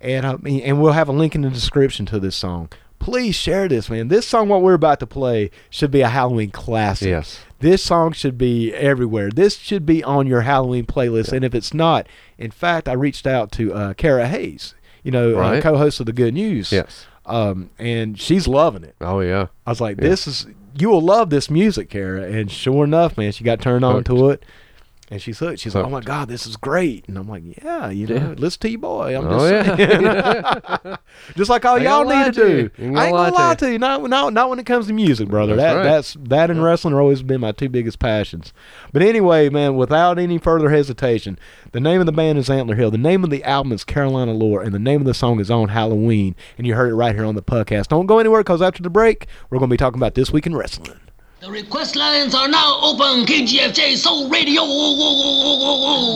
Speaker 2: and I mean, and we'll have a link in the description to this song. Please share this, man. This song, what we're about to play, should be a Halloween classic.
Speaker 1: Yes.
Speaker 2: This song should be everywhere. This should be on your Halloween playlist. And if it's not, in fact, I reached out to uh, Kara Hayes, you know, uh,
Speaker 1: Right.
Speaker 2: co-host of the Good News.
Speaker 1: Yes.
Speaker 2: Um, and she's loving it.
Speaker 1: Oh yeah.
Speaker 2: I was like,
Speaker 1: Yeah.
Speaker 2: "This is you will love this music, Kara." And sure enough, man, she got turned on
Speaker 1: Hooked.
Speaker 2: to it, and she's hooked. She's like, "Oh
Speaker 1: Hooked.
Speaker 2: my god, this is great!" And I'm like, "Yeah, you know,
Speaker 1: Yeah.
Speaker 2: listen to you, boy. I'm
Speaker 1: Oh
Speaker 2: just,
Speaker 1: yeah.
Speaker 2: just like all
Speaker 1: Ain't
Speaker 2: y'all
Speaker 1: gonna lie
Speaker 2: need to
Speaker 1: to
Speaker 2: do.
Speaker 1: you.
Speaker 2: I ain't gonna lie, to you. Not, not, not when it comes to music, brother.
Speaker 1: That's
Speaker 2: that
Speaker 1: right.
Speaker 2: that's that and wrestling have always been my two biggest passions. But anyway, man, without any further hesitation, the name of the band is Antler Hill. The name of the album is Carolina Lore, and the name of the song is On Halloween. And you heard it right here on the podcast. Don't go anywhere because after the break, we're going to be talking about this week in wrestling.
Speaker 3: The request lines are now open. KGFJ Soul Radio.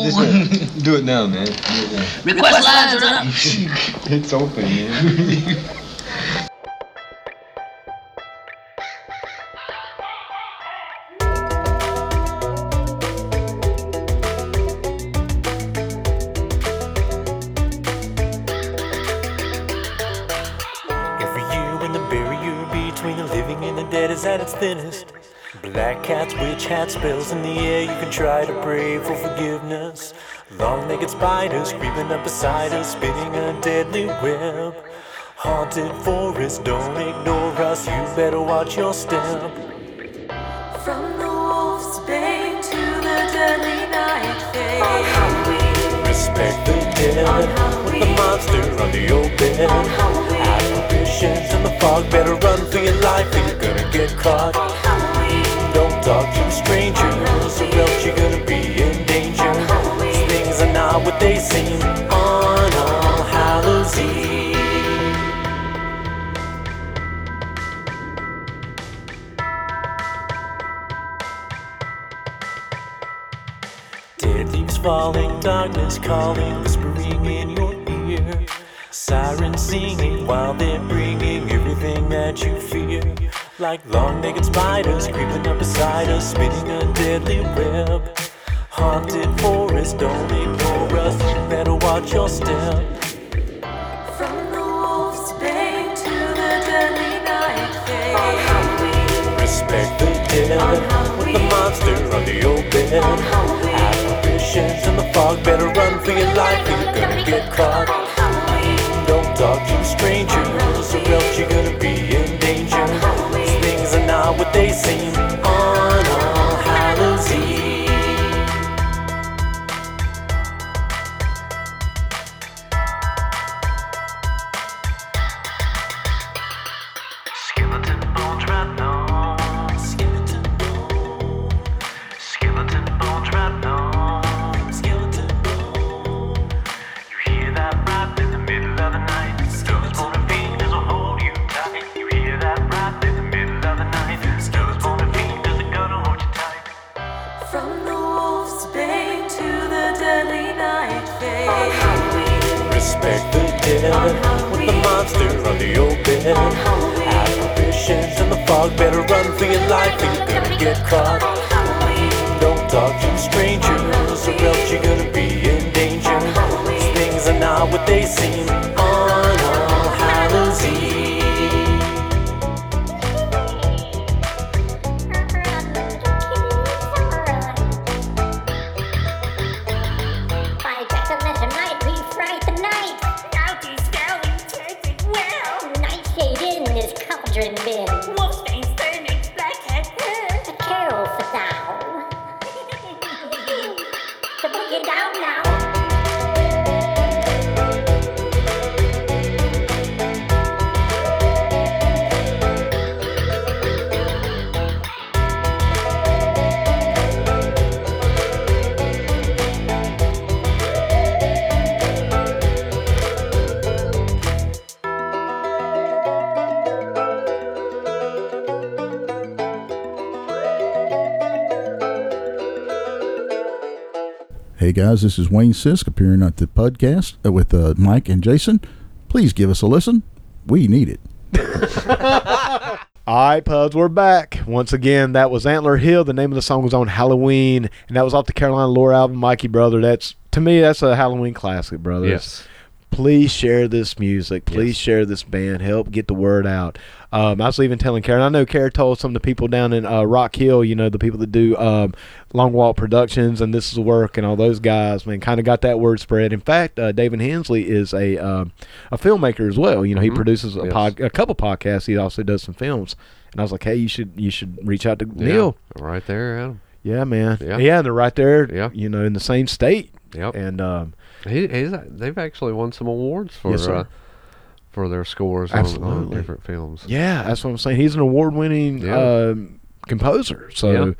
Speaker 4: Just, uh, do it now, man. Do it now.
Speaker 3: Request lines are now.
Speaker 4: It's open, man.
Speaker 5: Every year when the barrier between the living and the dead is at its thinnest, black cats, witch hats, spells in the air, you can try to pray for forgiveness. Long legged spiders creeping up beside us, spinning a deadly web. Haunted forest, don't ignore us, you better watch your step.
Speaker 6: From the wolf's bane to the deadly night fade. On Halloween,
Speaker 5: Respect the dead with the monster under your bed.
Speaker 6: on Halloween,
Speaker 5: Apparitions in the fog, better run for your life, or you're gonna get caught.
Speaker 6: on Halloween,
Speaker 5: Don't talk to strangers, or else you're gonna be in danger. These things are not what they seem on All Hallows Eve. Dead leaves falling, darkness calling, whispering in your ear. Sirens singing while they're bringing everything that you fear. Like long legged spiders creeping up beside us, spinning a deadly web. Haunted forest, don't ignore us, you better watch your step.
Speaker 6: from the wolf's bane to the deadly night fade. On Halloween,
Speaker 5: Respect the dead with the monster under your bed.
Speaker 6: on Halloween,
Speaker 5: Apparitions in the fog, better run for your life, or you're gonna get caught.
Speaker 6: on Halloween,
Speaker 5: Don't talk to strangers, or else you're gonna be in danger. These things are not what they seem on All Hallows Eve. Skeleton bones right now. Skeleton bones. Skeleton bones right now. Skeleton bones. You hear that right in the middle of the night. Love's born a fiend, there's a hold you tight. You hear that right in the middle of the night. Love's born a fiend, there's a gonna hold you tight.
Speaker 6: from the wolf's bane to the deadly night fade. On Halloween,
Speaker 5: Respect the dead
Speaker 6: On
Speaker 5: with
Speaker 6: Halloween.
Speaker 5: the monster under your bed.
Speaker 6: on Halloween,
Speaker 7: conditions in the fog. Better run for your life or you're gonna get caught. Don't talk to strangers or else you're gonna be in danger. These things are not what they seem on All Hallows Eve.
Speaker 8: By Decimate and Night, we fright the night. Outy scowly turns it well. Nightshade in his cauldron bin. Wolfsbane stern makes blackhead A carol for thou. the boogie down now.
Speaker 9: Hey guys, this is Wayne Sisk appearing at the podcast uh, with uh, Mike and Jason. Please give us a listen. We need it.
Speaker 2: All right, Pubs, we're back. Once again, that was Antler Hill. The name of the song was on Halloween, and that was off the Carolina Lore album, Mikey Brother. That's to me, that's a Halloween classic, brother.
Speaker 1: Yes.
Speaker 2: Please share this music. Please share this band. Help get the word out. Um, I was even telling Karen. I know Karen told some of the people down in uh, Rock Hill, you know, the people that do um, Long Walk Productions and This Is Work and all those guys, man, kind of got that word spread. In fact, uh, David Hensley is a um, a filmmaker as well. You know, he produces a,
Speaker 1: Mm-hmm. Yes.
Speaker 2: pod, a couple podcasts. He also does some films. And I was like, hey, you should you should reach out to Neil.
Speaker 1: Yeah, right there, Adam.
Speaker 2: Yeah, man.
Speaker 1: Yeah.
Speaker 2: Yeah. they're right there.
Speaker 1: Yeah.
Speaker 2: you know, in the same state.
Speaker 1: Yep.
Speaker 2: And um,
Speaker 1: He, he's, they've actually won some awards for
Speaker 2: Yes, sir.
Speaker 1: uh, for their scores on- on,
Speaker 2: Absolutely.
Speaker 1: different films.
Speaker 2: Yeah, that's what I'm saying. He's an award-winning
Speaker 1: Yeah.
Speaker 2: um, composer. So,
Speaker 1: Yeah.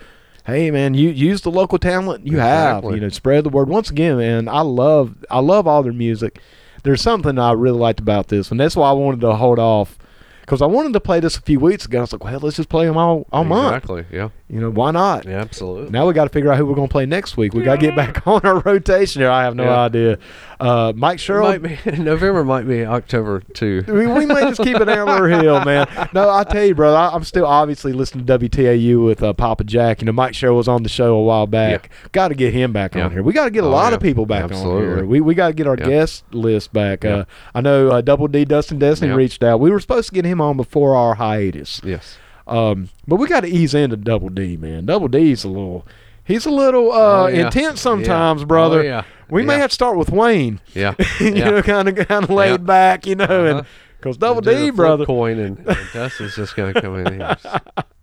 Speaker 2: hey, man, you use the local talent you have.
Speaker 1: Exactly.
Speaker 2: You know, spread the word. Once again, man, I love I love all their music. There's something I really liked about this, and that's why I wanted to hold off because I wanted to play this a few weeks ago. I was like, well, let's just play them all all month.
Speaker 1: exactly. Yeah.
Speaker 2: You know, why not?
Speaker 1: Yeah. Absolutely.
Speaker 2: Now we got to figure out who we're going to play next week. We got to get back on our rotation here. I have no
Speaker 1: Yeah.
Speaker 2: idea. Uh, Mike Sherrill.
Speaker 1: might be, November might be October too.
Speaker 2: we, we might just keep it Antler Hill, man. No, I tell you, brother, I, I'm still obviously listening to WTAU with uh, Papa Jack. You know, Mike Sherrill was on the show a while back. Got to get him back
Speaker 1: Yeah.
Speaker 2: on here. We got to get a
Speaker 1: Oh,
Speaker 2: lot
Speaker 1: yeah.
Speaker 2: of people back on
Speaker 1: Absolutely.
Speaker 2: here. We, we got to get our
Speaker 1: Yeah.
Speaker 2: guest list back.
Speaker 1: Yeah.
Speaker 2: Uh, I know uh, Double D Dustin Destiny
Speaker 1: Yeah.
Speaker 2: reached out. We were supposed to get him on before our hiatus.
Speaker 1: Yes.
Speaker 2: Um, but we got to ease into Double D, man. Double D's a little, he's a little uh,
Speaker 1: Oh, yeah.
Speaker 2: intense
Speaker 1: Yeah.
Speaker 2: sometimes,
Speaker 1: Oh,
Speaker 2: brother.
Speaker 1: yeah.
Speaker 2: We may
Speaker 1: Yeah.
Speaker 2: have to start with Wayne.
Speaker 1: Yeah.
Speaker 2: you
Speaker 1: yeah.
Speaker 2: know, kind of kind of laid
Speaker 1: Yeah.
Speaker 2: back, you know, and
Speaker 1: Uh-huh.
Speaker 2: because Double
Speaker 1: Do the
Speaker 2: D,
Speaker 1: flip
Speaker 2: brother,
Speaker 1: Coin and, and Dustin's just gonna come in here.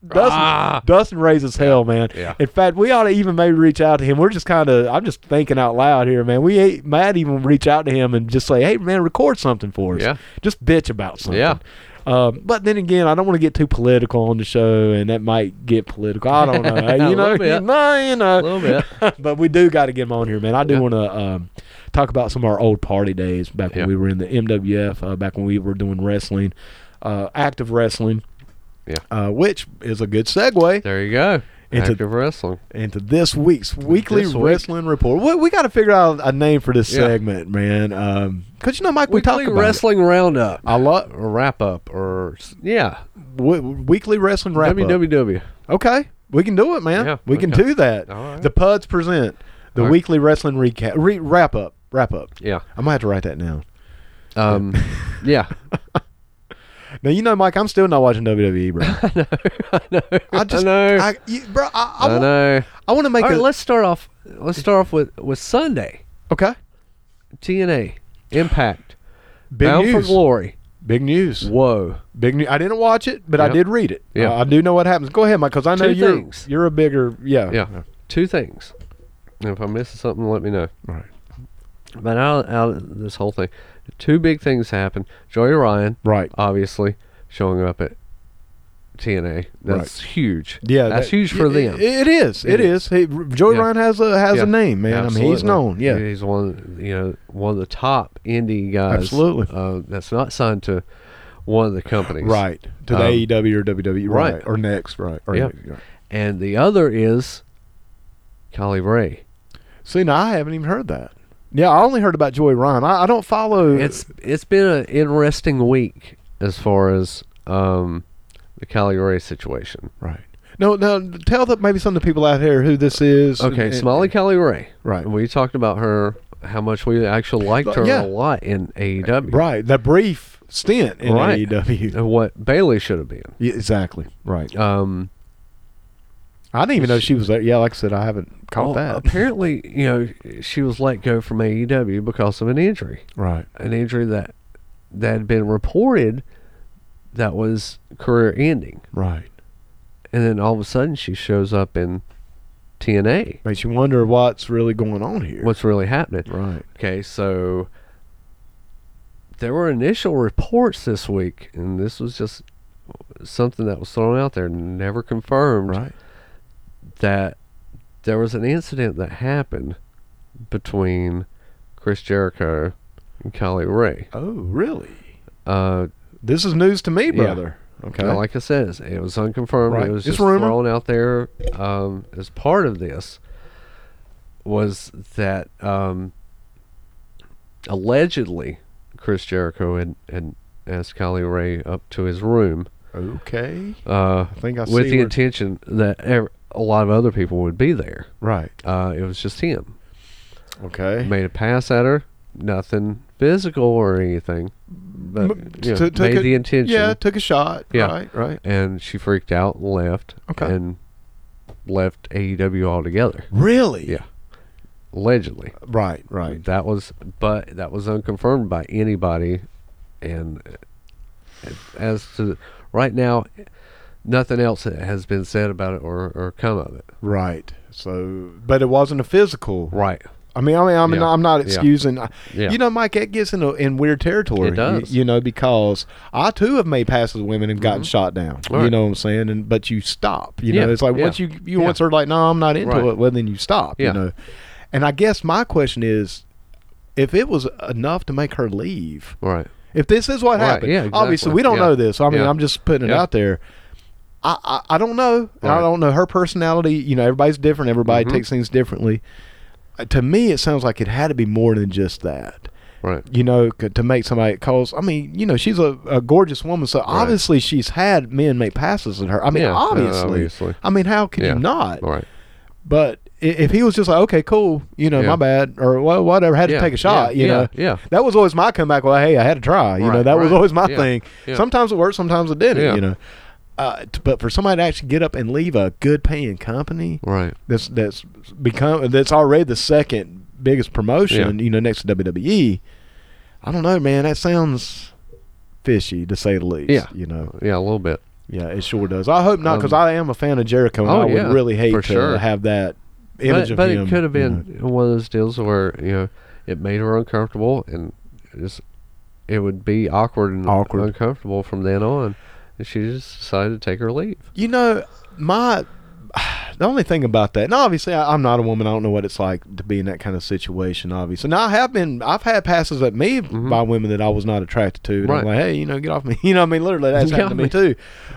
Speaker 2: Dustin,
Speaker 1: Ah!
Speaker 2: Dustin raises hell, man.
Speaker 1: Yeah.
Speaker 2: In fact, we ought to even maybe reach out to him. We're just kind of, I'm just thinking out loud here, man. We ain't- might even reach out to him and just say, hey, man, record something for us.
Speaker 1: Yeah.
Speaker 2: Just bitch about something.
Speaker 1: Yeah.
Speaker 2: Um, but then again, I don't want to get too political on the show, and that might get political. I don't know. you
Speaker 1: A
Speaker 2: know,
Speaker 1: little bit.
Speaker 2: no, you know,
Speaker 1: A little bit.
Speaker 2: but we do got to get him on here, man. I do
Speaker 1: Yeah.
Speaker 2: want to um, talk about some of our old party days back
Speaker 1: Yeah.
Speaker 2: when we were in the MWF, uh, back when we were doing wrestling, uh, active wrestling.
Speaker 1: Yeah.
Speaker 2: Uh, which is a good segue
Speaker 1: There you go.
Speaker 2: Into-
Speaker 1: Active wrestling.
Speaker 2: into this week's weekly
Speaker 1: This week.
Speaker 2: wrestling report. We, we got to figure out a name for this
Speaker 1: Yeah.
Speaker 2: segment, man. Um, cause you know, Mike, we talk
Speaker 1: Weekly
Speaker 2: about wrestling.
Speaker 1: wrestling roundup.
Speaker 2: I love
Speaker 1: Or wrap up or s- yeah.
Speaker 2: weekly wrestling wrap up.
Speaker 1: WWW.
Speaker 2: Okay, we can do it, man.
Speaker 1: Yeah,
Speaker 2: we can
Speaker 1: okay.
Speaker 2: do that.
Speaker 1: All right.
Speaker 2: The Puds present the
Speaker 1: All right.
Speaker 2: weekly wrestling recap, re- wrap up, wrap up.
Speaker 1: Yeah.
Speaker 2: I'm gonna have to write that down.
Speaker 1: Um. yeah.
Speaker 2: Now you know, Mike, I'm still not watching WWE, bro. I know, I know. I just,
Speaker 1: know.
Speaker 2: I, you, bro, I, I,
Speaker 1: I,
Speaker 2: want,
Speaker 1: know.
Speaker 2: I want to make
Speaker 1: All right.
Speaker 2: a
Speaker 1: Let's start off. Let's start off with with Sunday.
Speaker 2: okay.
Speaker 1: TNA. Impact.
Speaker 2: Big
Speaker 1: Bound
Speaker 2: news.
Speaker 1: for Glory.
Speaker 2: Big news.
Speaker 1: Whoa.
Speaker 2: Big news. I didn't watch it, but I
Speaker 1: Yep.
Speaker 2: did read it.
Speaker 1: Yeah.
Speaker 2: Uh, I do know what happens. Go ahead, Mike, because I know
Speaker 1: Two
Speaker 2: you're
Speaker 1: things.
Speaker 2: you're a bigger yeah
Speaker 1: Yeah. Two things. And if I'm missing something, let me know.
Speaker 2: Right.
Speaker 1: But out, out of this whole thing, two big things happened. Joey Ryan,
Speaker 2: right
Speaker 1: obviously, showing up at TNA. That's huge.
Speaker 2: yeah
Speaker 1: That's
Speaker 2: that-
Speaker 1: huge for
Speaker 2: it-
Speaker 1: them.
Speaker 2: it- it is
Speaker 1: It
Speaker 2: it is. Hey, Joey
Speaker 1: Yeah.
Speaker 2: Ryan has a has
Speaker 1: Yeah.
Speaker 2: a name man I mean he's
Speaker 1: Absolutely.
Speaker 2: known yeah
Speaker 1: He- he's one you know one of the top indie guys.
Speaker 2: Absolutely.
Speaker 1: uh, that's not signed to one of the companies.
Speaker 2: right to the
Speaker 1: Um,
Speaker 2: AEW or WWE right.
Speaker 1: right.
Speaker 2: or next right or
Speaker 1: Yeah.
Speaker 2: right.
Speaker 1: And the other is Kali Ray.
Speaker 2: See, now I haven't even heard that. Yeah, I only heard about Joy Ryan. I, I don't follow.
Speaker 1: It's it's been an interesting week as far as um, the Cali Ray situation.
Speaker 2: Right. No, no. Tell the, maybe some of the people out here who this is.
Speaker 1: Okay,
Speaker 2: and-
Speaker 1: Smalley Kelly Ray.
Speaker 2: Right.
Speaker 1: We talked about her, how much we actually liked her
Speaker 2: Yeah.
Speaker 1: a E lot in AEW.
Speaker 2: Right. The brief stint in
Speaker 1: Right.
Speaker 2: AEW.
Speaker 1: And What Bailey should have been.
Speaker 2: Yeah, exactly. Right.
Speaker 1: Um,
Speaker 2: I didn't even know she was there. Yeah, like I said, I haven't
Speaker 1: well,
Speaker 2: caught that.
Speaker 1: apparently, you know, she was let go from AEW because of an injury,
Speaker 2: Right.
Speaker 1: an injury that that had been reported that was career ending,
Speaker 2: Right.
Speaker 1: and then all of a sudden she shows up in TNA.
Speaker 2: Makes you wonder what's really going on here.
Speaker 1: What's really happening?
Speaker 2: Right.
Speaker 1: Okay, so there were initial reports this week, and this was just something that was thrown out there, never confirmed,
Speaker 2: Right.
Speaker 1: that there was an incident that happened between Chris Jericho and Kylie Ray.
Speaker 2: Oh, really?
Speaker 1: Uh,
Speaker 2: This is news to me,
Speaker 1: Yeah.
Speaker 2: brother. Okay.
Speaker 1: now, like I said, it's- it was unconfirmed.
Speaker 2: Right.
Speaker 1: It was
Speaker 2: It's
Speaker 1: just
Speaker 2: rumor.
Speaker 1: thrown out there um, as part of this. Was that um, allegedly Chris Jericho had, had asked Kylie Ray up to his room
Speaker 2: okay.
Speaker 1: uh,
Speaker 2: I think I
Speaker 1: with
Speaker 2: see
Speaker 1: the
Speaker 2: where-
Speaker 1: intention that ev- a lot of other people would be there.
Speaker 2: Right.
Speaker 1: Uh, it was just him.
Speaker 2: Okay.
Speaker 1: Made a pass at her, nothing physical or anything, but
Speaker 2: M-
Speaker 1: you know,
Speaker 2: t- took
Speaker 1: made
Speaker 2: a-
Speaker 1: the intention.
Speaker 2: Yeah, took a shot.
Speaker 1: Yeah.
Speaker 2: Right, right.
Speaker 1: and she freaked out and left
Speaker 2: Okay.
Speaker 1: and left AEW altogether
Speaker 2: Really?
Speaker 1: Yeah. allegedly
Speaker 2: Right, right.
Speaker 1: that was but that was unconfirmed by anybody and uh, as to right now nothing else has been said about it or, or come of it
Speaker 2: Right. So, but it wasn't a physical.
Speaker 1: right
Speaker 2: I mean, I mean, I mean,
Speaker 1: Yeah.
Speaker 2: I'm not
Speaker 1: Yeah.
Speaker 2: excusing. I-
Speaker 1: Yeah.
Speaker 2: You know, Mike, that gets in a, in weird territory.
Speaker 1: It does. Mm-hmm.
Speaker 2: You, know, because I too have made passes with women and gotten shot down.
Speaker 1: Right.
Speaker 2: You know what I'm saying? And but you stop. You
Speaker 1: Yeah.
Speaker 2: know, it's like
Speaker 1: Yeah.
Speaker 2: once you you
Speaker 1: Yeah.
Speaker 2: once are like, no, I'm not into
Speaker 1: Right.
Speaker 2: it. Well, then you stop.
Speaker 1: Yeah.
Speaker 2: You know. And I guess my question is, if it was enough to make her leave,
Speaker 1: right
Speaker 2: if this is what
Speaker 1: Right,
Speaker 2: happened,
Speaker 1: yeah,
Speaker 2: obviously
Speaker 1: exactly.
Speaker 2: we don't
Speaker 1: Yeah.
Speaker 2: know this. I mean,
Speaker 1: Yeah.
Speaker 2: I'm just putting it
Speaker 1: Yeah.
Speaker 2: out there. I, I, I don't know. I
Speaker 1: Right. Mm-hmm.
Speaker 2: don't know her personality. You know, everybody's different. Everybody takes things differently. Uh, to me, it sounds like it had to be more than just that.
Speaker 1: right
Speaker 2: You know, c- to make somebody cause. I mean, you know, she's a, a gorgeous woman, so obviously she's had men make passes at her. I mean,
Speaker 1: Yeah, uh,
Speaker 2: obviously.
Speaker 1: obviously.
Speaker 2: I mean, how could
Speaker 1: Yeah.
Speaker 2: you not?
Speaker 1: right
Speaker 2: But i- if he was just like, okay, cool, you know,
Speaker 1: Yeah.
Speaker 2: my bad, or well, whatever, had
Speaker 1: Yeah,
Speaker 2: to take a shot,
Speaker 1: yeah,
Speaker 2: you
Speaker 1: yeah,
Speaker 2: know,
Speaker 1: yeah.
Speaker 2: that was always my comeback. Well, hey, I had to try, you know,
Speaker 1: Right,
Speaker 2: that was
Speaker 1: right,
Speaker 2: always my
Speaker 1: yeah,
Speaker 2: thing.
Speaker 1: yeah.
Speaker 2: Sometimes it worked, sometimes it didn't,
Speaker 1: Yeah.
Speaker 2: you know. Uh, t- but for somebody to actually get up and leave a good paying company
Speaker 1: right
Speaker 2: that's that's become that's already the second biggest promotion, you know, next to WWE, I don't know, man, that sounds fishy to say the least.
Speaker 1: Yeah.
Speaker 2: you know,
Speaker 1: yeah a little bit
Speaker 2: yeah, it sure does. I hope not, because
Speaker 1: Um,
Speaker 2: I am a fan of Jericho, and
Speaker 1: oh,
Speaker 2: I would
Speaker 1: yeah,
Speaker 2: really hate
Speaker 1: for
Speaker 2: to
Speaker 1: sure.
Speaker 2: have that image
Speaker 1: but,
Speaker 2: of
Speaker 1: but
Speaker 2: him.
Speaker 1: it could have
Speaker 2: you
Speaker 1: been one of those deals where you know it made her uncomfortable and just it would be awkward and
Speaker 2: Awkward.
Speaker 1: uncomfortable from then on and she just decided to take her leave
Speaker 2: You know, my the only thing about that, and obviously I, I'm not a woman. I don't know what it's like to be in that kind of situation. Obviously, now I have been. I've had passes at me by women that I was not attracted to. And I'm
Speaker 1: Mm-hmm. Right.
Speaker 2: like, hey, you know, get off me. You know, what I mean, literally that's
Speaker 1: Get
Speaker 2: happened to me
Speaker 1: off
Speaker 2: too.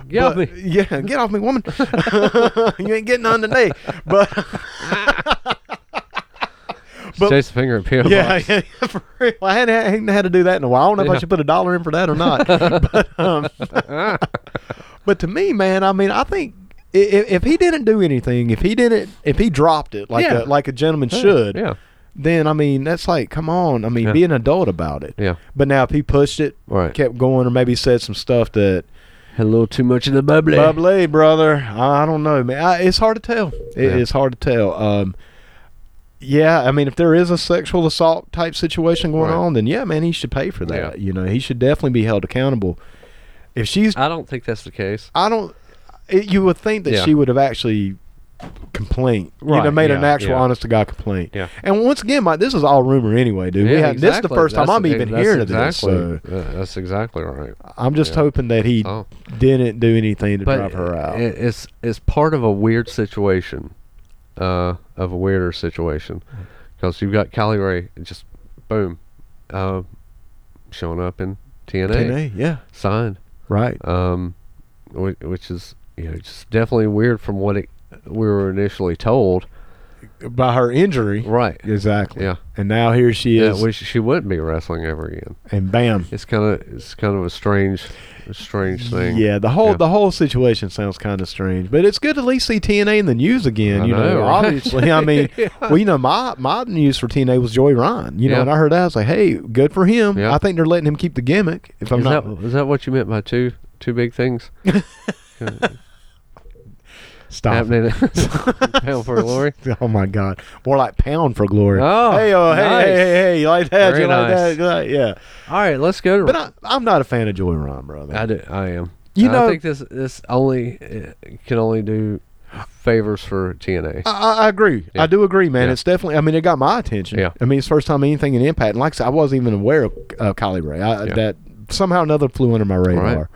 Speaker 1: Get off
Speaker 2: But-
Speaker 1: me.
Speaker 2: Yeah, get off me, woman. you ain't getting none today. But But-
Speaker 1: Chase the finger at PO
Speaker 2: yeah,
Speaker 1: Box.
Speaker 2: yeah, for real. I hadn't, I hadn't had to do that in a while. I don't know if I
Speaker 1: Yeah.
Speaker 2: should put a dollar in for that or not. but, um,
Speaker 1: Ah,
Speaker 2: but to me, man, I mean, I think if, if he didn't do anything, if he didn't, if he dropped it like
Speaker 1: Yeah.
Speaker 2: a, like a gentleman
Speaker 1: Yeah,
Speaker 2: should,
Speaker 1: yeah
Speaker 2: then I mean, that's like, come on. I mean,
Speaker 1: Yeah.
Speaker 2: be an adult about it.
Speaker 1: yeah
Speaker 2: But now if he pushed it,
Speaker 1: Right.
Speaker 2: kept going, or maybe said some stuff that
Speaker 1: had a little too much of the bubbly
Speaker 2: bubbly, brother. I don't know, man. I, it's hard to tell. It,
Speaker 1: Yeah.
Speaker 2: It's hard to tell. Um, yeah, I mean, if there is a sexual assault type situation going
Speaker 1: Right.
Speaker 2: on, then yeah, man, he should pay for that.
Speaker 1: Yeah.
Speaker 2: You know, he should definitely be held accountable. If she's,
Speaker 1: I don't think that's the case
Speaker 2: I don't. It, you would think that
Speaker 1: Yeah.
Speaker 2: she would have actually complained. You know,
Speaker 1: Right,
Speaker 2: made
Speaker 1: yeah,
Speaker 2: an actual,
Speaker 1: yeah.
Speaker 2: honest to God complaint.
Speaker 1: Yeah.
Speaker 2: And once again, Mike, this is all rumor anyway, dude. we
Speaker 1: Yeah,
Speaker 2: have, This is the
Speaker 1: exactly.
Speaker 2: first time
Speaker 1: That's-
Speaker 2: I'm even
Speaker 1: that's
Speaker 2: hearing
Speaker 1: exactly,
Speaker 2: of this. So
Speaker 1: uh, that's exactly right
Speaker 2: I'm just hoping that he
Speaker 1: Oh.
Speaker 2: didn't do anything to
Speaker 1: but
Speaker 2: drive her out.
Speaker 1: it- it's it's part of a weird situation uh of a weirder situation
Speaker 2: Mm.
Speaker 1: because you've got Cali Ray just boom uh showing up in TNA,
Speaker 2: TNA, yeah.
Speaker 1: signed
Speaker 2: Right.
Speaker 1: um which, which is you know just definitely weird from what it, we were initially told
Speaker 2: by her injury.
Speaker 1: right
Speaker 2: Exactly.
Speaker 1: Yeah.
Speaker 2: And now here she
Speaker 1: yeah
Speaker 2: is,
Speaker 1: which she wouldn't be wrestling ever again
Speaker 2: and bam.
Speaker 1: it's kind of it's kind of a strange a strange thing.
Speaker 2: Yeah, the whole
Speaker 1: Yeah.
Speaker 2: the whole situation sounds kind of strange, but it's good to at least see TNA in the news again.
Speaker 1: I
Speaker 2: you know,
Speaker 1: know, right?
Speaker 2: obviously, I mean, well, you know, my my news for TNA was Joey Ryan. You know,
Speaker 1: Yeah.
Speaker 2: and I heard that I was like, hey, good for him.
Speaker 1: Yeah.
Speaker 2: I think they're letting him keep the gimmick. If I'm
Speaker 1: Is
Speaker 2: not
Speaker 1: that is that what you meant by two two big things
Speaker 2: stop.
Speaker 1: happening? Hell for glory.
Speaker 2: Oh my God! More like pound for glory.
Speaker 1: Oh,
Speaker 2: hey, oh, hey,
Speaker 1: nice.
Speaker 2: hey, hey, hey, you like that?
Speaker 1: Very
Speaker 2: you like
Speaker 1: nice.
Speaker 2: that? You like- Yeah.
Speaker 1: All right, let's go to.
Speaker 2: But I, I'm not a fan of Joey Ryan, brother.
Speaker 1: I do. I am.
Speaker 2: You
Speaker 1: And I
Speaker 2: know-
Speaker 1: think this this only uh, can only do favors for TNA.
Speaker 2: I, I- I agree.
Speaker 1: Yeah.
Speaker 2: I do agree, man.
Speaker 1: Yeah.
Speaker 2: It's definitely. I mean, it got my attention.
Speaker 1: Yeah.
Speaker 2: I mean, it's the first time anything in Impact, and like I said, I wasn't even aware of uh, Kylie Ray. I,
Speaker 1: Yeah.
Speaker 2: That somehow or another flew under my radar.
Speaker 1: Right.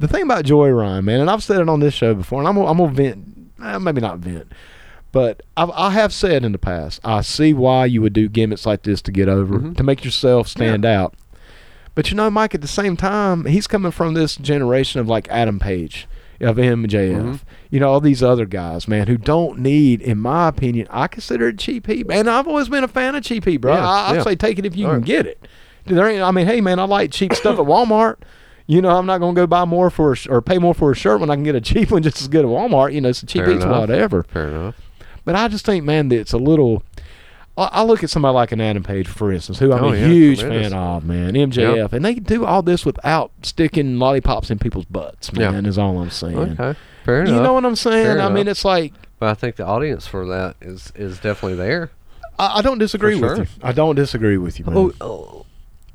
Speaker 2: The thing about Joy Ryan, man, and I've said it on this show before, and I'm gonna- I'm gonna vent. eh, Maybe not vent, but I've, I have said in the past, I see why you would do gimmicks like this to get over,
Speaker 1: Mm-hmm.
Speaker 2: to make yourself stand out. But you know, Mike, at the same time, he's coming from this generation of like Adam Page, of MJF,
Speaker 1: Mm-hmm.
Speaker 2: you know, all these other guys, man, who don't need, in my opinion, I consider it cheap heat. And I've always been a fan of cheap heat, bro.
Speaker 1: Yeah,
Speaker 2: I, I
Speaker 1: yeah.
Speaker 2: say take it if you
Speaker 1: All
Speaker 2: can
Speaker 1: right.
Speaker 2: get it. Dude, There ain't, I mean, hey, man, I like cheap stuff at Walmart. You know, I'm not going to go buy more for a sh- or pay more for a shirt when I can get a cheap one just as good at Walmart. You know, it's a cheap
Speaker 1: Fair
Speaker 2: eats,
Speaker 1: enough.
Speaker 2: whatever.
Speaker 1: Fair enough.
Speaker 2: But I just think, man, that it's a little. I I look at somebody like an Adam Page, for instance, who I'm
Speaker 1: Oh,
Speaker 2: a
Speaker 1: yeah,
Speaker 2: huge
Speaker 1: tremendous.
Speaker 2: fan of, man, MJF, and they do all this without sticking lollipops in people's butts,
Speaker 1: Yeah.
Speaker 2: man. Is all I'm saying.
Speaker 1: Okay. Fair
Speaker 2: You
Speaker 1: enough.
Speaker 2: know what I'm saying?
Speaker 1: Fair
Speaker 2: I mean,
Speaker 1: enough.
Speaker 2: it's like
Speaker 1: but I think the audience for that is is definitely there.
Speaker 2: I, I don't disagree
Speaker 1: For
Speaker 2: with
Speaker 1: sure.
Speaker 2: you. I don't disagree with you, man.
Speaker 1: Oh, oh,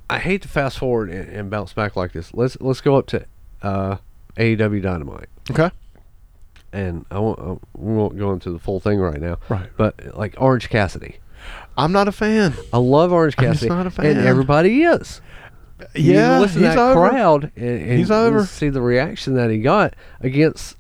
Speaker 1: I hate to fast forward and, and bounce back like this. Let's let's go up to uh, AEW Dynamite,
Speaker 2: okay.
Speaker 1: and I won't I, we won't go into the full thing right now.
Speaker 2: Right.
Speaker 1: But like Orange Cassidy,
Speaker 2: I'm not a fan.
Speaker 1: I love Orange
Speaker 2: I'm just
Speaker 1: Cassidy,
Speaker 2: not a
Speaker 1: and
Speaker 2: fan.
Speaker 1: everybody is.
Speaker 2: Yeah,
Speaker 1: you listen to
Speaker 2: he's
Speaker 1: that
Speaker 2: over.
Speaker 1: crowd and, and
Speaker 2: He's
Speaker 1: you
Speaker 2: over.
Speaker 1: see the reaction that he got against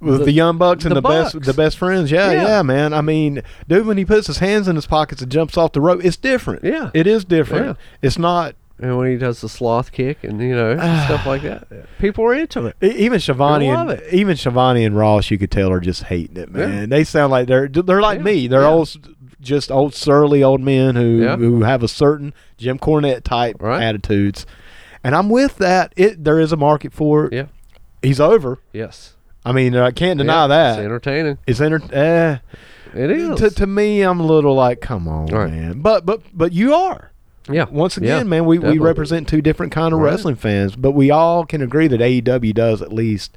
Speaker 2: with the,
Speaker 1: The-
Speaker 2: young bucks and
Speaker 1: the
Speaker 2: the, best
Speaker 1: Bucks.
Speaker 2: the best friends. Yeah, yeah,
Speaker 1: Yeah.
Speaker 2: man. I mean, dude, when he puts his hands in his pockets and jumps off the rope, it's different.
Speaker 1: Yeah.
Speaker 2: it is different.
Speaker 1: Yeah.
Speaker 2: It's not
Speaker 1: and when he does the sloth kick and you know stuff like that. People are into it.
Speaker 2: E- Even Shivani
Speaker 1: I love
Speaker 2: and
Speaker 1: it.
Speaker 2: even Shivani and Ross, you could tell are just hating it, man.
Speaker 1: Yeah.
Speaker 2: They sound like they're they're like
Speaker 1: Yeah,
Speaker 2: me. They're
Speaker 1: yeah.
Speaker 2: old, just old surly old men who
Speaker 1: Yeah.
Speaker 2: who have a certain Jim Cornette type
Speaker 1: Right.
Speaker 2: attitudes. And I'm with that. It there is a market for it.
Speaker 1: Yeah.
Speaker 2: He's over.
Speaker 1: Yes.
Speaker 2: I mean, I can't deny
Speaker 1: Yeah,
Speaker 2: that.
Speaker 1: It's entertaining.
Speaker 2: It's enter-
Speaker 1: It
Speaker 2: eh,
Speaker 1: is.
Speaker 2: to, to me, I'm a little like, come on,
Speaker 1: Right.
Speaker 2: man. But but but you are.
Speaker 1: yeah.
Speaker 2: Once
Speaker 1: Yeah,
Speaker 2: again, man, we, we
Speaker 1: definitely.
Speaker 2: represent two different kind of
Speaker 1: Right.
Speaker 2: wrestling fans, but we all can agree that AEW does at least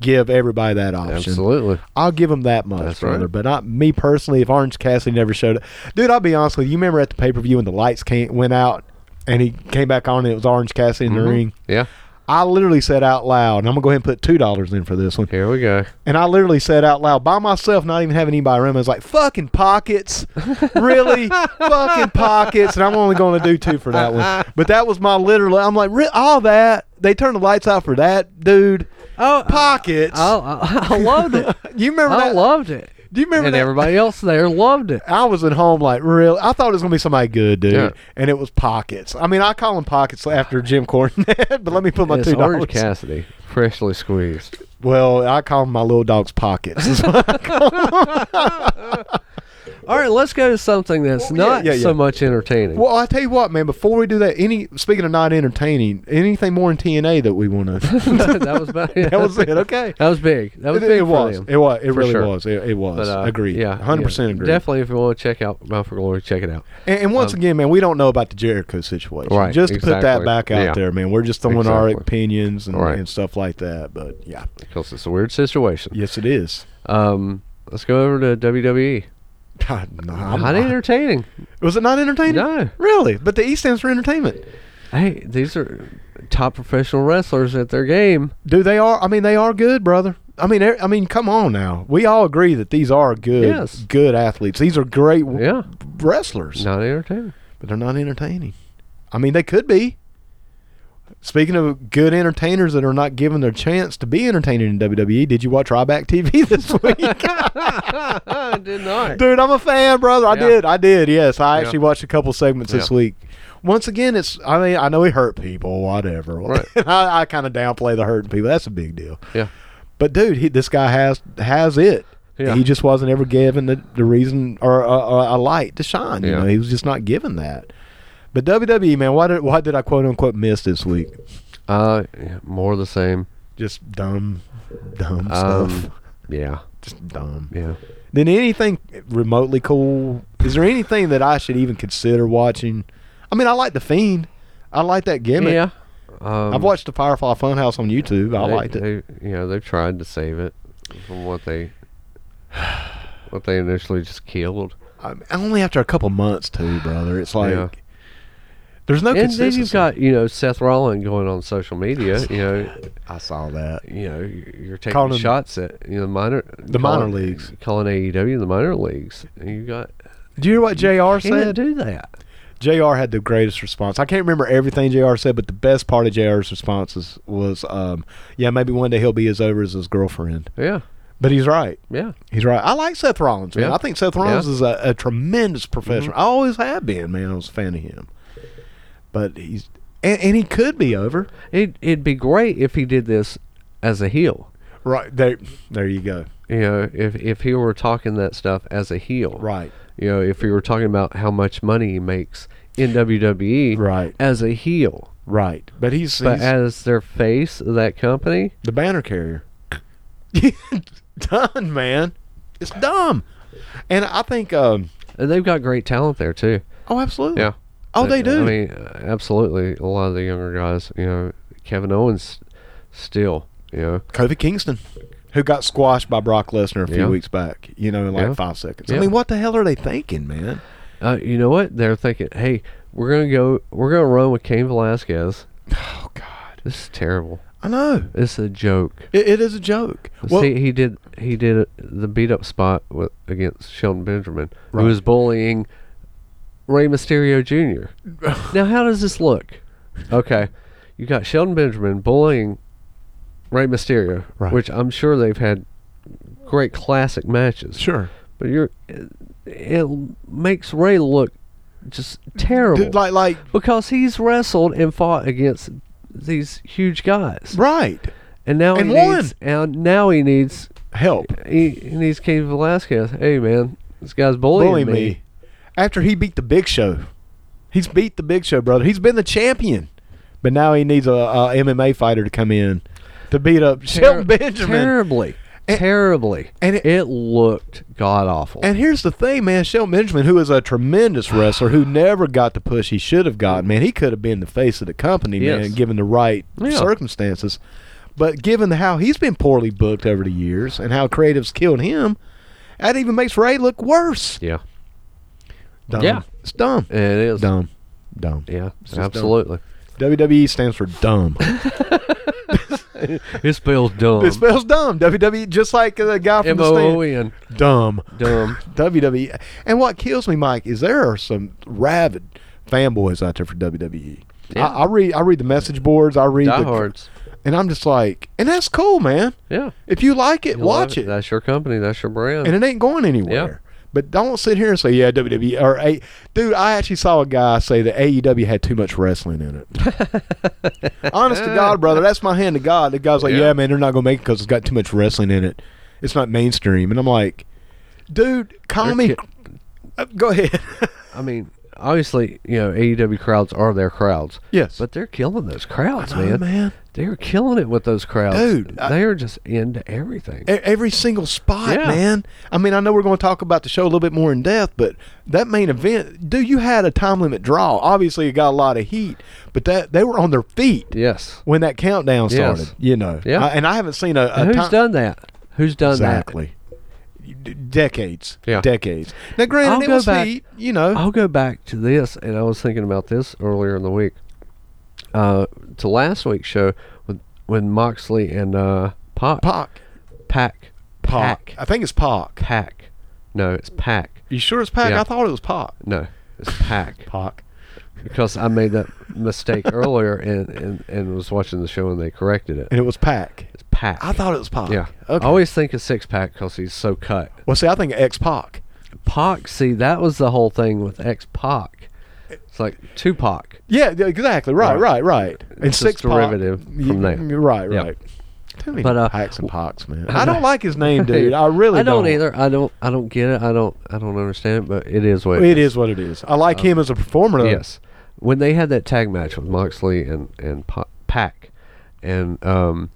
Speaker 2: give everybody that option.
Speaker 1: Absolutely.
Speaker 2: I'll give them that much,
Speaker 1: That's right.
Speaker 2: brother. But not me personally. If Orange Cassidy never showed up, dude, I'll be honest with you. You remember at the pay per view when the lights came, went out and he came back on, and it was Orange Cassidy in
Speaker 1: Mm-hmm.
Speaker 2: the ring.
Speaker 1: Yeah.
Speaker 2: I literally said out loud, and I'm gonna go ahead and put two dollars in for this one.
Speaker 1: Here we go.
Speaker 2: And I literally said out loud by myself, not even having anybody around. me, I was like, "Fucking pockets, really? fucking pockets." And I'm only going to do two for that one. But that was my literal. I'm like, "Re- all that they turned the lights out for that dude.
Speaker 1: Oh,
Speaker 2: Pockets.
Speaker 1: I, I, I loved it.
Speaker 2: you remember
Speaker 1: I
Speaker 2: that?
Speaker 1: loved it.
Speaker 2: Do you remember
Speaker 1: And
Speaker 2: that?
Speaker 1: everybody else there loved it.
Speaker 2: I was at home like, really? I thought it was gonna be somebody good, dude.
Speaker 1: Yeah.
Speaker 2: And it was pockets. I mean, I call him pockets after Jim Cornette, but let me put my
Speaker 1: it's
Speaker 2: two
Speaker 1: Orange
Speaker 2: dollars.
Speaker 1: Cassidy, freshly squeezed.
Speaker 2: Well, I call him my little dog's pockets. Is what I call him.
Speaker 1: All right, let's go to something that's
Speaker 2: Well, yeah,
Speaker 1: not
Speaker 2: yeah, yeah.
Speaker 1: so much entertaining.
Speaker 2: Well, I tell you what, man. Before we do that, any speaking of not entertaining, anything more in TNA that we want to?
Speaker 1: that was about it.
Speaker 2: that was it. Okay.
Speaker 1: That was big. That was
Speaker 2: It,
Speaker 1: big
Speaker 2: it
Speaker 1: for
Speaker 2: was.
Speaker 1: them.
Speaker 2: It was. It
Speaker 1: For
Speaker 2: really
Speaker 1: sure.
Speaker 2: was. It, it was.
Speaker 1: But, uh,
Speaker 2: agreed.
Speaker 1: Yeah,
Speaker 2: Hundred
Speaker 1: yeah.
Speaker 2: percent agreee.
Speaker 1: Definitely, if you want to check out Bound for Glory, check it out.
Speaker 2: And, and once again, man, we don't know about the Jericho situation.
Speaker 1: um, Right,
Speaker 2: Just to put that
Speaker 1: exactly.
Speaker 2: back out
Speaker 1: Yeah.
Speaker 2: there, man. We're just throwing our
Speaker 1: Exactly.
Speaker 2: opinions and,
Speaker 1: Right.
Speaker 2: and stuff like that. But yeah,
Speaker 1: Because it's a weird situation.
Speaker 2: yes, it is.
Speaker 1: Um, let's go over to WWE.
Speaker 2: God, no, I'm
Speaker 1: Not
Speaker 2: not-
Speaker 1: entertaining.
Speaker 2: Was it not entertaining?
Speaker 1: No.
Speaker 2: Really? But the E stands for entertainment.
Speaker 1: Hey, these are top professional wrestlers at their game.
Speaker 2: Dude, they are. I mean, they are good, brother. I mean, they're- I mean, come on now. We all agree that these are good,
Speaker 1: Yes.
Speaker 2: good athletes. These are great w-
Speaker 1: Yeah,
Speaker 2: wrestlers,
Speaker 1: not entertaining.
Speaker 2: but they're not entertaining. I mean, they could be. Speaking of good entertainers that are not given their chance to be entertaining in WWE, did you watch Ryback TV this week?
Speaker 1: I did not.
Speaker 2: Dude, I'm a fan, brother. I
Speaker 1: Yeah.
Speaker 2: did. I did. Yes, I
Speaker 1: Yeah.
Speaker 2: actually watched a couple segments this
Speaker 1: Yeah.
Speaker 2: week. Once again, it's. I mean, I know he hurt people. Whatever.
Speaker 1: Right.
Speaker 2: I, I kind of downplay the hurting people. That's a big deal.
Speaker 1: Yeah.
Speaker 2: But dude, he, this guy has has it.
Speaker 1: Yeah.
Speaker 2: He just wasn't ever given the, the reason or a, a, a light to shine. You
Speaker 1: Yeah.
Speaker 2: E, know, he was just not given that. But WWE, man, why did why did I quote unquote miss this week?
Speaker 1: Uh, yeah, more of the same.
Speaker 2: Just dumb,
Speaker 1: Um,
Speaker 2: dumb stuff.
Speaker 1: yeah,
Speaker 2: Just dumb.
Speaker 1: yeah.
Speaker 2: Then anything remotely cool? Is there anything that I should even consider watching? I mean, I like the Fiend. I like that gimmick.
Speaker 1: yeah. Um,
Speaker 2: I've watched the Firefly Funhouse on YouTube. I
Speaker 1: they,
Speaker 2: liked it.
Speaker 1: They, you know, they've tried to save it from what they what they initially just killed.
Speaker 2: I only after a couple months too, brother. It's like
Speaker 1: Yeah.
Speaker 2: there's no
Speaker 1: and then
Speaker 2: consistency.
Speaker 1: you've got you know Seth Rollins going on social media. You know,
Speaker 2: I saw that.
Speaker 1: you know, you're taking
Speaker 2: Calling-
Speaker 1: shots at you know the minor
Speaker 2: The minor leagues.
Speaker 1: calling AEW the minor leagues. And you got
Speaker 2: Do you hear what Jr.
Speaker 1: can't
Speaker 2: said?
Speaker 1: do that.
Speaker 2: Jr. had the greatest response. I can't remember everything Jr. said, but the best part of Jr.'s response is, was, um, "Yeah, maybe one day he'll be as over as his girlfriend."
Speaker 1: Yeah,
Speaker 2: But he's right.
Speaker 1: yeah.
Speaker 2: He's right. I like Seth Rollins, man.
Speaker 1: Yeah.
Speaker 2: I think Seth Rollins
Speaker 1: Yeah.
Speaker 2: is a, a tremendous professional. I always have been, man. I was a fan of him. But he's and, and he could be over.
Speaker 1: It it'd be great if he did this as a heel.
Speaker 2: Right there, there you go.
Speaker 1: You know, if if he were talking that stuff as a heel,
Speaker 2: Right.
Speaker 1: You know, if he were talking about how much money he makes in WWE,
Speaker 2: Right.
Speaker 1: as a heel,
Speaker 2: Right. But he's,
Speaker 1: but
Speaker 2: he's
Speaker 1: as their face of that company,
Speaker 2: the banner carrier. Done, man. It's dumb. And I think, um,
Speaker 1: and they've got great talent there too.
Speaker 2: oh, absolutely.
Speaker 1: Yeah.
Speaker 2: Oh, they do.
Speaker 1: I mean, uh, absolutely. A lot of the younger guys, you know, Kevin Owens, still, you know,
Speaker 2: Kofi Kingston, who got squashed by Brock Lesnar a few
Speaker 1: Yeah.
Speaker 2: weeks back, you know, in like
Speaker 1: Yeah.
Speaker 2: five seconds. I
Speaker 1: Yeah.
Speaker 2: mean, what the hell are they thinking, man?
Speaker 1: uh, you know what? They're thinking, hey, we're gonna go, we're gonna run with Cain Velasquez.
Speaker 2: Oh, God.
Speaker 1: This is terrible.
Speaker 2: I know.
Speaker 1: This is a joke.
Speaker 2: It, it is a joke. Well,
Speaker 1: See, he did he did uh, the beat up spot with, against Sheldon Benjamin,
Speaker 2: Right.
Speaker 1: who was bullying Ray Mysterio Jr. now, how does this look? Okay, you got Sheldon Benjamin bullying Ray Mysterio,
Speaker 2: Right.
Speaker 1: which I'm sure they've had great classic matches.
Speaker 2: sure.
Speaker 1: but you're it, it makes Ray look just terrible
Speaker 2: Dude, like, like,
Speaker 1: because he's wrestled and fought against these huge guys,
Speaker 2: right.
Speaker 1: and now
Speaker 2: And
Speaker 1: he
Speaker 2: won.
Speaker 1: needs and now he needs
Speaker 2: Help.
Speaker 1: he, he needs Cain Velasquez. Hey man, this guy's bullying
Speaker 2: Bully
Speaker 1: me.
Speaker 2: me. After he beat the Big Show, he's beat the Big Show, brother. He's been the champion, but now he needs a, a MMA fighter to come in to beat up
Speaker 1: Ter-
Speaker 2: Shelton Benjamin.
Speaker 1: terribly, terribly, and
Speaker 2: and it-
Speaker 1: it, looked god awful.
Speaker 2: And here's the thing, man. Shelton Benjamin, who is a tremendous wrestler, who never got the push he should have gotten, man, he could have been the face of the company, man,
Speaker 1: Yes.
Speaker 2: given the right
Speaker 1: Yeah.
Speaker 2: circumstances. But given how he's been poorly booked over the years and how creatives killed him, that even makes Ray look worse.
Speaker 1: yeah,
Speaker 2: Dumb.
Speaker 1: Yeah.
Speaker 2: It's dumb.
Speaker 1: it is
Speaker 2: Dumb. Dumb.
Speaker 1: Yeah,
Speaker 2: just dumb.
Speaker 1: absolutely.
Speaker 2: WWE E stands for dumb.
Speaker 1: It spells dumb.
Speaker 2: it spells dumb. WWE, just like the guy from
Speaker 1: M
Speaker 2: the
Speaker 1: O O
Speaker 2: stand.
Speaker 1: N.
Speaker 2: Dumb.
Speaker 1: Dumb.
Speaker 2: WWE. And what kills me, Mike, is there are some rabid fanboys out there for WWE.
Speaker 1: Yeah.
Speaker 2: I, I read I read the message boards. I read
Speaker 1: Diehards.
Speaker 2: the and I'm just like, and that's cool, man.
Speaker 1: Yeah.
Speaker 2: If you like it,
Speaker 1: You love
Speaker 2: watch it,
Speaker 1: That's your company. That's your brand.
Speaker 2: and it ain't going anywhere. But don't sit here and say, yeah, WWE or a dude. I actually saw a guy say that AEW had too much wrestling in it. Honest to God, brother, that's my hand to God. The guy's like, yeah,
Speaker 1: Yeah.
Speaker 2: man, they're not gonna make it because it's got too much wrestling in it. It's not mainstream, and I'm like, dude, call
Speaker 1: They're
Speaker 2: me.
Speaker 1: ki-
Speaker 2: Uh, Go ahead.
Speaker 1: I mean, obviously, you know, AEW crowds are their crowds.
Speaker 2: Yes.
Speaker 1: But they're killing those crowds,
Speaker 2: know,
Speaker 1: man.
Speaker 2: man.
Speaker 1: They're killing it with those crowds.
Speaker 2: Dude, I-
Speaker 1: they are just into everything.
Speaker 2: E- every single spot,
Speaker 1: Yeah.
Speaker 2: man. I mean, I know we're going to talk about the show a little bit more in depth, but that main event, dude, you had a time limit draw. Obviously, it got a lot of heat, but that they were on their feet
Speaker 1: yes.
Speaker 2: when that countdown started. You know,
Speaker 1: Yeah.
Speaker 2: I- and I haven't seen a, a
Speaker 1: And who's
Speaker 2: time-
Speaker 1: done that? Who's done
Speaker 2: exactly D- decades,
Speaker 1: Yeah.
Speaker 2: decades. Now,
Speaker 1: that?
Speaker 2: granted,
Speaker 1: I'll
Speaker 2: it
Speaker 1: go
Speaker 2: was
Speaker 1: back.
Speaker 2: heat, you know,
Speaker 1: I'll go back to this, and I was thinking about this earlier in the week, uh, to last week's show with when Moxley and uh, Pac,
Speaker 2: Pac,
Speaker 1: Pac,
Speaker 2: Pac.
Speaker 1: Pac,
Speaker 2: I think it's Pac.
Speaker 1: Pac. No, it's Pac.
Speaker 2: You sure it's Pac?
Speaker 1: Yeah.
Speaker 2: I thought it was Pac.
Speaker 1: No, it's Pac.
Speaker 2: Pac.
Speaker 1: because I made that mistake earlier and, and, and was watching the show and they corrected it.
Speaker 2: And it was Pac.
Speaker 1: It's Pac.
Speaker 2: I thought it was Pac.
Speaker 1: Yeah.
Speaker 2: Okay.
Speaker 1: I always think of Six Pack because he's so cut.
Speaker 2: well, see, I think X Pac.
Speaker 1: Pac, see, that was the whole thing with X Pac. It's like Tupac.
Speaker 2: Yeah, th- exactly. Right, right,
Speaker 1: Right.
Speaker 2: right. And
Speaker 1: It's
Speaker 2: six
Speaker 1: just derivative from that.
Speaker 2: Right,
Speaker 1: Yep.
Speaker 2: right. Tell me
Speaker 1: But, uh,
Speaker 2: Pax and Pox, man. I don't like his name, dude. I really
Speaker 1: I don't, either. I don't. I don't get it. I don't. I don't understand it. But it is what
Speaker 2: It is what it is. I
Speaker 1: Oh.
Speaker 2: like him as a performer. though.
Speaker 1: Yes. When they had that tag match with Moxley and and Pa- Pac, and um,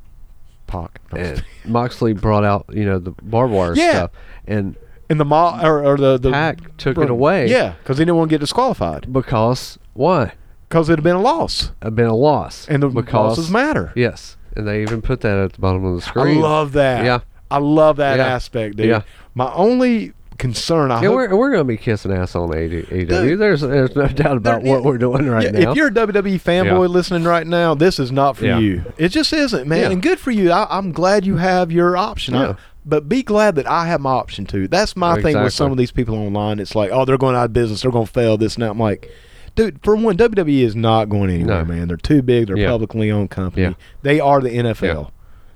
Speaker 2: Pock.
Speaker 1: and Moxley brought out you know the barbed wire
Speaker 2: Yeah.
Speaker 1: stuff, and
Speaker 2: And the mall or, or the the
Speaker 1: Pack took it away.
Speaker 2: Yeah, because he didn't want to get disqualified
Speaker 1: because why?
Speaker 2: because it'd have been a loss,
Speaker 1: I've been a loss,
Speaker 2: and the
Speaker 1: because
Speaker 2: losses matter.
Speaker 1: yes, and they even put that at the bottom of the
Speaker 2: I
Speaker 1: screen.
Speaker 2: love that.
Speaker 1: Yeah.
Speaker 2: I love that
Speaker 1: Yeah.
Speaker 2: aspect, dude.
Speaker 1: Yeah.
Speaker 2: My only concern, I
Speaker 1: Yeah,
Speaker 2: hope-
Speaker 1: we're, we're gonna be kissing ass on AEW.
Speaker 2: Dude.
Speaker 1: There's there's no doubt about
Speaker 2: There-
Speaker 1: what we're doing right
Speaker 2: Yeah,
Speaker 1: now.
Speaker 2: If you're a WWE fanboy
Speaker 1: Yeah.
Speaker 2: listening right now, this is not for
Speaker 1: Yeah.
Speaker 2: you. It just isn't, man.
Speaker 1: Yeah.
Speaker 2: And good for you. I, I'm glad you have your option. I-
Speaker 1: Yeah.
Speaker 2: but be glad that I have my option too. That's my thing
Speaker 1: Exactly.
Speaker 2: with some of these people online. It's like, oh, they're going out of business. They're going to fail this and that. I'm like, dude, for one, WWE is not going
Speaker 1: No.
Speaker 2: anywhere, man. They're too big. They're a
Speaker 1: Yeah.
Speaker 2: publicly owned company.
Speaker 1: Yeah.
Speaker 2: They are the NFL.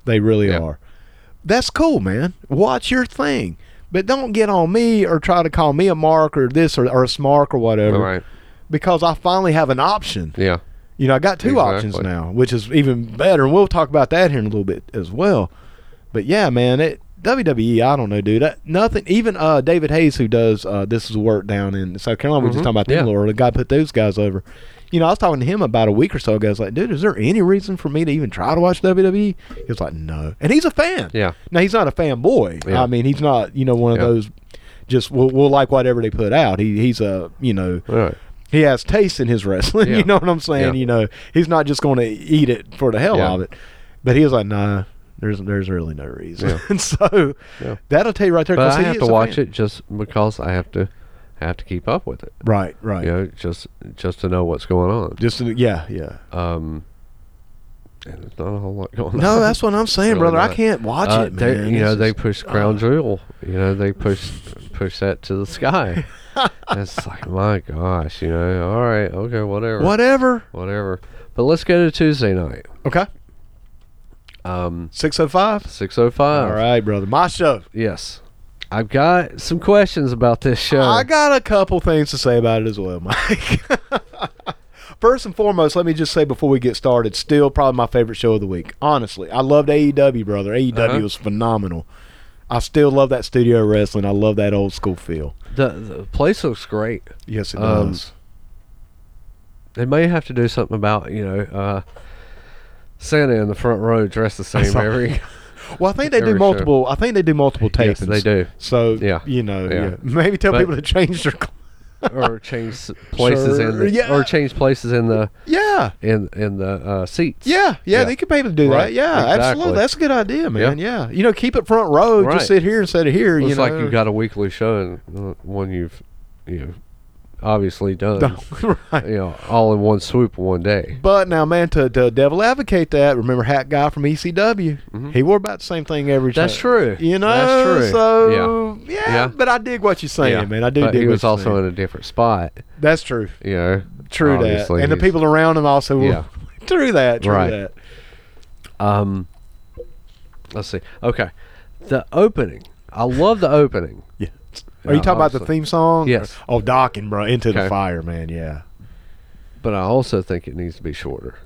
Speaker 2: They really
Speaker 1: Yeah.
Speaker 2: are. That's cool, man. Watch your thing. But don't get on me or try to call me a mark or this or, or a smark or whatever
Speaker 1: All right.
Speaker 2: because I finally have an option.
Speaker 1: Yeah.
Speaker 2: You know, I got two options
Speaker 1: Exactly.
Speaker 2: now, which is even better. And we'll talk about that here in a little bit as well. But yeah, man, it WWE, I don't know, dude. That, nothing. Even uh, David Hayes, who does uh, this is work down in South Carolina, we were just talking about them,
Speaker 1: Mm-hmm. Yeah.
Speaker 2: Laura. The guy put those guys over. You know, I was talking to him about a week or so ago. I was like, dude, is there any reason for me to even try to watch WWE? He was like, no. And he's a fan.
Speaker 1: Yeah.
Speaker 2: Now he's not a fanboy.
Speaker 1: Yeah.
Speaker 2: I mean, he's not you know one of
Speaker 1: Yeah.
Speaker 2: those just we'll, we'll like whatever they put out. He he's a you know
Speaker 1: All right.
Speaker 2: he has taste in his wrestling.
Speaker 1: Yeah.
Speaker 2: You know what I'm saying?
Speaker 1: Yeah.
Speaker 2: You know, he's not just going to eat it for the hell
Speaker 1: Yeah.
Speaker 2: of it. But he was like, nah, there's there's really no reason.
Speaker 1: Yeah.
Speaker 2: and so
Speaker 1: Yeah.
Speaker 2: that'll tell you right there.
Speaker 1: But
Speaker 2: 'cause
Speaker 1: I
Speaker 2: he
Speaker 1: have
Speaker 2: is
Speaker 1: to
Speaker 2: a
Speaker 1: watch
Speaker 2: fan.
Speaker 1: it just because I have to have to keep up with it.
Speaker 2: Right, right.
Speaker 1: You know, just just to know what's going on.
Speaker 2: Just to- yeah, yeah.
Speaker 1: Um, and there's not a whole lot going on.
Speaker 2: No, that's what I'm saying,
Speaker 1: Really
Speaker 2: brother. I
Speaker 1: not.
Speaker 2: can't watch
Speaker 1: Uh,
Speaker 2: it,
Speaker 1: they-
Speaker 2: man.
Speaker 1: you
Speaker 2: It's
Speaker 1: know, they
Speaker 2: just- uh,
Speaker 1: pushed Crown Jewel. You know, they pushed push that to the sky. And it's like my gosh, you know. All right, okay, whatever,
Speaker 2: whatever.
Speaker 1: whatever. But let's go to Tuesday night.
Speaker 2: Okay,
Speaker 1: Um,
Speaker 2: six oh five.
Speaker 1: six oh five.
Speaker 2: All right, brother. My show.
Speaker 1: Yes, I've got some questions about this show.
Speaker 2: I got a couple things to say about it as well, Mike. First and foremost, let me just say before we get started, still probably my favorite show of the week. Honestly, I loved AEW, brother. AEW
Speaker 1: Uh-huh.
Speaker 2: was phenomenal. I still love that studio wrestling. I love that old school feel.
Speaker 1: the, the place looks great.
Speaker 2: Yes, it
Speaker 1: Um,
Speaker 2: does.
Speaker 1: They may have to do something about you know uh, Santa in the front row dressed the same
Speaker 2: saw-
Speaker 1: every.
Speaker 2: Well, I think they do
Speaker 1: every show.
Speaker 2: multiple. I think they do multiple
Speaker 1: Yes,
Speaker 2: tapings.
Speaker 1: they do.
Speaker 2: So
Speaker 1: Yeah.
Speaker 2: you know, yeah.
Speaker 1: Yeah.
Speaker 2: maybe tell
Speaker 1: But-
Speaker 2: people to change their. cl-
Speaker 1: or change s- places in
Speaker 2: Sure,
Speaker 1: the,
Speaker 2: yeah.
Speaker 1: or change places in the
Speaker 2: Yeah,
Speaker 1: in in the uh, seats.
Speaker 2: Yeah, yeah,
Speaker 1: Yeah.
Speaker 2: they could pay to do that.
Speaker 1: Right,
Speaker 2: Yeah, absolutely.
Speaker 1: exactly.
Speaker 2: That's a good idea, man. Yeah.
Speaker 1: Yeah.
Speaker 2: You know, keep it front row.
Speaker 1: Right.
Speaker 2: Just sit here instead of here.
Speaker 1: It's
Speaker 2: you know,
Speaker 1: like you got a weekly show and uh, one you've you know, obviously done.
Speaker 2: right.
Speaker 1: You know, all in one swoop, one day.
Speaker 2: But now, man, to, to devil advocate that, remember Hat Guy from ECW? He wore about the same thing every time.
Speaker 1: Mm-hmm. That's true.
Speaker 2: You know,
Speaker 1: That's true.
Speaker 2: So yeah.
Speaker 1: Yeah.
Speaker 2: but I dig what you're saying, man. I do.
Speaker 1: But
Speaker 2: dig
Speaker 1: he
Speaker 2: what
Speaker 1: was
Speaker 2: you're
Speaker 1: also
Speaker 2: saying.
Speaker 1: in a different spot.
Speaker 2: That's true.
Speaker 1: You know,
Speaker 2: True that.
Speaker 1: obviously
Speaker 2: And the
Speaker 1: he's-
Speaker 2: people around him also. were-
Speaker 1: Yeah.
Speaker 2: true that. True
Speaker 1: Right.
Speaker 2: that.
Speaker 1: Um, let's see. Okay, the opening. I love the opening.
Speaker 2: Yeah. Are you
Speaker 1: Yeah,
Speaker 2: talking about the
Speaker 1: obviously.
Speaker 2: theme song?
Speaker 1: Yes.
Speaker 2: Oh, docking, bro, into the
Speaker 1: Okay.
Speaker 2: fire, man. Yeah.
Speaker 1: But I also think it needs to be shorter.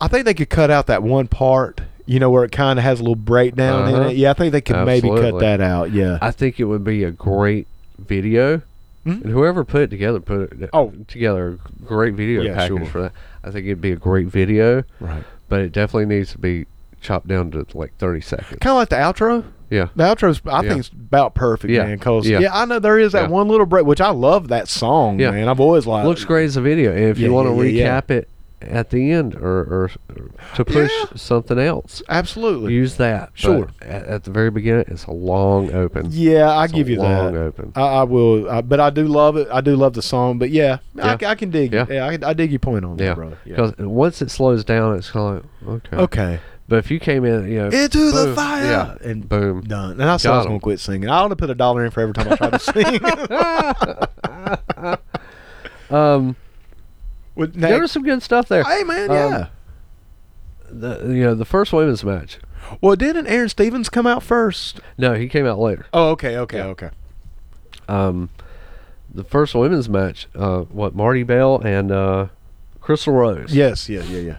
Speaker 2: I think they could cut out that one part, you know, where it kind of has a little breakdown in
Speaker 1: Uh-huh.
Speaker 2: it. Yeah, I think they could maybe cut
Speaker 1: Absolutely.
Speaker 2: that out. Yeah.
Speaker 1: I think it would be a great video.
Speaker 2: Mhm.
Speaker 1: And whoever put it together put it
Speaker 2: Oh.
Speaker 1: together a great video
Speaker 2: Yeah,
Speaker 1: package
Speaker 2: sure.
Speaker 1: for that. I think it'd be a great video,
Speaker 2: right.
Speaker 1: but it definitely needs to be chopped down to like 30 seconds.
Speaker 2: Kind of like the outro.
Speaker 1: Yeah.
Speaker 2: The outro's, I
Speaker 1: Yeah.
Speaker 2: think, it's about perfect,
Speaker 1: Yeah.
Speaker 2: man. Cause yeah.
Speaker 1: Yeah.
Speaker 2: I know there is that
Speaker 1: Yeah.
Speaker 2: one little break, which I love that song,
Speaker 1: Yeah.
Speaker 2: man. I've always liked.
Speaker 1: Looks great as a video. And if
Speaker 2: Yeah,
Speaker 1: you want
Speaker 2: yeah,
Speaker 1: to
Speaker 2: yeah, yeah.
Speaker 1: recap it at the end or, or, or to push
Speaker 2: Yeah.
Speaker 1: something else,
Speaker 2: Absolutely.
Speaker 1: use that. But
Speaker 2: Sure.
Speaker 1: At, at the very beginning, it's a long open.
Speaker 2: yeah, I
Speaker 1: It's a
Speaker 2: give you
Speaker 1: long
Speaker 2: that.
Speaker 1: open.
Speaker 2: I, I will, I, but I do love it. I do love the song, but yeah, I
Speaker 1: Yeah.
Speaker 2: c- I, can dig. Yeah,
Speaker 1: Yeah.
Speaker 2: yeah I, can- I dig your point on
Speaker 1: yeah.
Speaker 2: that, brother. Yeah. Oh.
Speaker 1: Because once it slows down, it's kind of like, okay.
Speaker 2: Okay,
Speaker 1: But if you came in, you know,
Speaker 2: into the
Speaker 1: boom,
Speaker 2: fire,
Speaker 1: yeah,
Speaker 2: and
Speaker 1: boom,
Speaker 2: done. And I said I
Speaker 1: Got
Speaker 2: was
Speaker 1: 'em.
Speaker 2: gonna quit singing. I ought to put a dollar in for every time I try to sing.
Speaker 1: Um,
Speaker 2: With
Speaker 1: there
Speaker 2: next-
Speaker 1: was some good stuff there.
Speaker 2: hey man,
Speaker 1: Um,
Speaker 2: yeah.
Speaker 1: The, you know, the first women's match.
Speaker 2: Well, didn't Aaron Stevens come out first?
Speaker 1: No, he came out later.
Speaker 2: Oh, okay, okay, okay.
Speaker 1: Um, the first women's match. Uh, what Marty Bell and uh, Crystal Rose.
Speaker 2: Yes, yeah, yeah, yeah.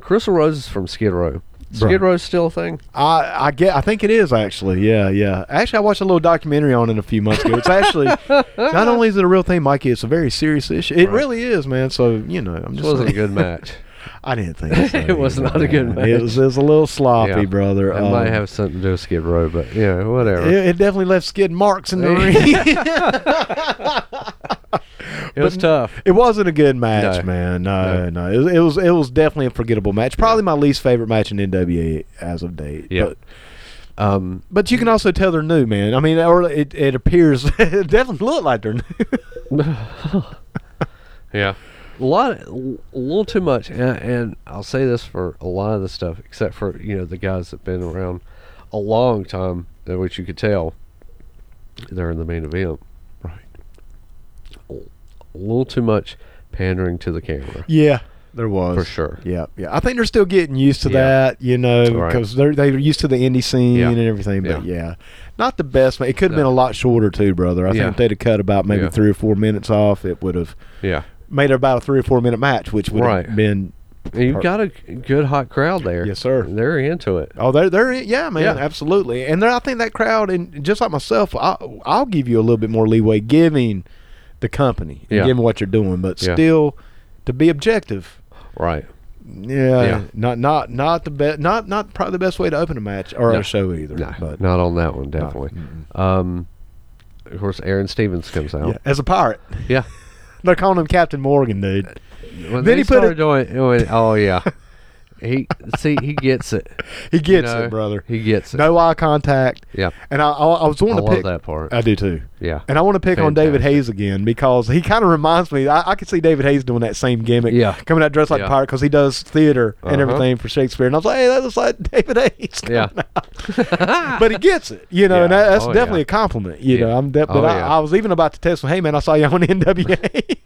Speaker 1: Crystal Rose is from Skid Row.
Speaker 2: Right.
Speaker 1: Skid Row's still a thing.
Speaker 2: I I get. I think it is actually. Yeah, yeah. Actually, I watched a little documentary on it a few months ago. It's actually not only is it a real thing, Mikey. It's a very serious issue. It really is, man. So you know, I'm
Speaker 1: It
Speaker 2: just
Speaker 1: wasn't a
Speaker 2: saying.
Speaker 1: good match.
Speaker 2: I didn't think so
Speaker 1: It was
Speaker 2: either,
Speaker 1: not a good
Speaker 2: man. It was, it was a little sloppy, brother.
Speaker 1: It
Speaker 2: Um,
Speaker 1: might have something to do with Skid Row, but you know, whatever.
Speaker 2: it,
Speaker 1: It,
Speaker 2: it definitely left skid marks in the ring.
Speaker 1: was tough.
Speaker 2: It wasn't a good match,
Speaker 1: No.
Speaker 2: man. No, no. It, was- it was it was definitely a forgettable match. Probably my least favorite match in NWA as of date.
Speaker 1: Yeah.
Speaker 2: But,
Speaker 1: Um,
Speaker 2: but you can also tell they're new, man. I mean, or it, it appears it definitely looked like they're new.
Speaker 1: yeah. A lot, a little too much, and, and I'll say this for a lot of the stuff, except for you know the guys that've been around a long time, uh, which you could tell they're in the main event.
Speaker 2: Right.
Speaker 1: A little too much pandering to the camera.
Speaker 2: Yeah, there was
Speaker 1: For sure.
Speaker 2: Yeah, yeah. I think they're still getting used to
Speaker 1: Yeah.
Speaker 2: that, you know,
Speaker 1: Right.
Speaker 2: because they're they're used to the indie scene
Speaker 1: Yeah.
Speaker 2: and everything. But yeah.
Speaker 1: Yeah.
Speaker 2: not the best. ma- It could have been
Speaker 1: No.
Speaker 2: a lot shorter too, brother. I
Speaker 1: Yeah.
Speaker 2: think if they'd have cut about maybe
Speaker 1: Yeah.
Speaker 2: three or four minutes off, it would have
Speaker 1: Yeah,
Speaker 2: made it about a three or four minute match, which would have
Speaker 1: Right.
Speaker 2: been.
Speaker 1: And you've
Speaker 2: Part-
Speaker 1: got a g- good hot crowd there.
Speaker 2: Yes, sir.
Speaker 1: They're into it.
Speaker 2: Oh, they're they're in- yeah, man,
Speaker 1: Yeah.
Speaker 2: absolutely. And there, I think that crowd, and just like myself, I, I'll give you a little bit more leeway, giving the company, and
Speaker 1: Yeah.
Speaker 2: giving what you're doing, but
Speaker 1: Yeah.
Speaker 2: still, to be objective,
Speaker 1: Right.
Speaker 2: Yeah,
Speaker 1: Yeah.
Speaker 2: not not not the best, not not probably the best way to open a match or
Speaker 1: No.
Speaker 2: a show either.
Speaker 1: No,
Speaker 2: but
Speaker 1: not on that one, definitely. Um, of course, Aaron Stevens comes
Speaker 2: yeah,
Speaker 1: out.
Speaker 2: as a pirate,
Speaker 1: Yeah.
Speaker 2: they're calling him Captain Morgan,
Speaker 1: Uh,
Speaker 2: dude.
Speaker 1: When
Speaker 2: Then
Speaker 1: they
Speaker 2: he put
Speaker 1: started
Speaker 2: it-
Speaker 1: doing, doing- oh yeah, he see he gets it.
Speaker 2: He
Speaker 1: you
Speaker 2: gets
Speaker 1: know?
Speaker 2: it, brother.
Speaker 1: He gets it.
Speaker 2: no eye contact.
Speaker 1: Yeah.
Speaker 2: and I I, I was
Speaker 1: I
Speaker 2: wanting to
Speaker 1: love
Speaker 2: pick
Speaker 1: that part.
Speaker 2: I do too.
Speaker 1: Yeah.
Speaker 2: and I want to pick on David
Speaker 1: Fantastic.
Speaker 2: Hayes again because he kind of reminds me. I, I could see David Hayes doing that same gimmick.
Speaker 1: Yeah.
Speaker 2: coming out dressed like a
Speaker 1: Yeah.
Speaker 2: pirate because he does theater and
Speaker 1: Uh-huh.
Speaker 2: everything for Shakespeare. And I was like, hey, that looks like David Hayes.
Speaker 1: Yeah.
Speaker 2: but he gets it, you know, and
Speaker 1: Yeah.
Speaker 2: that, that's
Speaker 1: Oh,
Speaker 2: definitely
Speaker 1: yeah.
Speaker 2: a compliment. You
Speaker 1: Yeah.
Speaker 2: know, I'm de- but
Speaker 1: Oh,
Speaker 2: I,
Speaker 1: yeah.
Speaker 2: I was even about to test him. Hey, man, I saw you on NWA.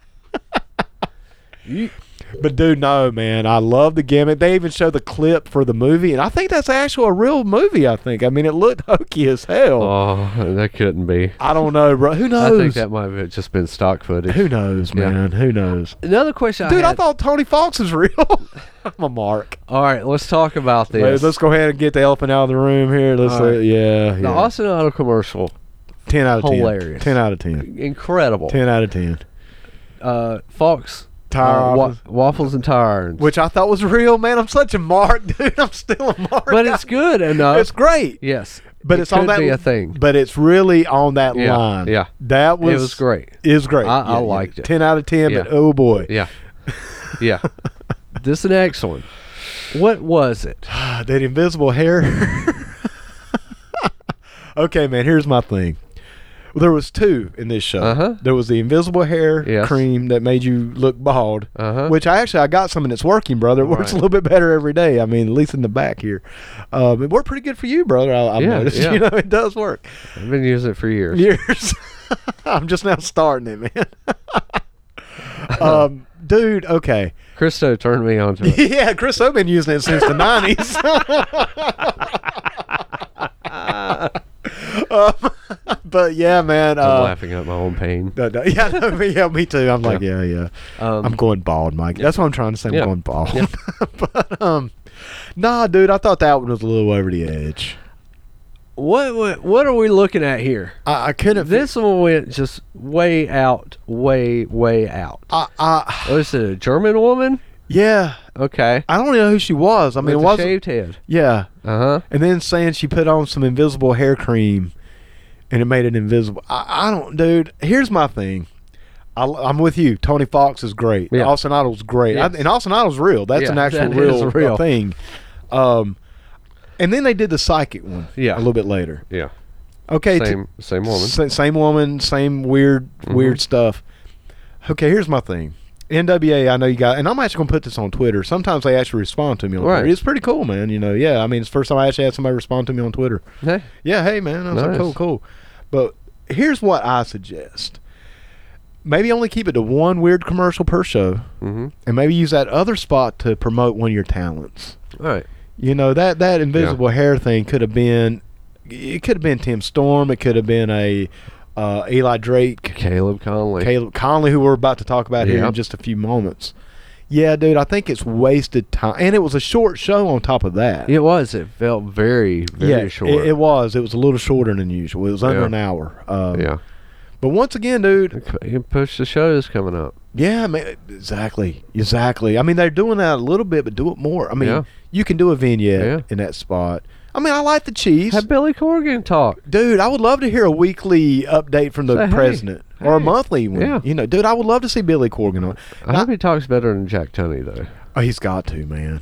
Speaker 2: But dude, no man, I love the gimmick. They even show the clip for the movie, and I think that's actually a real movie. I think. I mean, it looked hokey as hell.
Speaker 1: Oh, that couldn't be.
Speaker 2: I don't know, bro. Who
Speaker 1: I
Speaker 2: knows?
Speaker 1: think that might have just been stock footage.
Speaker 2: Who knows,
Speaker 1: Yeah.
Speaker 2: man? Who knows?
Speaker 1: Another question, I
Speaker 2: Dude, I
Speaker 1: had-
Speaker 2: thought Tony Fox was real. I'm a mark.
Speaker 1: All right, let's talk about
Speaker 2: Hey,
Speaker 1: this.
Speaker 2: let's go ahead and get the elephant out of the room here. Let's
Speaker 1: All right.
Speaker 2: uh, yeah,
Speaker 1: The
Speaker 2: yeah.
Speaker 1: Austin Auto commercial,
Speaker 2: ten out of
Speaker 1: hilarious.
Speaker 2: ten. Ten out of ten.
Speaker 1: incredible.
Speaker 2: Ten out of ten.
Speaker 1: Uh, Fox
Speaker 2: Tire
Speaker 1: uh, wa-
Speaker 2: irons.
Speaker 1: waffles and tire irons.
Speaker 2: Which I thought was real, man. I'm such a mark, dude. I'm still a mark.
Speaker 1: but it's good enough.
Speaker 2: it's great.
Speaker 1: yes,
Speaker 2: But
Speaker 1: it
Speaker 2: it's
Speaker 1: could
Speaker 2: on that
Speaker 1: be a thing.
Speaker 2: But it's really on that
Speaker 1: Yeah,
Speaker 2: line.
Speaker 1: yeah.
Speaker 2: That was
Speaker 1: it was great.
Speaker 2: Is great.
Speaker 1: I- I liked it.
Speaker 2: Ten out of ten, but
Speaker 1: Yeah.
Speaker 2: oh boy.
Speaker 1: Yeah. Yeah. this is the next one. What was it?
Speaker 2: Ah, that invisible hair. okay, man. Here's my thing. Well, there was two in this show.
Speaker 1: Uh-huh.
Speaker 2: There was the invisible hair
Speaker 1: Yes.
Speaker 2: cream that made you look bald,
Speaker 1: Uh-huh.
Speaker 2: which I actually I got something that's working, brother. It works a
Speaker 1: Right.
Speaker 2: little bit better every day. I mean, at least in the back here, um, it worked pretty good for you, brother. I, I've
Speaker 1: Yeah,
Speaker 2: noticed.
Speaker 1: yeah.
Speaker 2: You know, it does work.
Speaker 1: I've been using it for years.
Speaker 2: years. I'm just now starting it, man. um, dude, okay.
Speaker 1: Christo turned me on to it.
Speaker 2: Yeah, Chris I've been using it since the 90s. Um, but yeah, man. Uh,
Speaker 1: I'm laughing at my own pain.
Speaker 2: no, no, yeah, no, me, yeah, me too. I'm like, yeah, yeah.
Speaker 1: Um,
Speaker 2: I'm going bald, Mike. That's what I'm trying to say. I'm
Speaker 1: Yeah.
Speaker 2: going bald. but um, nah, dude, I thought that one was a little over the edge.
Speaker 1: What, what what are we looking at here?
Speaker 2: I, I couldn't.
Speaker 1: This one went just way out, way way out.
Speaker 2: I, I,
Speaker 1: Was it a German woman?
Speaker 2: yeah,
Speaker 1: Okay.
Speaker 2: I don't know who she was. I mean, it
Speaker 1: With a
Speaker 2: wasn't.
Speaker 1: shaved head.
Speaker 2: Yeah,
Speaker 1: Uh huh.
Speaker 2: and then saying she put on some invisible hair cream and it made it invisible. I, I don't, dude. Here's my thing. I, am with you. Tony Fox is great.
Speaker 1: Yeah.
Speaker 2: Austin Idol's great. I-
Speaker 1: Yes.
Speaker 2: and Austin Idol's real. That's
Speaker 1: Yeah,
Speaker 2: an actual
Speaker 1: that
Speaker 2: real,
Speaker 1: is real.
Speaker 2: thing. Um, and then they did the psychic one.
Speaker 1: Yeah.
Speaker 2: a little bit later.
Speaker 1: Yeah.
Speaker 2: Okay, t-
Speaker 1: Same same woman. Mm-hmm.
Speaker 2: sa- same woman, same weird, weird stuff. Okay, here's my thing. NWA, I know you got, and I'm actually gonna put this on Twitter. Sometimes they actually respond to me on
Speaker 1: Right.
Speaker 2: Twitter. It's pretty cool, man. You know, yeah. I mean, it's the first time I actually had somebody respond to me on Twitter.
Speaker 1: Hey,
Speaker 2: Yeah, hey, man. I was like,
Speaker 1: Nice.
Speaker 2: cool, cool. But here's what I suggest. Maybe only keep it to one weird commercial per show,
Speaker 1: Mhm.
Speaker 2: and maybe use that other spot to promote one of your talents.
Speaker 1: All right.
Speaker 2: You know that that invisible hair thing could have been, it could have been Tim Storm. It could have been a uh, Eli Drake,
Speaker 1: Caleb Conley.
Speaker 2: Caleb Conley, who we're about to talk about here
Speaker 1: Yeah.
Speaker 2: in just a few moments. Yeah, dude, I think it's wasted time, and it was a short show on top of that.
Speaker 1: It was. It felt very very
Speaker 2: it-
Speaker 1: short.
Speaker 2: It, was. It was a little shorter than usual. It was under
Speaker 1: Yeah.
Speaker 2: an hour. Um,
Speaker 1: yeah.
Speaker 2: But once again, dude,
Speaker 1: You can push the shows coming up.
Speaker 2: yeah, man, exactly, exactly. I mean, they're doing that a little bit, but do it more. I mean,
Speaker 1: Yeah.
Speaker 2: you can do a vignette
Speaker 1: Yeah.
Speaker 2: in that spot. I mean, I like the Chiefs,
Speaker 1: Have Billy Corgan talk.
Speaker 2: dude. I would love to hear a weekly update from the
Speaker 1: Say, hey,
Speaker 2: president or a
Speaker 1: hey.
Speaker 2: monthly one.
Speaker 1: Yeah.
Speaker 2: You know, dude, I would love to see Billy Corgan on.
Speaker 1: I hope he talks better than Jack Tunney though.
Speaker 2: Oh, he's got to, man.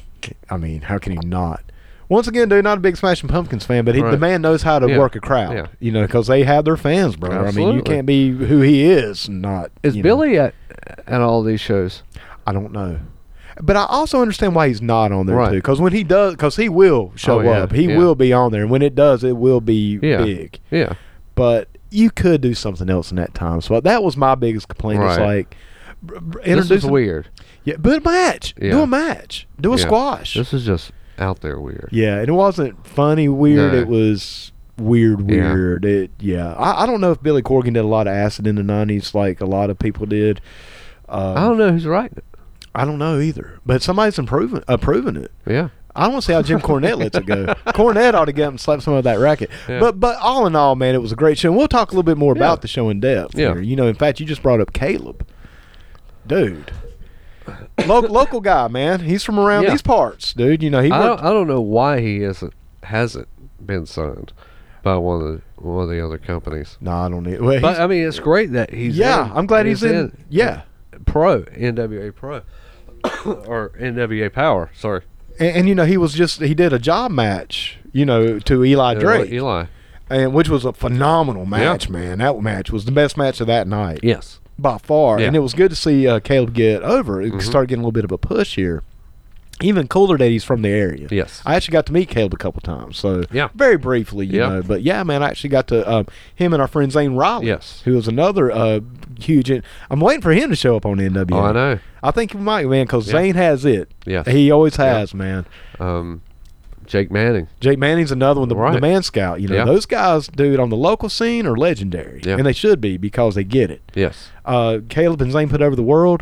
Speaker 2: I mean, how can he not? Once again, dude, not a big Smashing Pumpkins fan, but he, the
Speaker 1: Right.
Speaker 2: man knows how to
Speaker 1: Yeah.
Speaker 2: work a crowd.
Speaker 1: Yeah.
Speaker 2: You know, because they have their fans, bro. I mean, you
Speaker 1: Absolutely.
Speaker 2: can't be who he is and not.
Speaker 1: Is
Speaker 2: you know.
Speaker 1: Billy at at all these shows?
Speaker 2: I don't know. But I also understand why he's not on there
Speaker 1: Right.
Speaker 2: too, because when he does, because he will show
Speaker 1: Oh, yeah,
Speaker 2: up, he
Speaker 1: yeah.
Speaker 2: will be on there, and when it does, it will be
Speaker 1: Yeah.
Speaker 2: big.
Speaker 1: Yeah.
Speaker 2: But you could do something else in that time. So that was my biggest complaint. It's
Speaker 1: Right.
Speaker 2: like br- br-
Speaker 1: This
Speaker 2: introduce
Speaker 1: is weird.
Speaker 2: Yeah, but a match. Do
Speaker 1: Yeah.
Speaker 2: a match. Do a
Speaker 1: Yeah.
Speaker 2: squash.
Speaker 1: This is just out there weird.
Speaker 2: Yeah, and it wasn't funny, weird.
Speaker 1: No.
Speaker 2: It was weird,
Speaker 1: Yeah.
Speaker 2: weird. It yeah. I, I don't know if Billy Corgan did a lot of acid in the nineties, like a lot of people did. Um,
Speaker 1: I don't know who's writing
Speaker 2: I don't know either, but somebody's improving, approving it.
Speaker 1: it. Yeah.
Speaker 2: I don't see how Jim Cornette lets it go. Cornette ought to get up and slap some of that racket.
Speaker 1: Yeah.
Speaker 2: But but all in all, man, it was a great show. And we'll talk a little bit more about
Speaker 1: Yeah.
Speaker 2: the show in depth.
Speaker 1: Yeah.
Speaker 2: here. You know, in fact, you just brought up Caleb, dude. Local, local guy, man. He's from around
Speaker 1: Yeah.
Speaker 2: these parts, dude. You know, he
Speaker 1: I
Speaker 2: worked
Speaker 1: don't, I don't know why he isn't hasn't been signed by one of the one of the other companies.
Speaker 2: No, I don't need. Well,
Speaker 1: But
Speaker 2: he's-
Speaker 1: I mean, it's great that he's
Speaker 2: yeah,
Speaker 1: in-
Speaker 2: I'm glad he's, in, Yeah,
Speaker 1: pro NWA pro or NWA Power. Sorry,
Speaker 2: and, and you know he was just he did a job match, you know, to Eli
Speaker 1: Uh,
Speaker 2: Drake,
Speaker 1: Eli.
Speaker 2: and which was a phenomenal match, man. That match was the best match of that night
Speaker 1: Yes,
Speaker 2: by far,
Speaker 1: Yeah. Mm-hmm.
Speaker 2: and it was good to see uh, Caleb get over. It started getting a little bit of a push here. Even cooler that he's from the area.
Speaker 1: Yes.
Speaker 2: I actually got to meet Caleb a couple times, so
Speaker 1: Yeah.
Speaker 2: very briefly, you
Speaker 1: Yeah.
Speaker 2: know. But yeah, man, I actually got to um, him and our friend Zane Riley,
Speaker 1: Yes.
Speaker 2: who was another uh, huge. I'm waiting for him to show up on NWA.
Speaker 1: Oh, I know.
Speaker 2: I think he might, man, because
Speaker 1: Yeah.
Speaker 2: Zane has it.
Speaker 1: Yes.
Speaker 2: He always has, man.
Speaker 1: Um, Jake Manning.
Speaker 2: Jake Manning's another one, the, the
Speaker 1: Right.
Speaker 2: man scout. You know,
Speaker 1: Yeah.
Speaker 2: those guys, dude, on the local scene are legendary.
Speaker 1: Yeah.
Speaker 2: And they should be because they get it.
Speaker 1: Yes.
Speaker 2: Uh, Caleb and Zane put over the world.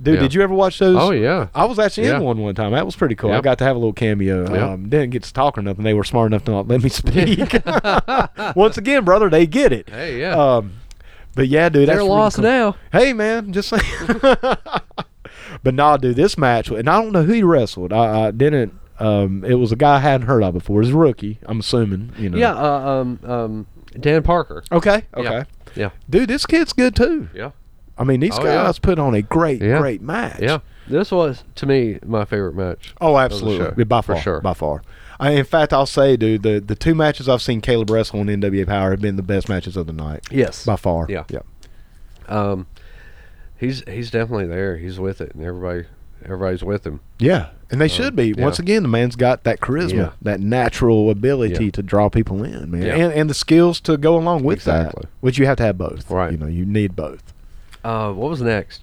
Speaker 2: Dude,
Speaker 1: Yeah.
Speaker 2: did you ever watch those?
Speaker 1: Oh yeah.
Speaker 2: I was actually
Speaker 1: Yeah.
Speaker 2: in one one time. That was pretty cool. I
Speaker 1: Yep.
Speaker 2: got to have a little cameo.
Speaker 1: Yep.
Speaker 2: Um, didn't get to talk or nothing. They were smart enough to not let me speak. Once again, brother, they get it.
Speaker 1: Hey, yeah.
Speaker 2: Um, but yeah, dude,
Speaker 1: They're
Speaker 2: that's really
Speaker 1: lost
Speaker 2: cool.
Speaker 1: now.
Speaker 2: Hey man, just saying. but nah, dude, this match, and I don't know who he wrestled. I, I didn't. Um, it was a guy I hadn't heard of before. He's a rookie, I'm assuming. You know.
Speaker 1: Yeah. Uh, um, um, Dan Parker.
Speaker 2: Okay. Okay.
Speaker 1: Yeah.
Speaker 2: Dude, this kid's good too.
Speaker 1: Yeah.
Speaker 2: I mean, these
Speaker 1: Oh, yeah.
Speaker 2: guys put on a great,
Speaker 1: Yeah.
Speaker 2: great match.
Speaker 1: Yeah. This was to me my favorite match.
Speaker 2: Oh,
Speaker 1: show,
Speaker 2: absolutely. By
Speaker 1: for
Speaker 2: far.
Speaker 1: sure.
Speaker 2: By far. I, in fact, I'll say, dude, the, the two matches I've seen Caleb wrestle on NWA Power have been the best matches of the night.
Speaker 1: Yes.
Speaker 2: By far.
Speaker 1: Yeah.
Speaker 2: Yeah.
Speaker 1: Um, he's he's definitely there. He's with it, and everybody everybody's with him.
Speaker 2: Yeah, and they should be.
Speaker 1: Uh, yeah.
Speaker 2: Once again, the man's got that charisma,
Speaker 1: Yeah.
Speaker 2: that natural ability
Speaker 1: Yeah.
Speaker 2: to draw people in, man,
Speaker 1: Yeah.
Speaker 2: and, and the skills to go along with
Speaker 1: Exactly.
Speaker 2: that. Which you have to have both,
Speaker 1: Right.
Speaker 2: You know, you need both.
Speaker 1: Uh, what was next?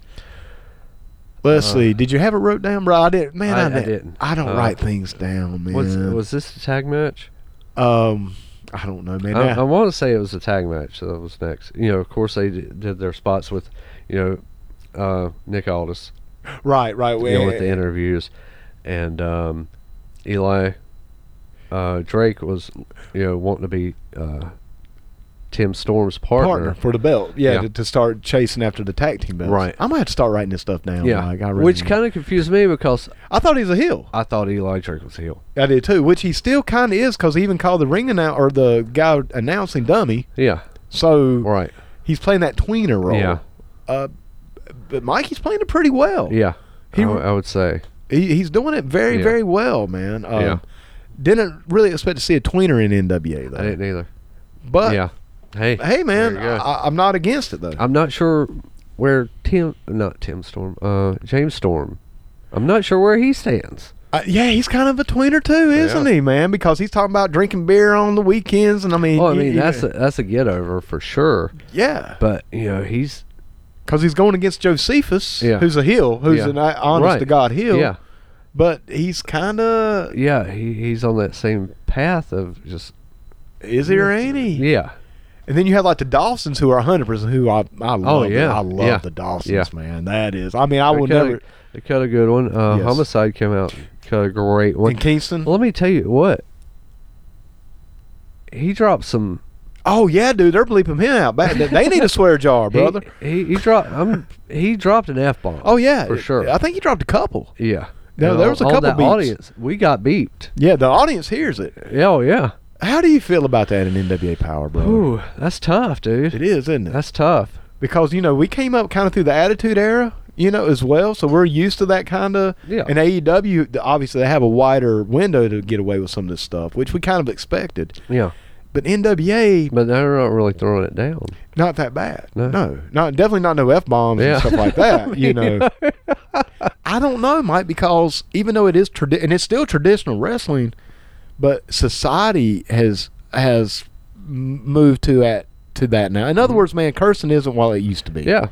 Speaker 2: Let's see. Did you have it wrote down, bro? I didn't. Man,
Speaker 1: Uh, I-
Speaker 2: I,
Speaker 1: I
Speaker 2: didn't.
Speaker 1: didn't.
Speaker 2: I don't
Speaker 1: Uh,
Speaker 2: write things down, man.
Speaker 1: Was was this the tag match?
Speaker 2: um, I don't know, man.
Speaker 1: I,
Speaker 2: Now-
Speaker 1: I want to say it was a tag match that was next. You know, of course they d- did their spots with, you know, uh, Nick Aldis.
Speaker 2: right, right. Eh,
Speaker 1: You know, with the
Speaker 2: well,
Speaker 1: interviews, and um, Eli uh, Drake was, you know, wanting to be uh, Tim Storm's
Speaker 2: partner
Speaker 1: partner.
Speaker 2: for the belt, yeah,
Speaker 1: Yeah.
Speaker 2: To, to start chasing after the tag team belts.
Speaker 1: Right.
Speaker 2: I might have to start writing this stuff down.
Speaker 1: Yeah,
Speaker 2: Mike. Oh, I really
Speaker 1: which
Speaker 2: need-
Speaker 1: kind of confused me because
Speaker 2: I thought he was a heel.
Speaker 1: I thought Eli Drake was heel.
Speaker 2: I did too, which he still kind of is because he even called the ring announcer or the guy announcing dummy.
Speaker 1: Yeah,
Speaker 2: So
Speaker 1: right.
Speaker 2: he's playing that tweener role.
Speaker 1: Yeah.
Speaker 2: Uh, but Mikey's playing it pretty well.
Speaker 1: Yeah,
Speaker 2: He-
Speaker 1: I w- I would say.
Speaker 2: He, he's doing it very,
Speaker 1: Yeah.
Speaker 2: very well, man. Um,
Speaker 1: Yeah.
Speaker 2: Didn't really expect to see a tweener in NWA
Speaker 1: I
Speaker 2: though.
Speaker 1: didn't either.
Speaker 2: But
Speaker 1: yeah. Hey.
Speaker 2: Uh, hey, man,
Speaker 1: There you go.
Speaker 2: I, I'm not against it though.
Speaker 1: I'm not sure where Tim, not Tim Storm, uh, James Storm. I'm not sure where he stands.
Speaker 2: Uh, yeah, he's kind of a tweener too, isn't
Speaker 1: Yeah.
Speaker 2: he, man? Because he's talking about drinking beer on the weekends, and I mean,
Speaker 1: Oh, I
Speaker 2: y-
Speaker 1: mean
Speaker 2: y-
Speaker 1: that's a, that's a get over for sure.
Speaker 2: yeah,
Speaker 1: But you know he's
Speaker 2: because he's going against Josephus,
Speaker 1: Yeah.
Speaker 2: who's a heel, who's
Speaker 1: Yeah.
Speaker 2: an hon- honest
Speaker 1: Right.
Speaker 2: to God heel.
Speaker 1: yeah
Speaker 2: but he's kind of
Speaker 1: yeah he, he's on that same path of just
Speaker 2: is he or ain't he?
Speaker 1: yeah
Speaker 2: And then you have like the Dawsons, who are 100 percent who I I love. it.
Speaker 1: Oh, yeah.
Speaker 2: I love
Speaker 1: Yeah.
Speaker 2: the Dawsons,
Speaker 1: Yeah.
Speaker 2: man. That is, I mean, I
Speaker 1: They
Speaker 2: will
Speaker 1: cut a-
Speaker 2: never.
Speaker 1: they cut a good one. Uh,
Speaker 2: Yes.
Speaker 1: Homicide came out and cut a great one.
Speaker 2: And Kingston,
Speaker 1: Let me tell you what he dropped some
Speaker 2: Oh yeah, dude, they're bleeping him out. Bad- They they need a swear
Speaker 1: He-
Speaker 2: jar, brother.
Speaker 1: He, he, dropped. I'm. He dropped an f bomb.
Speaker 2: oh yeah,
Speaker 1: for sure.
Speaker 2: I think he dropped a couple.
Speaker 1: yeah.
Speaker 2: No,
Speaker 1: And
Speaker 2: there
Speaker 1: on-
Speaker 2: was a
Speaker 1: on
Speaker 2: couple
Speaker 1: that
Speaker 2: beeps.
Speaker 1: audience. We got beeped.
Speaker 2: Yeah, the audience hears it.
Speaker 1: Yeah, Oh yeah.
Speaker 2: How do you feel about that in NWA Power, brother?
Speaker 1: Ooh, that's tough, dude.
Speaker 2: It is, isn't it?
Speaker 1: That's tough.
Speaker 2: because you know we came up kind of through the Attitude Era, you know, as well. So we're used to that kind of.
Speaker 1: Yeah.
Speaker 2: And AEW, E th- obviously, they have a wider window to get away with some of this stuff, which we kind of expected.
Speaker 1: Yeah,
Speaker 2: But NWA,
Speaker 1: but they're not really throwing it down.
Speaker 2: not that bad.
Speaker 1: No.
Speaker 2: not definitely not no f bombs
Speaker 1: Yeah.
Speaker 2: and stuff like that. You know, I don't know, Mike, because even though it is tradi- and it's still traditional wrestling, but society has has m- moved to at to that now. In other words, man, cursing isn't what it used to be.
Speaker 1: Mm-hmm. Yeah.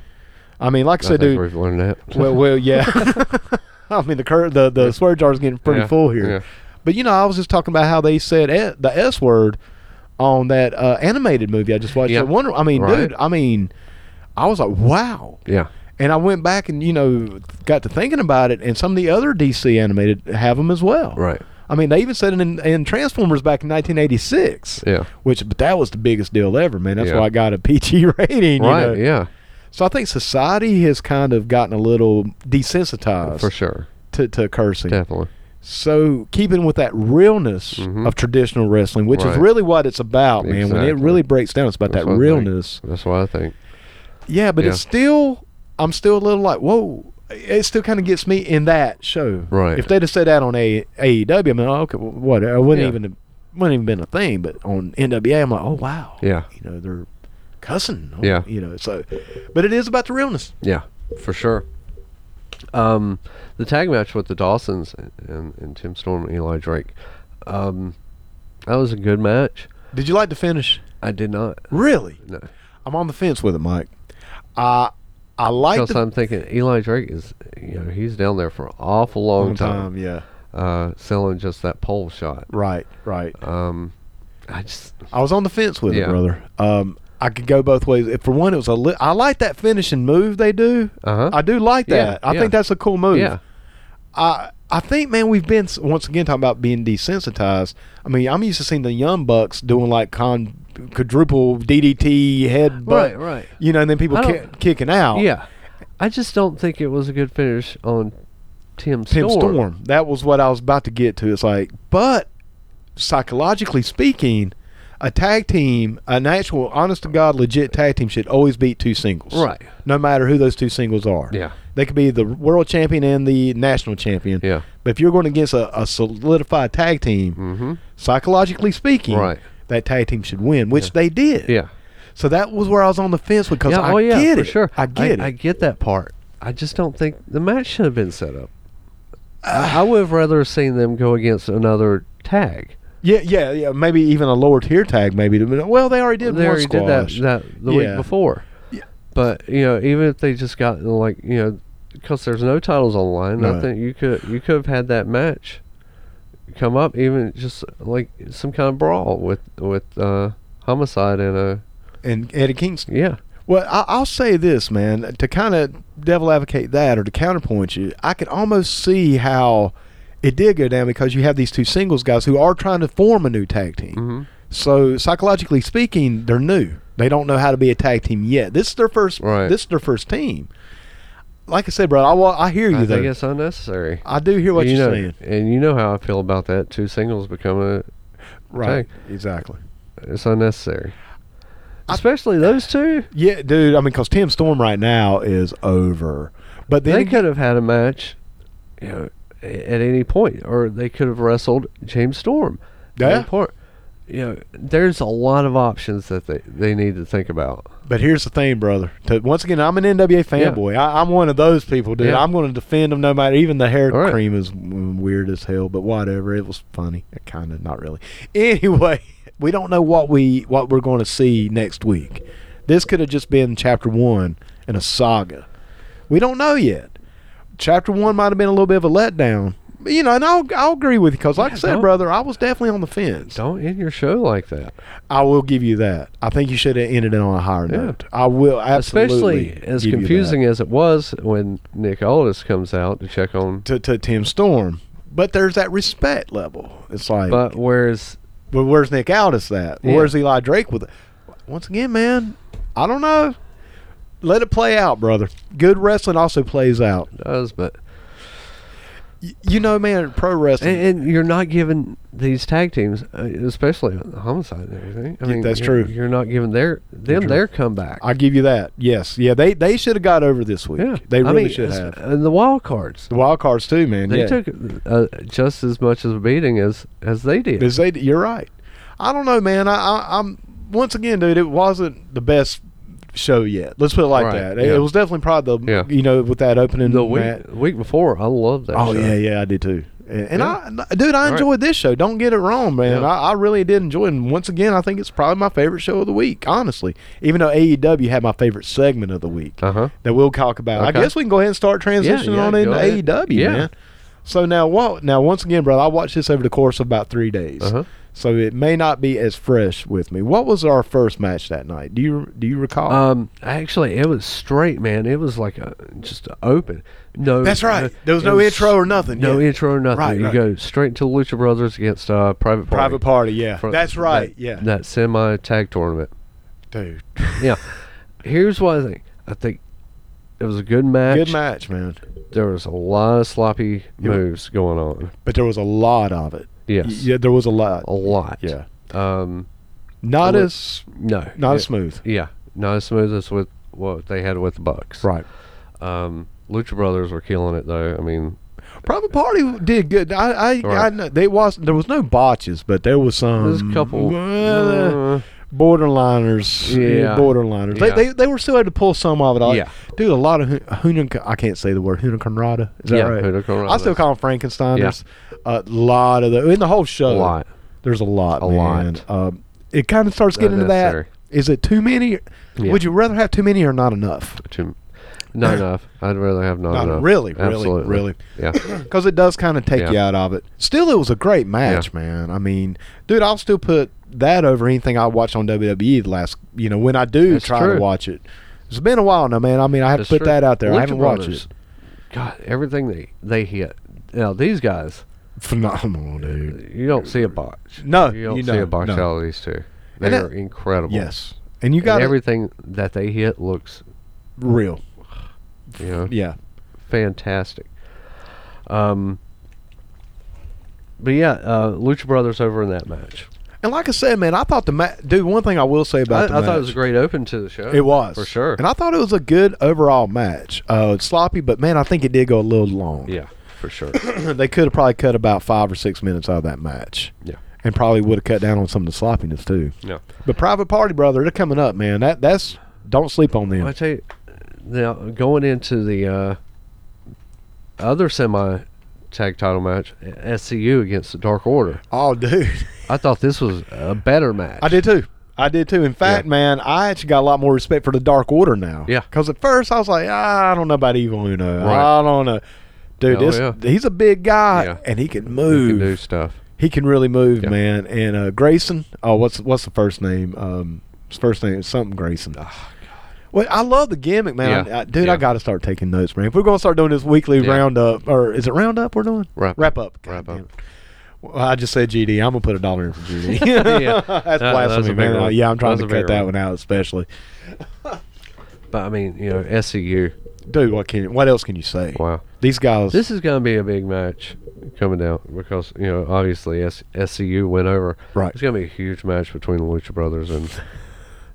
Speaker 2: I mean, like I
Speaker 1: I
Speaker 2: said,
Speaker 1: think
Speaker 2: dude,
Speaker 1: we've learned that.
Speaker 2: well, well, yeah. I mean, the cur- the the swear jar is getting pretty
Speaker 1: Yeah,
Speaker 2: full here.
Speaker 1: yeah.
Speaker 2: But you know, I was just talking about how they said e- the S word on that uh, animated movie I just watched.
Speaker 1: Yeah.
Speaker 2: I wonder. I mean,
Speaker 1: Right.
Speaker 2: dude. I mean, I was like, wow.
Speaker 1: yeah.
Speaker 2: And I went back and you know got to thinking about it, and some of the other DC animated have them as well.
Speaker 1: Right.
Speaker 2: I mean, they even said it in, in Transformers back in 1986.
Speaker 1: Yeah.
Speaker 2: Which, but that was the biggest deal ever, man. That's
Speaker 1: Yeah.
Speaker 2: why I got a PG rating. you
Speaker 1: Right.
Speaker 2: know.
Speaker 1: Yeah.
Speaker 2: So I think society has kind of gotten a little desensitized
Speaker 1: For sure.
Speaker 2: to, to cursing.
Speaker 1: Definitely.
Speaker 2: So keeping with that realness of traditional wrestling, which is
Speaker 1: Mm-hmm. Right.
Speaker 2: really what it's about, man. When it
Speaker 1: Exactly.
Speaker 2: really breaks down, it's about
Speaker 1: That's
Speaker 2: that
Speaker 1: what I think.
Speaker 2: realness.
Speaker 1: That's what I think.
Speaker 2: Yeah, but it's
Speaker 1: Yeah.
Speaker 2: still, I'm still a little like, whoa. It still kind of gets me in that show.
Speaker 1: Right.
Speaker 2: If they'd have said that on a- AEW, I mean, oh, okay, well, what? I wouldn't
Speaker 1: Yeah.
Speaker 2: even have, wouldn't even been a thing. But on NWA, I'm like, oh wow.
Speaker 1: Yeah.
Speaker 2: You know they're cussing. Oh,
Speaker 1: Yeah.
Speaker 2: You know so, but it is about the realness.
Speaker 1: Yeah, for sure. Um, the tag match with the Dawsons and, and Tim Storm and Eli Drake, um, that was a good match.
Speaker 2: Did you like the finish?
Speaker 1: I did not.
Speaker 2: Really?
Speaker 1: No.
Speaker 2: I'm on the fence with it, Mike. I I like
Speaker 1: Because
Speaker 2: the
Speaker 1: I'm thinking Eli Drake is, you know, he's down there for an awful long, time,
Speaker 2: yeah.
Speaker 1: uh, selling just that pole shot.
Speaker 2: Right, right.
Speaker 1: Um, I just,
Speaker 2: I was on the fence with it,
Speaker 1: Yeah.
Speaker 2: brother. Um, I could go both ways. If For one, it was a li- I like that finishing move they do.
Speaker 1: Uh-huh.
Speaker 2: I do like
Speaker 1: Yeah,
Speaker 2: that. I
Speaker 1: yeah.
Speaker 2: think that's a cool move.
Speaker 1: yeah,
Speaker 2: I I think, man, we've been s- once again talking about being desensitized. I mean, I'm used to seeing the young bucks doing like con quadruple DDT head,
Speaker 1: Right, right.
Speaker 2: You know, and then people
Speaker 1: I
Speaker 2: ki-
Speaker 1: don't-
Speaker 2: kicking out.
Speaker 1: yeah. I just don't think it was a good finish on Tim Storm.
Speaker 2: Tim Storm. That was what I was about to get to. It's like, but psychologically speaking, a tag team, an actual honest to God legit tag team should always beat two singles.
Speaker 1: Right.
Speaker 2: No matter who those two singles are.
Speaker 1: Yeah.
Speaker 2: They could be the world champion and the national champion.
Speaker 1: Yeah.
Speaker 2: But if you're going against a, a solidified tag team, psychologically speaking,
Speaker 1: Mm-hmm. Right.
Speaker 2: that tag team should win, which they did.
Speaker 1: Yeah.
Speaker 2: So that was where I was on the fence because
Speaker 1: Yeah,
Speaker 2: I
Speaker 1: oh yeah,
Speaker 2: get
Speaker 1: for
Speaker 2: it.
Speaker 1: sure.
Speaker 2: I get
Speaker 1: I,
Speaker 2: it.
Speaker 1: get that part. I just don't think the match should have been set up. I I would have rather seen them go against another tag.
Speaker 2: Yeah, yeah, yeah. Maybe even a lower tier tag. Maybe. Well, they already
Speaker 1: They
Speaker 2: did. one
Speaker 1: already did that,
Speaker 2: squash.
Speaker 1: that the
Speaker 2: Yeah.
Speaker 1: week before. But you know, even if they just got like you know, because there's no titles online,
Speaker 2: No.
Speaker 1: I think you could you could have had that match come up, even just like some kind of brawl with with uh, homicide and a
Speaker 2: And Eddie Kingston.
Speaker 1: yeah
Speaker 2: Well, I, I'll say this, man, to kind of devil advocate that or to counterpoint you, I can almost see how it did go down because you have these two singles guys who are trying to form a new tag team.
Speaker 1: Mm-hmm.
Speaker 2: So psychologically speaking, they're new. They don't know how to be a tag team yet. This is their first.
Speaker 1: Right.
Speaker 2: This is their first team. Like I said, bro, I, wa- I hear you
Speaker 1: I
Speaker 2: though.
Speaker 1: think it's unnecessary.
Speaker 2: I do hear what
Speaker 1: you know,
Speaker 2: are saying.
Speaker 1: and you know how I feel about that. Two singles become a
Speaker 2: Right.
Speaker 1: Tag.
Speaker 2: Exactly.
Speaker 1: It's unnecessary. Especially those two.
Speaker 2: Yeah, dude. I mean, because Tim Storm right now is over. But then
Speaker 1: They
Speaker 2: again-
Speaker 1: could have had a match, you know, a- at any point, or they could have wrestled James Storm. at any
Speaker 2: Yeah.
Speaker 1: point. You know, there's a lot of options that they, they need to think about.
Speaker 2: But here's the thing, brother. To, once again, I'm an NWA fanboy. I, I'm one of those people, dude.
Speaker 1: Yeah.
Speaker 2: I'm going to defend them no matter. Even the hair
Speaker 1: All right.
Speaker 2: cream is mm, weird as hell, but whatever. It was funny. Kind of, not really. Anyway, we don't know what we what we're going to see next week. This could have just been chapter one in a saga. We don't know yet. Chapter one might have been a little bit of a letdown. But, You know, and I'll, I'll agree with you because, like I said,
Speaker 1: don't-
Speaker 2: brother, I was definitely on the fence.
Speaker 1: Don't end your show like that.
Speaker 2: I will give you that. I think you should have ended it on a higher
Speaker 1: Yeah.
Speaker 2: note. I will absolutely.
Speaker 1: Especially as
Speaker 2: give you that.
Speaker 1: confusing as it was when Nick Aldis comes out to check on.
Speaker 2: to, to Tim Storm, but there's that respect level. It's like,
Speaker 1: But whereas
Speaker 2: well, where's Nick Aldis at?
Speaker 1: Yeah.
Speaker 2: Where's Eli Drake with it? once again, man, I don't know. Let it play out, brother. Good wrestling also plays out.
Speaker 1: does, but
Speaker 2: Y- you know, man, pro wrestling.
Speaker 1: and, and you're not giving these tag teams, uh, especially on the homicide and everything. I
Speaker 2: Yeah,
Speaker 1: mean,
Speaker 2: that's
Speaker 1: you're-
Speaker 2: true.
Speaker 1: You're not giving their them their comeback.
Speaker 2: I give you that. Yes, yeah. They they should have got over this week.
Speaker 1: yeah,
Speaker 2: They
Speaker 1: I
Speaker 2: really
Speaker 1: mean,
Speaker 2: should
Speaker 1: it's-
Speaker 2: have.
Speaker 1: And the wild cards,
Speaker 2: The wild cards too, man.
Speaker 1: they
Speaker 2: yeah.
Speaker 1: took uh, just as much of a beating as as they did.
Speaker 2: Is they? You're right. I don't know, man. I, I, I'm once again, dude. It wasn't the best show yet. Let's put it like
Speaker 1: Right,
Speaker 2: that. It,
Speaker 1: yeah.
Speaker 2: it was definitely probably the
Speaker 1: Yeah.
Speaker 2: you know with that opening
Speaker 1: the week
Speaker 2: mat-
Speaker 1: week before, I loved that.
Speaker 2: Oh
Speaker 1: show.
Speaker 2: yeah, yeah, I did too. And, and
Speaker 1: Yeah.
Speaker 2: I, dude, I
Speaker 1: right.
Speaker 2: enjoyed this show. Don't get it wrong, man.
Speaker 1: Yeah.
Speaker 2: I, I really did enjoy it. And once again, I think it's probably my favorite show of the week, honestly. Even though AEW had my favorite segment of the week
Speaker 1: Uh-huh.
Speaker 2: that we'll talk about. I
Speaker 1: Okay.
Speaker 2: guess we can go ahead and start transitioning
Speaker 1: yeah,
Speaker 2: on
Speaker 1: go
Speaker 2: into
Speaker 1: ahead.
Speaker 2: AEW,
Speaker 1: Yeah.
Speaker 2: man. So now, what? Now, once again, brother, I watched this over the course of about three days,
Speaker 1: Uh-huh.
Speaker 2: so it may not be as fresh with me. What was our first match that night? Do you do you recall?
Speaker 1: Um, actually, it was straight, man. It was like a just a open. No,
Speaker 2: That's right. There was
Speaker 1: it
Speaker 2: no intro or nothing.
Speaker 1: No
Speaker 2: Yeah.
Speaker 1: intro or nothing.
Speaker 2: Right,
Speaker 1: you
Speaker 2: right.
Speaker 1: go straight to Lucha Brothers against uh, Private Party.
Speaker 2: Private Party, yeah,
Speaker 1: For
Speaker 2: that's right,
Speaker 1: that-
Speaker 2: yeah,
Speaker 1: That semi tag tournament.
Speaker 2: dude,
Speaker 1: Yeah. Here's what I think. I think it was a good match.
Speaker 2: good match, man.
Speaker 1: There was a lot of sloppy moves going on.
Speaker 2: But there was a lot of it.
Speaker 1: Yes.
Speaker 2: Y- Yeah, there was a lot.
Speaker 1: A lot.
Speaker 2: Yeah.
Speaker 1: Um.
Speaker 2: Not
Speaker 1: Well,
Speaker 2: as
Speaker 1: No.
Speaker 2: not as
Speaker 1: it-
Speaker 2: smooth.
Speaker 1: Yeah. Not as smooth as with what they had with the Bucks.
Speaker 2: Right.
Speaker 1: Um. Lucha Brothers were killing it though. I mean,
Speaker 2: Private Party did good. I I, I
Speaker 1: Right.
Speaker 2: know they was there was no botches, but there was some
Speaker 1: there's a couple.
Speaker 2: well,
Speaker 1: uh,
Speaker 2: borderliners.
Speaker 1: Yeah.
Speaker 2: borderliners.
Speaker 1: Yeah.
Speaker 2: They, they they were still able to pull some of it off.
Speaker 1: Yeah.
Speaker 2: Dude, a lot of Hun- Hunan I can't say the word Hunanconrada. Is that
Speaker 1: Yeah,
Speaker 2: right?
Speaker 1: Hunan
Speaker 2: I still
Speaker 1: Conradas.
Speaker 2: call them Frankensteiners. A lot of the in the whole show.
Speaker 1: A lot.
Speaker 2: There's a lot.
Speaker 1: A
Speaker 2: man.
Speaker 1: lot.
Speaker 2: Um, it kind of starts getting into that.
Speaker 1: Unnecessary.
Speaker 2: Is it too many?
Speaker 1: Yeah.
Speaker 2: Would you rather have too many or not enough?
Speaker 1: too, not enough. I'd rather have not,
Speaker 2: Not
Speaker 1: enough.
Speaker 2: really, really,
Speaker 1: uh, Absolutely.
Speaker 2: really.
Speaker 1: Yeah.
Speaker 2: because it does kind of take
Speaker 1: Yeah.
Speaker 2: you out of it. Still, it was a great match, man. I mean, dude, I'll still put that over anything I watched on WWE the last. You know, when I do
Speaker 1: That's
Speaker 2: try to
Speaker 1: true.
Speaker 2: watch it, it's been a while now, man. I mean, I have
Speaker 1: That's
Speaker 2: to put
Speaker 1: true.
Speaker 2: that out there.
Speaker 1: Lucha
Speaker 2: I haven't watched
Speaker 1: Brothers.
Speaker 2: it.
Speaker 1: God, everything they they hit. Now these guys,
Speaker 2: Phenomenal, dude.
Speaker 1: you don't see a botch.
Speaker 2: No,
Speaker 1: you don't
Speaker 2: Oh, you
Speaker 1: see a
Speaker 2: don't,
Speaker 1: botch
Speaker 2: no.
Speaker 1: out of these two. They
Speaker 2: And that-
Speaker 1: are incredible.
Speaker 2: Yes, and you
Speaker 1: you got
Speaker 2: got it
Speaker 1: everything that they hit looks,
Speaker 2: real.
Speaker 1: you know,
Speaker 2: Yeah,
Speaker 1: fantastic. Um, but yeah, uh, Lucha Brothers over in that match.
Speaker 2: and like I said, man, I thought the match, dude. One thing I will say
Speaker 1: I, I
Speaker 2: about the
Speaker 1: thought it
Speaker 2: match-
Speaker 1: was a great open to the show.
Speaker 2: It was
Speaker 1: for sure.
Speaker 2: and I thought it was a good overall match. Uh, sloppy, but man, I think it did go a little long.
Speaker 1: yeah, for sure.
Speaker 2: they could have probably cut about five or six minutes out of that match.
Speaker 1: Yeah.
Speaker 2: and probably would have cut down on some of the sloppiness too.
Speaker 1: No,
Speaker 2: But Private Party, brother, they're coming up, man. That that's don't sleep on them.
Speaker 1: I tell you, now going into the uh, other semi tag title match, SCU against the Dark Order.
Speaker 2: Oh, dude,
Speaker 1: I thought this was a better match.
Speaker 2: I did too. I did too. In fact, man, I actually got a lot more respect for the Dark Order now.
Speaker 1: Yeah.
Speaker 2: because at first I was like, "Ah, I don't know about Evil Uno.
Speaker 1: Right.
Speaker 2: I don't know, dude.
Speaker 1: Oh,
Speaker 2: this,
Speaker 1: yeah.
Speaker 2: he's a big guy
Speaker 1: Yeah.
Speaker 2: and he can
Speaker 1: You
Speaker 2: move.
Speaker 1: can do stuff.
Speaker 2: He can really move,
Speaker 1: Yeah.
Speaker 2: man. And uh, Grayson, oh, what's what's the first name? Um, his first name is something Grayson. Well, I love the gimmick, man.
Speaker 1: Ah, Yeah.
Speaker 2: I, dude, I
Speaker 1: Yeah.
Speaker 2: got to start taking notes, man. If we're gonna start doing this weekly
Speaker 1: Yeah.
Speaker 2: roundup, or is it roundup we're doing?
Speaker 1: Wrap-
Speaker 2: up. God
Speaker 1: wrap
Speaker 2: damn
Speaker 1: up.
Speaker 2: it. Well, I just said GD. I'm gonna put a dollar in for GD.
Speaker 1: Yeah.
Speaker 2: that's
Speaker 1: that was a
Speaker 2: blasphemy,
Speaker 1: big
Speaker 2: man.
Speaker 1: one.
Speaker 2: Yeah, I'm
Speaker 1: That
Speaker 2: trying
Speaker 1: was
Speaker 2: to
Speaker 1: a big
Speaker 2: cut that
Speaker 1: one.
Speaker 2: one out, especially.
Speaker 1: But I mean, you know, SCU.
Speaker 2: Dude, what can what else can you say?
Speaker 1: Wow.
Speaker 2: These guys.
Speaker 1: This is going to be a big match coming down because, you know, obviously S- SCU went over.
Speaker 2: Right.
Speaker 1: It's going to be a huge match between the Lucha Brothers and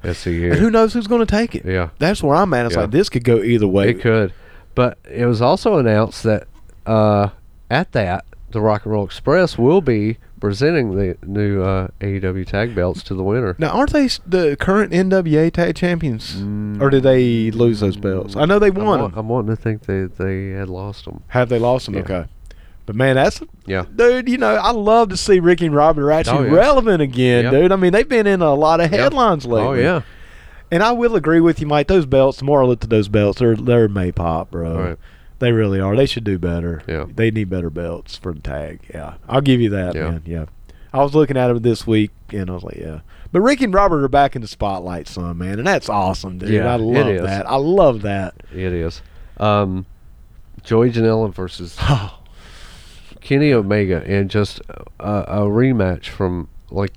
Speaker 1: SCU.
Speaker 2: and who knows who's gonna take it?
Speaker 1: Yeah.
Speaker 2: that's where I'm at. It's
Speaker 1: Yeah.
Speaker 2: like this could go either way.
Speaker 1: It could. But it was also announced that uh, at that, the Rock and Roll Express will be presenting the new uh, AEW tag belts to the winner.
Speaker 2: Now, aren't they s- the current NWA tag champions,
Speaker 1: Mm.
Speaker 2: or did they lose those belts? I know they
Speaker 1: I'm,
Speaker 2: won
Speaker 1: wa-
Speaker 2: 'em.
Speaker 1: I'm wanting to think they, they had lost them.
Speaker 2: Have they lost them?
Speaker 1: Yeah.
Speaker 2: Okay, but man, that's
Speaker 1: Yeah.
Speaker 2: dude. You know, I love to see Ricky and Robert are actually
Speaker 1: Oh, yeah.
Speaker 2: relevant again,
Speaker 1: Yeah.
Speaker 2: dude. I mean, they've been in a lot of headlines
Speaker 1: Oh,
Speaker 2: lately.
Speaker 1: yeah.
Speaker 2: and I will agree with you, Mike. Those belts, the more I look at those belts, they're they're may pop, bro.
Speaker 1: Right.
Speaker 2: They really are. They should do better.
Speaker 1: Yeah.
Speaker 2: they need better belts for the tag. Yeah, I'll give you that,
Speaker 1: Yeah.
Speaker 2: man. Yeah, I was looking at them this week, and I was like, yeah. But Ricky and Robert are back in the spotlight, son, man, and that's awesome, dude.
Speaker 1: Yeah,
Speaker 2: I
Speaker 1: it
Speaker 2: love
Speaker 1: is.
Speaker 2: that. I love that.
Speaker 1: It is. Um, Joey Janela versus
Speaker 2: Oh,
Speaker 1: Kenny Omega and just a, a rematch from like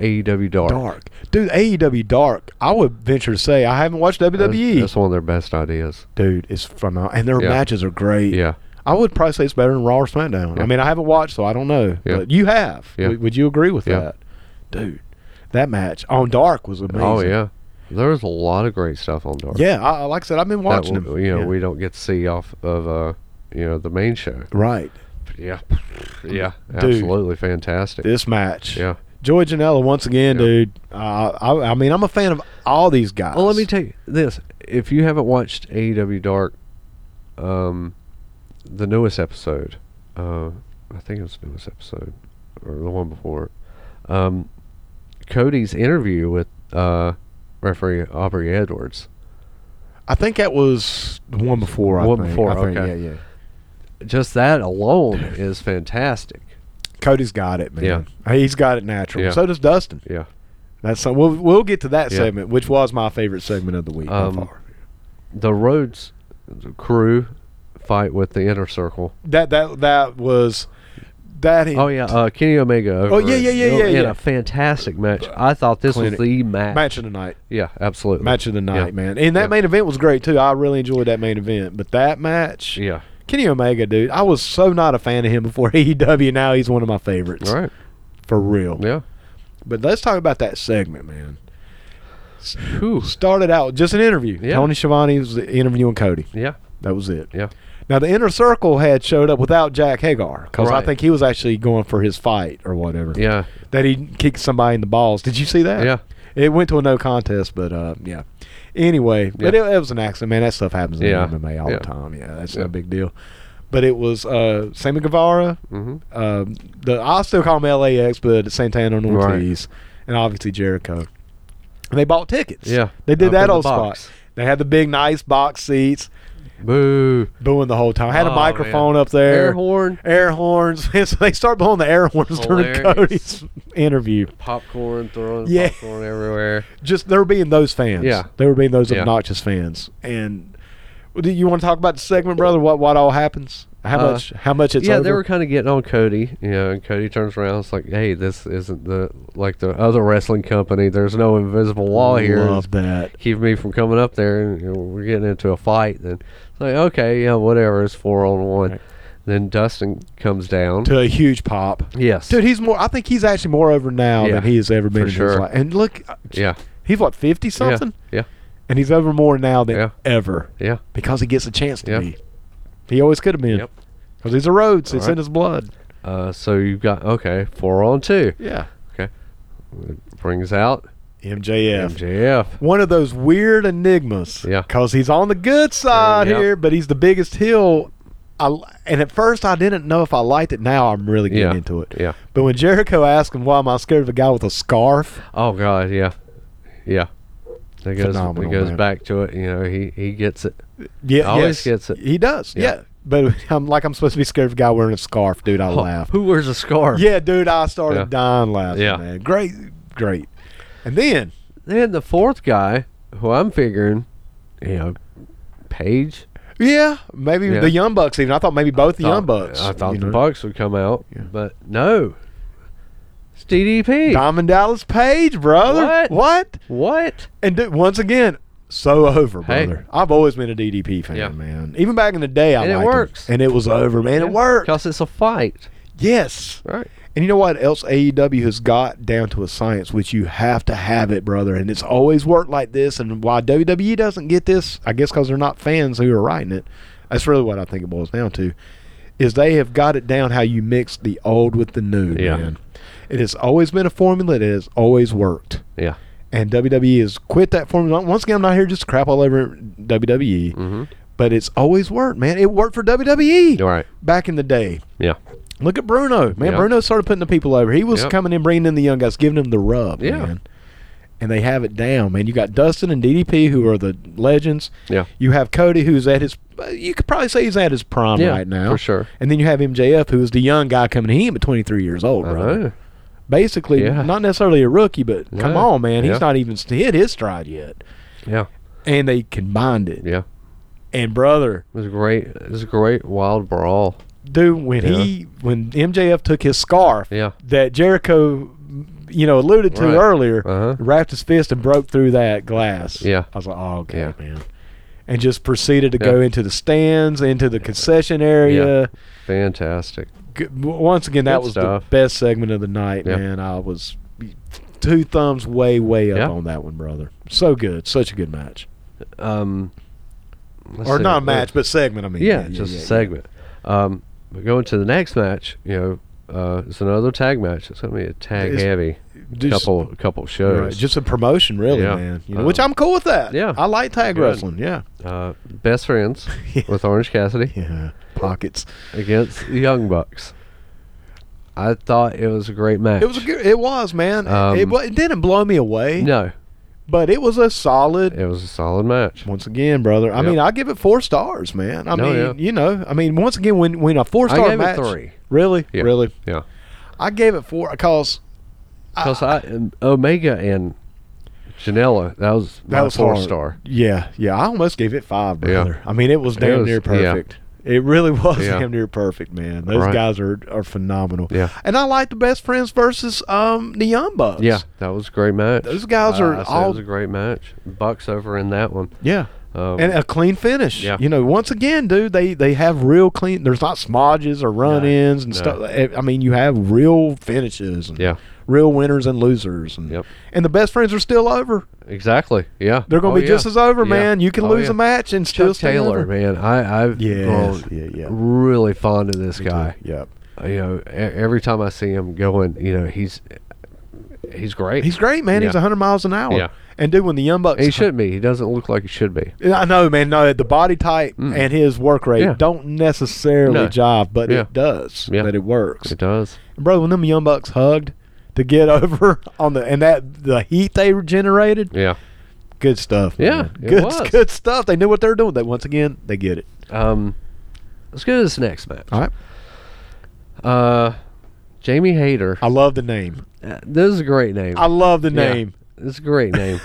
Speaker 1: AEW Dark.
Speaker 2: Dark, dude. AEW Dark. I would venture to say I haven't watched
Speaker 1: That's,
Speaker 2: WWE.
Speaker 1: that's one of their best ideas.
Speaker 2: dude, it's phenomenal, and their
Speaker 1: Yeah.
Speaker 2: matches are great.
Speaker 1: Yeah.
Speaker 2: I would probably say it's better than Raw or SmackDown. I
Speaker 1: Yeah.
Speaker 2: mean, I haven't watched, so I don't know.
Speaker 1: Yeah.
Speaker 2: But you have.
Speaker 1: Yeah.
Speaker 2: Would- Would you agree with
Speaker 1: Yeah.
Speaker 2: that, dude? That match on Dark was amazing.
Speaker 1: Oh yeah, there's a lot of great stuff on Dark.
Speaker 2: Yeah, I, I- like I said, I've been
Speaker 1: that
Speaker 2: watching
Speaker 1: w-
Speaker 2: them.
Speaker 1: you know
Speaker 2: Yeah.
Speaker 1: we don't get to see off of uh you know the main show.
Speaker 2: right.
Speaker 1: But yeah, yeah, absolutely fantastic.
Speaker 2: This match.
Speaker 1: Yeah.
Speaker 2: Joy Janela once again,
Speaker 1: Yeah.
Speaker 2: dude. Uh, I, I mean, I'm a fan of all these guys.
Speaker 1: Well, let me tell you this: if you haven't watched AEW Dark, um, the newest episode, uh, I think it was the newest episode or the one before, um, Cody's interview with uh, referee Aubrey Edwards.
Speaker 2: I think that was the one before. I
Speaker 1: One
Speaker 2: think.
Speaker 1: before,
Speaker 2: I think,
Speaker 1: okay.
Speaker 2: Yeah, yeah.
Speaker 1: Just that alone is fantastic.
Speaker 2: Cody's got it, man. He's got it natural.
Speaker 1: Yeah.
Speaker 2: So does Dustin.
Speaker 1: Yeah.
Speaker 2: That's some, we'll we'll get to that
Speaker 1: Yeah.
Speaker 2: segment, which was my favorite segment of the week
Speaker 1: Um,
Speaker 2: by far.
Speaker 1: The Rhodes crew fight with the Inner Circle.
Speaker 2: That that that was that.
Speaker 1: Oh yeah, uh, Kenny Omega. Over
Speaker 2: Oh, yeah, yeah, yeah, yeah,
Speaker 1: In
Speaker 2: yeah.
Speaker 1: a fantastic match. I thought this
Speaker 2: Clinic.
Speaker 1: was the match.
Speaker 2: match of the night.
Speaker 1: Yeah, absolutely.
Speaker 2: Match of the night,
Speaker 1: uh, Yeah.
Speaker 2: man. And that
Speaker 1: Yeah.
Speaker 2: main event was great too. I really enjoyed that main event, but that match,
Speaker 1: Yeah.
Speaker 2: Kenny Omega, dude, I was so not a fan of him before AEW. Now he's one of my favorites
Speaker 1: All right.
Speaker 2: for real.
Speaker 1: Yeah.
Speaker 2: But let's talk about that segment, man.
Speaker 1: Whew.
Speaker 2: Started out just an interview.
Speaker 1: Yeah.
Speaker 2: Tony Schiavone was interviewing Cody.
Speaker 1: Yeah.
Speaker 2: That was it.
Speaker 1: Yeah.
Speaker 2: Now the inner circle had showed up without Jack Hagar because I
Speaker 1: Right.
Speaker 2: think he was actually going for his fight or whatever.
Speaker 1: Yeah.
Speaker 2: that he kicked somebody in the balls. Did you see that?
Speaker 1: Yeah.
Speaker 2: It went to a no contest, but uh, yeah. Anyway, but it,
Speaker 1: Yeah.
Speaker 2: it was an accident, man. That stuff happens in
Speaker 1: Yeah.
Speaker 2: MMA all
Speaker 1: Yeah.
Speaker 2: the time. Yeah, that's no
Speaker 1: Yeah.
Speaker 2: big deal. But it was uh, Sammy Guevara.
Speaker 1: Mhm.
Speaker 2: Um, the I still call him LAX, but Santana and
Speaker 1: Right.
Speaker 2: Ortiz, and obviously Jericho. And they bought tickets.
Speaker 1: Yeah.
Speaker 2: they did
Speaker 1: Up in
Speaker 2: that
Speaker 1: the
Speaker 2: old
Speaker 1: box.
Speaker 2: spot. They had the big, nice box seats
Speaker 1: Boo.
Speaker 2: booing the whole time. Had a
Speaker 1: Oh,
Speaker 2: microphone
Speaker 1: man.
Speaker 2: up there.
Speaker 1: Air horn.
Speaker 2: Air horns. And so they start blowing the air horns during
Speaker 1: Hilarious.
Speaker 2: Cody's interview.
Speaker 1: Popcorn throwing
Speaker 2: Yeah.
Speaker 1: popcorn everywhere.
Speaker 2: Just there being those fans.
Speaker 1: Yeah.
Speaker 2: There were being those
Speaker 1: Yeah.
Speaker 2: obnoxious fans. And well, do you want to talk about the segment, brother? What what all happens? How
Speaker 1: Uh,
Speaker 2: much how much it's
Speaker 1: yeah,
Speaker 2: over?
Speaker 1: they were kind of getting on Cody. You know, and Cody turns around. It's like, hey, this isn't the like the other wrestling company. There's no invisible wall here. It's
Speaker 2: Love that.
Speaker 1: keeping me from coming up there and you know, we're getting into a fight then it's like okay yeah whatever it's four on one
Speaker 2: Right.
Speaker 1: then dustin comes down
Speaker 2: To a huge pop.
Speaker 1: yes
Speaker 2: Dude, he's more I think he's actually more over now
Speaker 1: Yeah,
Speaker 2: than he has ever been
Speaker 1: for
Speaker 2: in his
Speaker 1: sure.
Speaker 2: life. And look
Speaker 1: yeah
Speaker 2: he's what, fifty
Speaker 1: yeah
Speaker 2: something?
Speaker 1: yeah
Speaker 2: And he's over more now than
Speaker 1: Yeah.
Speaker 2: ever.
Speaker 1: yeah
Speaker 2: because he gets a chance to
Speaker 1: Yeah.
Speaker 2: be. He always could have been.
Speaker 1: Yep.
Speaker 2: Because he's a Rhodes. it's in
Speaker 1: Alright.
Speaker 2: his blood.
Speaker 1: uh, so you've got okay four on two
Speaker 2: Yeah.
Speaker 1: brings out
Speaker 2: MJF.
Speaker 1: mjf
Speaker 2: One of those weird enigmas.
Speaker 1: Yeah.
Speaker 2: Because he's on the good side
Speaker 1: Yeah.
Speaker 2: here, but he's the biggest heel. I, li- and at first, I didn't know if I liked it. Now I'm really getting
Speaker 1: Yeah.
Speaker 2: into it.
Speaker 1: Yeah.
Speaker 2: But when Jericho asked him, why am I scared of a guy with a scarf?
Speaker 1: oh god yeah yeah that goes, it
Speaker 2: Phenomenal,
Speaker 1: goes
Speaker 2: man.
Speaker 1: back to it you know he he gets it
Speaker 2: Yeah,
Speaker 1: Always gets it.
Speaker 2: He does. Yeah.
Speaker 1: Yeah.
Speaker 2: But I'm like, I'm supposed to be scared of a guy wearing a scarf, dude. I
Speaker 1: Oh,
Speaker 2: laugh.
Speaker 1: who wears a scarf
Speaker 2: Yeah, dude, I started
Speaker 1: Yeah.
Speaker 2: dying laughing,
Speaker 1: Yeah.
Speaker 2: man. Great, great. And then
Speaker 1: then the fourth guy who i'm figuring you know Paige.
Speaker 2: Yeah, maybe
Speaker 1: Yeah.
Speaker 2: the Young Bucks. Even I thought maybe both the Young
Speaker 1: thought-
Speaker 2: Bucks.
Speaker 1: I thought
Speaker 2: you
Speaker 1: the
Speaker 2: know.
Speaker 1: Bucks would come out,
Speaker 2: Yeah.
Speaker 1: but no. It's DDP.
Speaker 2: Diamond Dallas Page, brother.
Speaker 1: What?
Speaker 2: What?
Speaker 1: what?
Speaker 2: And dude, once again, so over,
Speaker 1: Hey.
Speaker 2: brother. I've always been a DDP fan,
Speaker 1: Yeah.
Speaker 2: man. Even back in the day, I
Speaker 1: And it
Speaker 2: liked 'em.
Speaker 1: works.
Speaker 2: and it was over, man. It worked.
Speaker 1: Because it's a fight.
Speaker 2: Yes.
Speaker 1: Right.
Speaker 2: And you know what else AEW has got down to a science, which you have to have it, brother. And it's always worked like this. And why WWE doesn't get this, I guess because they're not fans who are writing it. That's really what I think it boils down to, is they have got it down how you mix the old with the new,
Speaker 1: Yeah.
Speaker 2: man. It has always been a formula that has always worked.
Speaker 1: Yeah.
Speaker 2: And WWE has quit that formula. Once again, I'm not here just to crap all over WWE, but it's always worked, man. It worked for WWE
Speaker 1: All Mm-hmm. right.
Speaker 2: back in the day.
Speaker 1: Yeah.
Speaker 2: Look at Bruno, man.
Speaker 1: Yeah.
Speaker 2: Bruno started putting the people over. He was
Speaker 1: Yep.
Speaker 2: coming in, bringing in the young guys, giving them the rub,
Speaker 1: Yeah.
Speaker 2: man. And they have it down, man. You got Dustin and DDP, who are the legends.
Speaker 1: Yeah.
Speaker 2: You have Cody, who's at his. uh, You could probably say he's at his prime
Speaker 1: Yeah,
Speaker 2: right now,
Speaker 1: for sure.
Speaker 2: And then you have MJF, who is the young guy coming in, but 23 years old,
Speaker 1: I
Speaker 2: brother.
Speaker 1: know.
Speaker 2: Basically,
Speaker 1: Yeah.
Speaker 2: not necessarily a rookie, but come
Speaker 1: No.
Speaker 2: on, man, he's
Speaker 1: Yeah.
Speaker 2: not even hit his stride yet.
Speaker 1: Yeah.
Speaker 2: And they combined it.
Speaker 1: Yeah.
Speaker 2: And brother,
Speaker 1: It was great. It was a great wild brawl.
Speaker 2: dude, when
Speaker 1: Yeah.
Speaker 2: he when MJF took his scarf,
Speaker 1: Yeah.
Speaker 2: that Jericho you know alluded to
Speaker 1: Right.
Speaker 2: earlier,
Speaker 1: Uh-huh.
Speaker 2: wrapped his fist and broke through that glass.
Speaker 1: Yeah.
Speaker 2: I was like, oh god,
Speaker 1: Yeah.
Speaker 2: man, and just proceeded to go
Speaker 1: Yeah.
Speaker 2: into the stands, into the concession area.
Speaker 1: Fantastic.
Speaker 2: G- w- Once again, that
Speaker 1: Good
Speaker 2: was
Speaker 1: stuff.
Speaker 2: the best segment of the night,
Speaker 1: Yeah.
Speaker 2: man. I was two thumbs way, way up
Speaker 1: Yeah.
Speaker 2: on that one, brother. So good, such a good match,
Speaker 1: Um, let's
Speaker 2: or
Speaker 1: see. Uh,
Speaker 2: not a match, but segment. I mean,
Speaker 1: yeah, just a segment. Um, but going to the next match, you know, uh, it's another tag match. It's gonna be a tag
Speaker 2: It's
Speaker 1: heavy
Speaker 2: Just-
Speaker 1: couple couple shows.
Speaker 2: Right, just a promotion, really,
Speaker 1: Yeah.
Speaker 2: man. You know,
Speaker 1: Uh,
Speaker 2: which I'm cool with that.
Speaker 1: yeah.
Speaker 2: I like tag
Speaker 1: Good.
Speaker 2: wrestling. Yeah,
Speaker 1: uh, best friends
Speaker 2: Yeah.
Speaker 1: with Orange Cassidy
Speaker 2: yeah. Pockets.
Speaker 1: against the Young Bucks. I thought it was a great match.
Speaker 2: It was a good. It was man.
Speaker 1: Um,
Speaker 2: it, wa- it didn't blow me away.
Speaker 1: no,
Speaker 2: but it was a solid.
Speaker 1: it was a solid match.
Speaker 2: once again, brother. I
Speaker 1: Yep.
Speaker 2: mean, I give it four stars, man. I
Speaker 1: No,
Speaker 2: mean,
Speaker 1: yeah.
Speaker 2: you know, I mean, once again, when when a four
Speaker 1: I
Speaker 2: star
Speaker 1: gave it
Speaker 2: match,
Speaker 1: three.
Speaker 2: really,
Speaker 1: Yeah.
Speaker 2: really,
Speaker 1: Yeah,
Speaker 2: I gave it four because
Speaker 1: because I, um, Omega and Janela that was
Speaker 2: that
Speaker 1: my
Speaker 2: was
Speaker 1: four
Speaker 2: hard.
Speaker 1: star.
Speaker 2: Yeah, yeah, I almost gave it five,
Speaker 1: Yeah.
Speaker 2: brother. I mean, it was damn
Speaker 1: was-
Speaker 2: near
Speaker 1: yeah.
Speaker 2: perfect. It really was
Speaker 1: Yeah.
Speaker 2: damn near perfect, man. Those
Speaker 1: Right.
Speaker 2: guys are are phenomenal.
Speaker 1: Yeah.
Speaker 2: and I like the best friends versus um the Young Bucks.
Speaker 1: Yeah, that was a great match. Uh,
Speaker 2: Those guys are
Speaker 1: I said
Speaker 2: all-
Speaker 1: It was a great match. Bucks over in that one.
Speaker 2: Yeah.
Speaker 1: Um,
Speaker 2: and a clean finish.
Speaker 1: Yeah.
Speaker 2: You know, once again, dude, they they have real clean. There's not smodges or run-ins and
Speaker 1: no.
Speaker 2: stuff. Eh, I- I mean, you have real finishes. And
Speaker 1: Yeah.
Speaker 2: Real winners and losers. And,
Speaker 1: Yep.
Speaker 2: and the best friends are still over.
Speaker 1: Exactly. Yeah.
Speaker 2: They're going to
Speaker 1: Oh,
Speaker 2: be just
Speaker 1: yeah.
Speaker 2: as over,
Speaker 1: Yeah.
Speaker 2: man. You can
Speaker 1: Oh,
Speaker 2: lose
Speaker 1: yeah.
Speaker 2: a match and still
Speaker 1: Chuck
Speaker 2: stay
Speaker 1: Taylor,
Speaker 2: over.
Speaker 1: man. I I've
Speaker 2: Yes,
Speaker 1: grown
Speaker 2: yeah, yeah.
Speaker 1: really fond of this guy.
Speaker 2: Yep.
Speaker 1: You know, e- every time I see him going, you know, he's he's great.
Speaker 2: He's great, man. He's
Speaker 1: Yeah.
Speaker 2: 100 miles an hour.
Speaker 1: Yeah.
Speaker 2: And dude, when the Young Bucks
Speaker 1: And he shouldn't be. He doesn't look like he should be.
Speaker 2: Yeah, I know, man. No, the body type and his work rate
Speaker 1: Mm. Yeah.
Speaker 2: don't necessarily
Speaker 1: No.
Speaker 2: jive, but
Speaker 1: Yeah.
Speaker 2: it does.
Speaker 1: Yeah.
Speaker 2: That it works.
Speaker 1: It does.
Speaker 2: Bro, when them Young Bucks hugged to get over on the and that the heat they generated,
Speaker 1: Yeah.
Speaker 2: good stuff.
Speaker 1: Yeah,
Speaker 2: man.
Speaker 1: it
Speaker 2: good
Speaker 1: was.
Speaker 2: good stuff. They knew what they were doing. They once again they get it.
Speaker 1: Um, let's go to this next match.
Speaker 2: All right,
Speaker 1: Uh, Jamie Hayter.
Speaker 2: I love the name.
Speaker 1: Uh, this is a great name.
Speaker 2: I love the
Speaker 1: Yeah.
Speaker 2: name.
Speaker 1: This is a great name.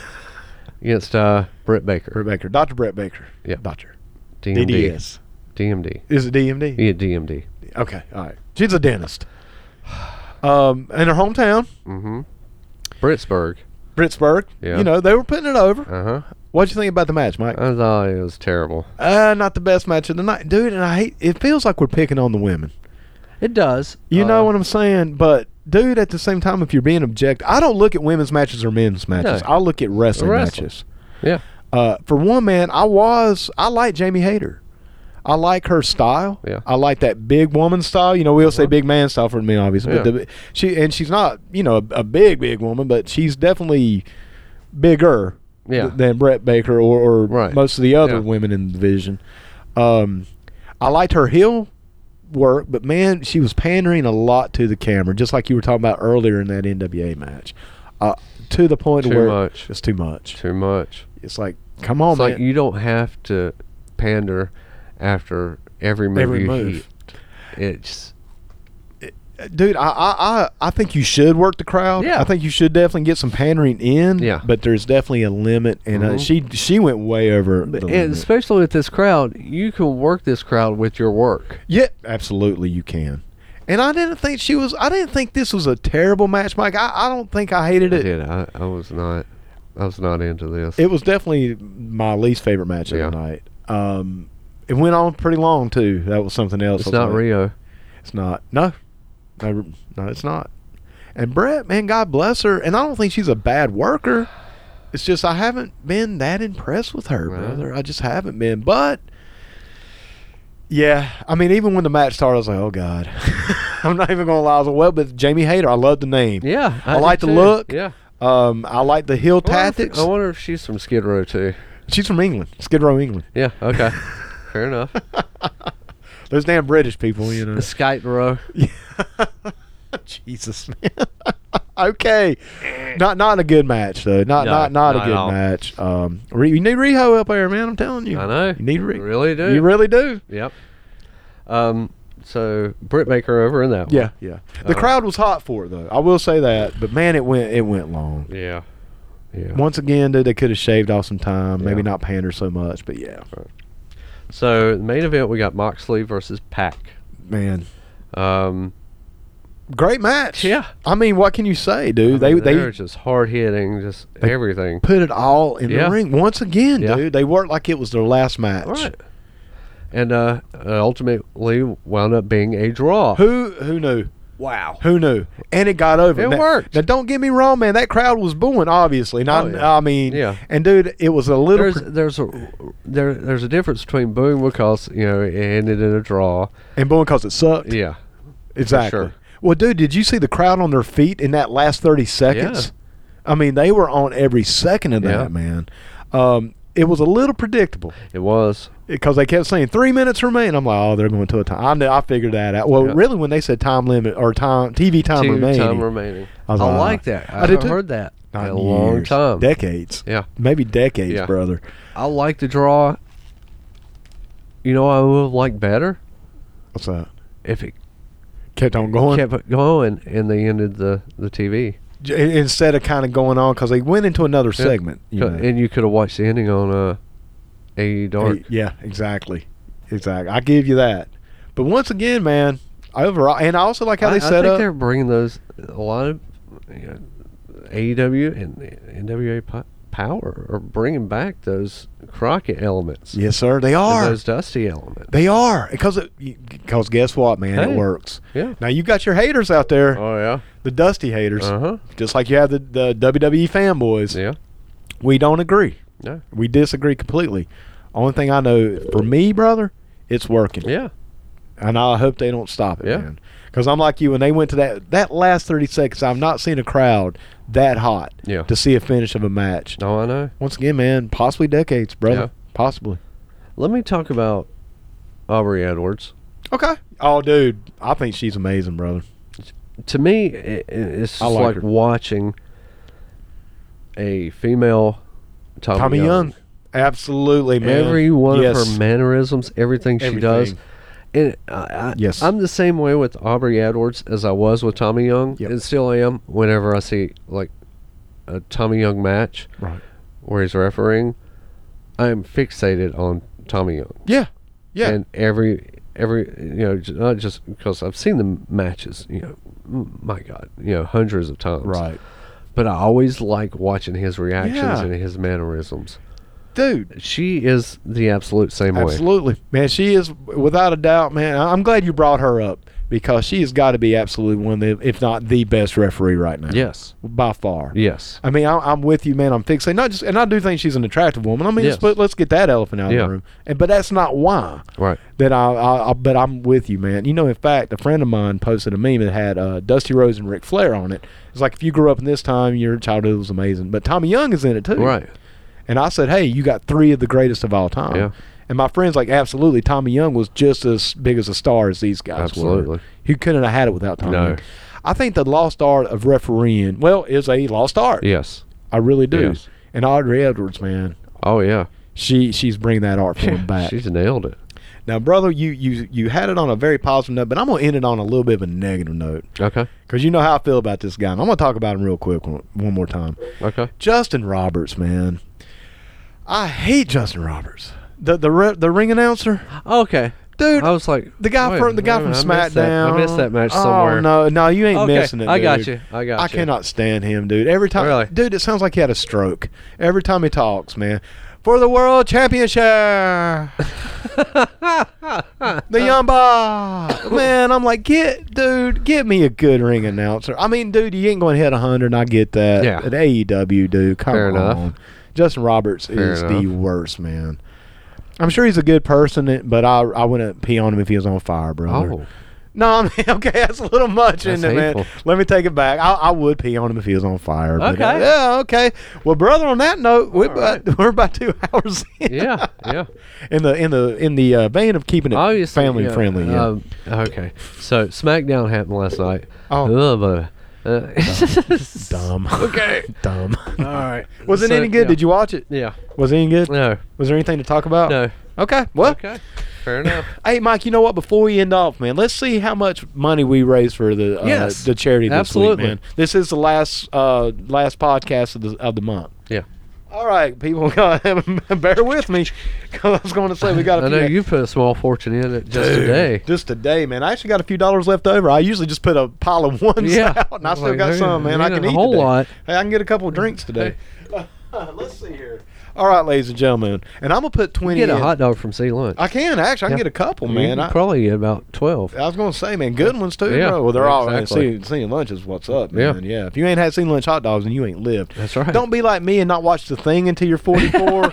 Speaker 1: Against uh, Britt Baker.
Speaker 2: Brett Baker, Doctor Brett Baker.
Speaker 1: Yeah.
Speaker 2: Doctor
Speaker 1: DMD.
Speaker 2: DDS.
Speaker 1: DMD.
Speaker 2: Is it DMD?
Speaker 1: Yeah, DMD.
Speaker 2: Okay, all right. She's a dentist. Um, in her hometown,
Speaker 1: Britsburg.
Speaker 2: Pittsburgh.
Speaker 1: Yeah.
Speaker 2: You know they were putting it over.
Speaker 1: Uh huh.
Speaker 2: What'd you think about the match, Mike?
Speaker 1: I thought it was terrible.
Speaker 2: Uh, not the best match of the night, dude. And I hate. It feels like we're picking on the women.
Speaker 1: It does.
Speaker 2: You know
Speaker 1: Uh,
Speaker 2: what I'm saying? But dude, at the same time, if you're being objective, I don't look at women's matches or men's matches.
Speaker 1: No.
Speaker 2: I look at wrestling,
Speaker 1: Wrestling.
Speaker 2: matches.
Speaker 1: Yeah.
Speaker 2: Uh, for one, man, I was I like Jamie Hayter. I like her style.
Speaker 1: Yeah. Uh-huh.
Speaker 2: I like that big woman style. You know, we all say big man style for men, obviously.
Speaker 1: Yeah.
Speaker 2: But the, she and she's not, you know, a, a big big woman, but she's definitely bigger
Speaker 1: Yeah.
Speaker 2: th- than Brett Baker or, or
Speaker 1: Right.
Speaker 2: most of the other
Speaker 1: Yeah.
Speaker 2: women in the division. Um, I liked her heel work, but man, she was pandering a lot to the camera, just like you were talking about earlier in that NWA match. Uh, to the point
Speaker 1: Too
Speaker 2: where
Speaker 1: much.
Speaker 2: it's too much.
Speaker 1: Too much.
Speaker 2: It's like, come on,
Speaker 1: it's
Speaker 2: Oh, man.
Speaker 1: like you don't have to pander after every move
Speaker 2: Every
Speaker 1: you
Speaker 2: move.
Speaker 1: hit. It's
Speaker 2: Uh, dude, I, I, I, I think you should work the crowd.
Speaker 1: Yeah.
Speaker 2: I think you should definitely get some pandering in.
Speaker 1: Yeah. Mm-hmm.
Speaker 2: But there's definitely a limit, and uh, she she went way over the
Speaker 1: and
Speaker 2: limit.
Speaker 1: especially with this crowd, you can work this crowd with your work.
Speaker 2: Yeah, absolutely, you can. And I didn't think she was. I didn't think this was a terrible match, Mike. I, I don't think I hated
Speaker 1: I
Speaker 2: it.
Speaker 1: did. I, I was not. I was not into this.
Speaker 2: It was definitely my least favorite match of
Speaker 1: Yeah.
Speaker 2: the night. Um, it went on pretty long too. That was something else. I
Speaker 1: it's
Speaker 2: was
Speaker 1: not
Speaker 2: like,
Speaker 1: Rio.
Speaker 2: It's not. No, no, no, it's not. And Brett, man, God bless her. And I don't think she's a bad worker. It's just I haven't been that impressed with her,
Speaker 1: Right.
Speaker 2: brother. I just haven't been. But yeah, I mean, even when the match started, I was like, oh god. I'm not even gonna lie. I was like, well, but Jamie Hayter, I love the name.
Speaker 1: Yeah,
Speaker 2: I,
Speaker 1: did
Speaker 2: like the
Speaker 1: too.
Speaker 2: look.
Speaker 1: Yeah,
Speaker 2: Um, I like the heel
Speaker 1: I oh, wonder if-
Speaker 2: tactics.
Speaker 1: I wonder if she's from Skid Row too.
Speaker 2: She's from England, Skid Row, England.
Speaker 1: Yeah. Okay. Fair enough.
Speaker 2: Those damn British people, you know.
Speaker 1: The Skite Row.
Speaker 2: Jesus, man. okay, not not a good match though. Not
Speaker 1: No,
Speaker 2: not not,
Speaker 1: not
Speaker 2: a
Speaker 1: at
Speaker 2: good
Speaker 1: all.
Speaker 2: match. Um, re- you need Riho up there, man. I'm telling you.
Speaker 1: I know.
Speaker 2: You need
Speaker 1: You
Speaker 2: Riho.
Speaker 1: really do.
Speaker 2: You really do.
Speaker 1: Yep. Um. So Britt Baker over in that.
Speaker 2: Yeah, yeah.
Speaker 1: Uh-huh.
Speaker 2: The crowd was hot for it though. I will say that. But man, it went it went long.
Speaker 1: One. Yeah. Yeah.
Speaker 2: Once again, dude, they could have shaved off some time. Maybe
Speaker 1: Yeah.
Speaker 2: not pander so much. But yeah,
Speaker 1: So the main event we got Moxley versus Pack.
Speaker 2: man.
Speaker 1: Um,
Speaker 2: great match.
Speaker 1: Yeah.
Speaker 2: I mean, what can you say, dude?
Speaker 1: They,
Speaker 2: they
Speaker 1: they're
Speaker 2: they
Speaker 1: just hard hitting, just everything.
Speaker 2: put it all in
Speaker 1: Yeah.
Speaker 2: the ring once again,
Speaker 1: Yeah.
Speaker 2: dude. They worked like it was their last match.
Speaker 1: Right. And uh, it ultimately wound up being a draw.
Speaker 2: Who who knew?
Speaker 1: Wow.
Speaker 2: Who knew? And it got over.
Speaker 1: It
Speaker 2: Now-
Speaker 1: worked.
Speaker 2: Now, don't get me wrong, man. That crowd was booing, obviously. Not,
Speaker 1: Oh, yeah.
Speaker 2: I mean,
Speaker 1: Yeah.
Speaker 2: And dude, it was a little.
Speaker 1: There's
Speaker 2: Pre-
Speaker 1: there's a there there's a difference between booing because you know it ended in a draw.
Speaker 2: and booing because it sucked.
Speaker 1: Yeah.
Speaker 2: exactly.
Speaker 1: sure.
Speaker 2: Well, dude, did you see the crowd on their feet in that last thirty seconds? I mean, they were on every second of
Speaker 1: Yeah.
Speaker 2: that, man. Um, it was a little predictable.
Speaker 1: It was.
Speaker 2: because they kept saying three minutes remain. I'm like, oh, they're going to a time. I, knew, I figured that out. Well,
Speaker 1: Yeah.
Speaker 2: really, when they said time limit or time TV time
Speaker 1: Two
Speaker 2: remaining,
Speaker 1: time remaining. I,
Speaker 2: I was like,
Speaker 1: like that.
Speaker 2: I
Speaker 1: I,
Speaker 2: did
Speaker 1: haven't
Speaker 2: too.
Speaker 1: heard that
Speaker 2: not
Speaker 1: in a long
Speaker 2: years,
Speaker 1: time.
Speaker 2: decades,
Speaker 1: Yeah.
Speaker 2: maybe decades,
Speaker 1: Yeah.
Speaker 2: brother.
Speaker 1: I like the draw. You know, I would have liked better
Speaker 2: What's that?
Speaker 1: if it
Speaker 2: Kept on going
Speaker 1: kept it going and they ended the the TV.
Speaker 2: J- instead of kind of going on because they went into another segment. you
Speaker 1: Co-
Speaker 2: know. E
Speaker 1: and you could have watched the ending on uh, AE Dark.
Speaker 2: Hey, yeah, exactly, exactly. I give you that. But once again, man, overall, and I also like how
Speaker 1: I,
Speaker 2: they
Speaker 1: I
Speaker 2: set
Speaker 1: think
Speaker 2: up.
Speaker 1: they're bringing those a lot of you know, AEW and NWA po- Power are bringing back those Crockett elements,
Speaker 2: Yes, sir. They
Speaker 1: and
Speaker 2: are.
Speaker 1: those Dusty elements.
Speaker 2: They are because because guess what, man? It
Speaker 1: Hey.
Speaker 2: works.
Speaker 1: Yeah.
Speaker 2: Now you got your haters out there.
Speaker 1: Oh yeah,
Speaker 2: the dusty haters,
Speaker 1: uh huh,
Speaker 2: just like you have the, the WWE fanboys.
Speaker 1: yeah,
Speaker 2: We don't agree.
Speaker 1: no,
Speaker 2: We disagree completely. Only thing I know for me, brother, it's working.
Speaker 1: yeah,
Speaker 2: And I hope they don't stop it,
Speaker 1: Yeah.
Speaker 2: man. Because I'm like you, when they went to that that last 30 seconds, I've not seen a crowd that hot
Speaker 1: Yeah.
Speaker 2: to see a finish of a match.
Speaker 1: no, I know.
Speaker 2: Once again, man, possibly decades, brother.
Speaker 1: Yeah.
Speaker 2: Possibly.
Speaker 1: Let me talk about Aubrey Edwards.
Speaker 2: Okay. Oh, dude, I think she's amazing, brother.
Speaker 1: To me, i i- it's just
Speaker 2: I
Speaker 1: like,
Speaker 2: like her.
Speaker 1: watching a female Tommy,
Speaker 2: Tommy Young. Absolutely, man.
Speaker 1: Every one of
Speaker 2: Yes.
Speaker 1: her mannerisms, everything she does.
Speaker 2: Everything.
Speaker 1: And I, I,
Speaker 2: Yes.
Speaker 1: I'm the same way with Aubrey Edwards as I was with Tommy Young,
Speaker 2: Yep.
Speaker 1: and still am whenever I see like a Tommy Young match
Speaker 2: Right.
Speaker 1: where he's refereeing. I'm fixated on Tommy Young,
Speaker 2: Yeah. Yeah.
Speaker 1: and every every you know j- not just because I've seen the m- matches, you know, m- my God, you know, hundreds of times,
Speaker 2: right.
Speaker 1: But I always like watching his reactions
Speaker 2: Yeah.
Speaker 1: and his mannerisms.
Speaker 2: Dude,
Speaker 1: She is the absolute same way.
Speaker 2: Absolutely, man. She is without a doubt, man. I- I'm glad you brought her up because she has got to be absolutely one of, the, if not the best referee right now.
Speaker 1: Yes.
Speaker 2: by far.
Speaker 1: Yes.
Speaker 2: I mean, I, I'm with you, man. I'm fixated. Not just, and I do think she's an attractive woman. I mean,
Speaker 1: Yes.
Speaker 2: but let's get that elephant out
Speaker 1: Yeah.
Speaker 2: of the room. And but that's not why.
Speaker 1: Right.
Speaker 2: That I, I, I, but I'm with you, man. You know, in fact, a friend of mine posted a meme that had uh, Dusty Rose and Ric Flair on it. It's like if you grew up in this time, your childhood was amazing. But Tommy Young is in it too,
Speaker 1: Right.
Speaker 2: and I said, "Hey, you got three of the greatest of all time."
Speaker 1: Yeah.
Speaker 2: And my friends like, "Absolutely, Tommy Young was just as big as a star as these guys were.
Speaker 1: Absolutely.
Speaker 2: He couldn't have had it without Tommy."
Speaker 1: No.
Speaker 2: Young. I think the lost art of refereeing, well, is a lost art.
Speaker 1: Yes.
Speaker 2: I really do.
Speaker 1: Yes.
Speaker 2: And Audrey Edwards, man,
Speaker 1: Oh yeah.
Speaker 2: she she's bringing that art form back.
Speaker 1: She's nailed it.
Speaker 2: Now, brother, you you you had it on a very positive note, but I'm gonna end it on a little bit of a negative note
Speaker 1: Okay.
Speaker 2: because you know how I feel about this guy. And I'm gonna talk about him real quick one, one more time.
Speaker 1: Okay.
Speaker 2: Justin Roberts, man. I hate Justin Roberts. The the re- the ring announcer,
Speaker 1: Okay.
Speaker 2: dude.
Speaker 1: I was like
Speaker 2: the guy
Speaker 1: wait,
Speaker 2: from the guy
Speaker 1: wait
Speaker 2: from
Speaker 1: a minute, I missed that.
Speaker 2: SmackDown.
Speaker 1: I missed that match
Speaker 2: oh,
Speaker 1: somewhere.
Speaker 2: No, no, you ain't
Speaker 1: Okay,
Speaker 2: missing it.
Speaker 1: I got
Speaker 2: dude.
Speaker 1: you. I got
Speaker 2: I
Speaker 1: you.
Speaker 2: cannot stand him, dude. Every time,
Speaker 1: Really?
Speaker 2: dude, it sounds like he had a stroke. Every time he talks, man. For the world championship, the Yamba man. I'm like, get dude, get me a good ring announcer. I mean, dude, you ain't going to hit hundred. I get that.
Speaker 1: Yeah.
Speaker 2: At AEW, dude, come
Speaker 1: Fair
Speaker 2: on.
Speaker 1: enough.
Speaker 2: Justin Roberts
Speaker 1: Fair
Speaker 2: is the
Speaker 1: enough.
Speaker 2: worst, man. I'm sure he's a good person, eh, but I I wouldn't pee on him if he was on fire, brother.
Speaker 1: Oh.
Speaker 2: No, I mean, okay, that's a little much, isn't
Speaker 1: That's
Speaker 2: it, man?
Speaker 1: hateful.
Speaker 2: Let me take it back. I, I would pee on him if he was on fire. but, uh,
Speaker 1: Okay.
Speaker 2: yeah, okay. Well, brother, on that note, we're, about, we're about two hours in.
Speaker 1: Yeah. Yeah.
Speaker 2: In the in the in the uh, vein of keeping it
Speaker 1: Obviously.
Speaker 2: family
Speaker 1: yeah,
Speaker 2: friendly. Yeah.
Speaker 1: Um, okay. So SmackDown happened last night.
Speaker 2: Oh.
Speaker 1: Ugh, but, uh,
Speaker 2: Dumb. Okay. Dumb.
Speaker 1: all right.
Speaker 2: Was it
Speaker 1: So,
Speaker 2: any good?
Speaker 1: yeah.
Speaker 2: Did you watch it?
Speaker 1: Yeah.
Speaker 2: Was it any good?
Speaker 1: No.
Speaker 2: Was there anything to talk about?
Speaker 1: No.
Speaker 2: Okay. Well.
Speaker 1: Okay. Fair enough.
Speaker 2: Hey, Mike. You know what? Before we end off, man, let's see how much money we raise for the uh,
Speaker 1: Yes.
Speaker 2: the charity this
Speaker 1: Absolutely.
Speaker 2: week, man. This is the last uh, last podcast of the of the month.
Speaker 1: Yeah.
Speaker 2: All right, people, bear with me. 'cause I was going to say we got. A
Speaker 1: I know
Speaker 2: few-
Speaker 1: you put a small fortune in it just today.
Speaker 2: Just today, man. I actually got a few dollars left over. I usually just put a pile of ones
Speaker 1: Yeah.
Speaker 2: out, and I
Speaker 1: It's
Speaker 2: still
Speaker 1: like,
Speaker 2: got
Speaker 1: there
Speaker 2: some, man. I
Speaker 1: ain't
Speaker 2: can
Speaker 1: a
Speaker 2: eat
Speaker 1: whole
Speaker 2: today.
Speaker 1: lot.
Speaker 2: Hey, I can get a couple of drinks today. Let's see here. All right, ladies and gentlemen, and I'm gonna put twenty.
Speaker 1: Get a
Speaker 2: in.
Speaker 1: hot dog from Sea Lunch.
Speaker 2: I can actually. I can
Speaker 1: Yeah.
Speaker 2: get a couple,
Speaker 1: You
Speaker 2: Oh, man.
Speaker 1: can
Speaker 2: I,
Speaker 1: probably get about twelve.
Speaker 2: I was gonna say, man, good ones too.
Speaker 1: Yeah,
Speaker 2: bro. Well, they're all man,
Speaker 1: exactly.
Speaker 2: seeing, seeing lunch is what's up,
Speaker 1: Yeah.
Speaker 2: man. Yeah. If you ain't had seen lunch hot dogs, then you ain't lived.
Speaker 1: That's right.
Speaker 2: Don't be like me and not watch the thing until you're 44.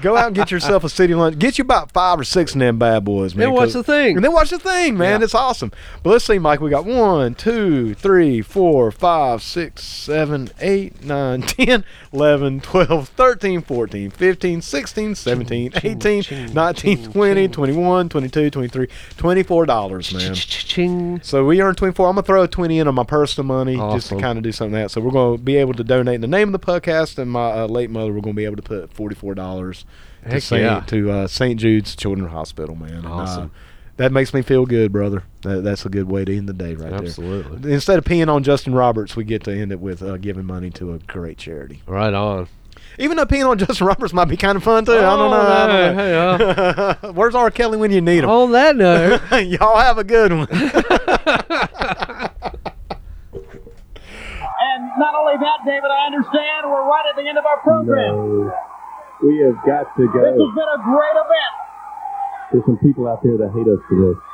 Speaker 2: Go out and get yourself a city lunch. Get you about five or six of them bad boys, man.
Speaker 1: Then watch
Speaker 2: 'cause-
Speaker 1: The Thing.
Speaker 2: And then watch the thing, man.
Speaker 1: Yeah.
Speaker 2: It's awesome. But let's see, Mike. We got one, two, three, four, five, six, seven, eight, nine, 10, 11, 12, 13, 14, 15, 16, 17, 18, 19, 20, 21, 22, 23, 24 dollars, man.
Speaker 1: Ching.
Speaker 2: So we earned 24. I'm going to throw a 20 in on my personal money just to
Speaker 1: Awesome.
Speaker 2: kind of do something like that. So we're going to be able to donate in the name of the podcast and my uh, late mother, we're going to be able to put $44 to
Speaker 1: Heck
Speaker 2: St.
Speaker 1: yeah.
Speaker 2: to uh, St. Jude's Children's Hospital, man. And, uh,
Speaker 1: Awesome.
Speaker 2: that makes me feel good, brother. That, that's a good way to end the day right
Speaker 1: Absolutely.
Speaker 2: there. Instead of peeing on Justin Roberts, we get to end it with uh, giving money to a great charity.
Speaker 1: Right on.
Speaker 2: Even though peeing on Justin Roberts might be kind of fun, too. I don't know. I
Speaker 1: Oh,
Speaker 2: don't know.
Speaker 1: hey, uh,
Speaker 2: Where's R. Kelly when you need him?
Speaker 1: on that note,
Speaker 2: Y'all have a good one.
Speaker 10: And not only that, David, I understand we're right at the end of our program.
Speaker 11: We have got to
Speaker 10: This
Speaker 11: go.
Speaker 10: has been a great event.
Speaker 11: There's some people out there that hate us for this.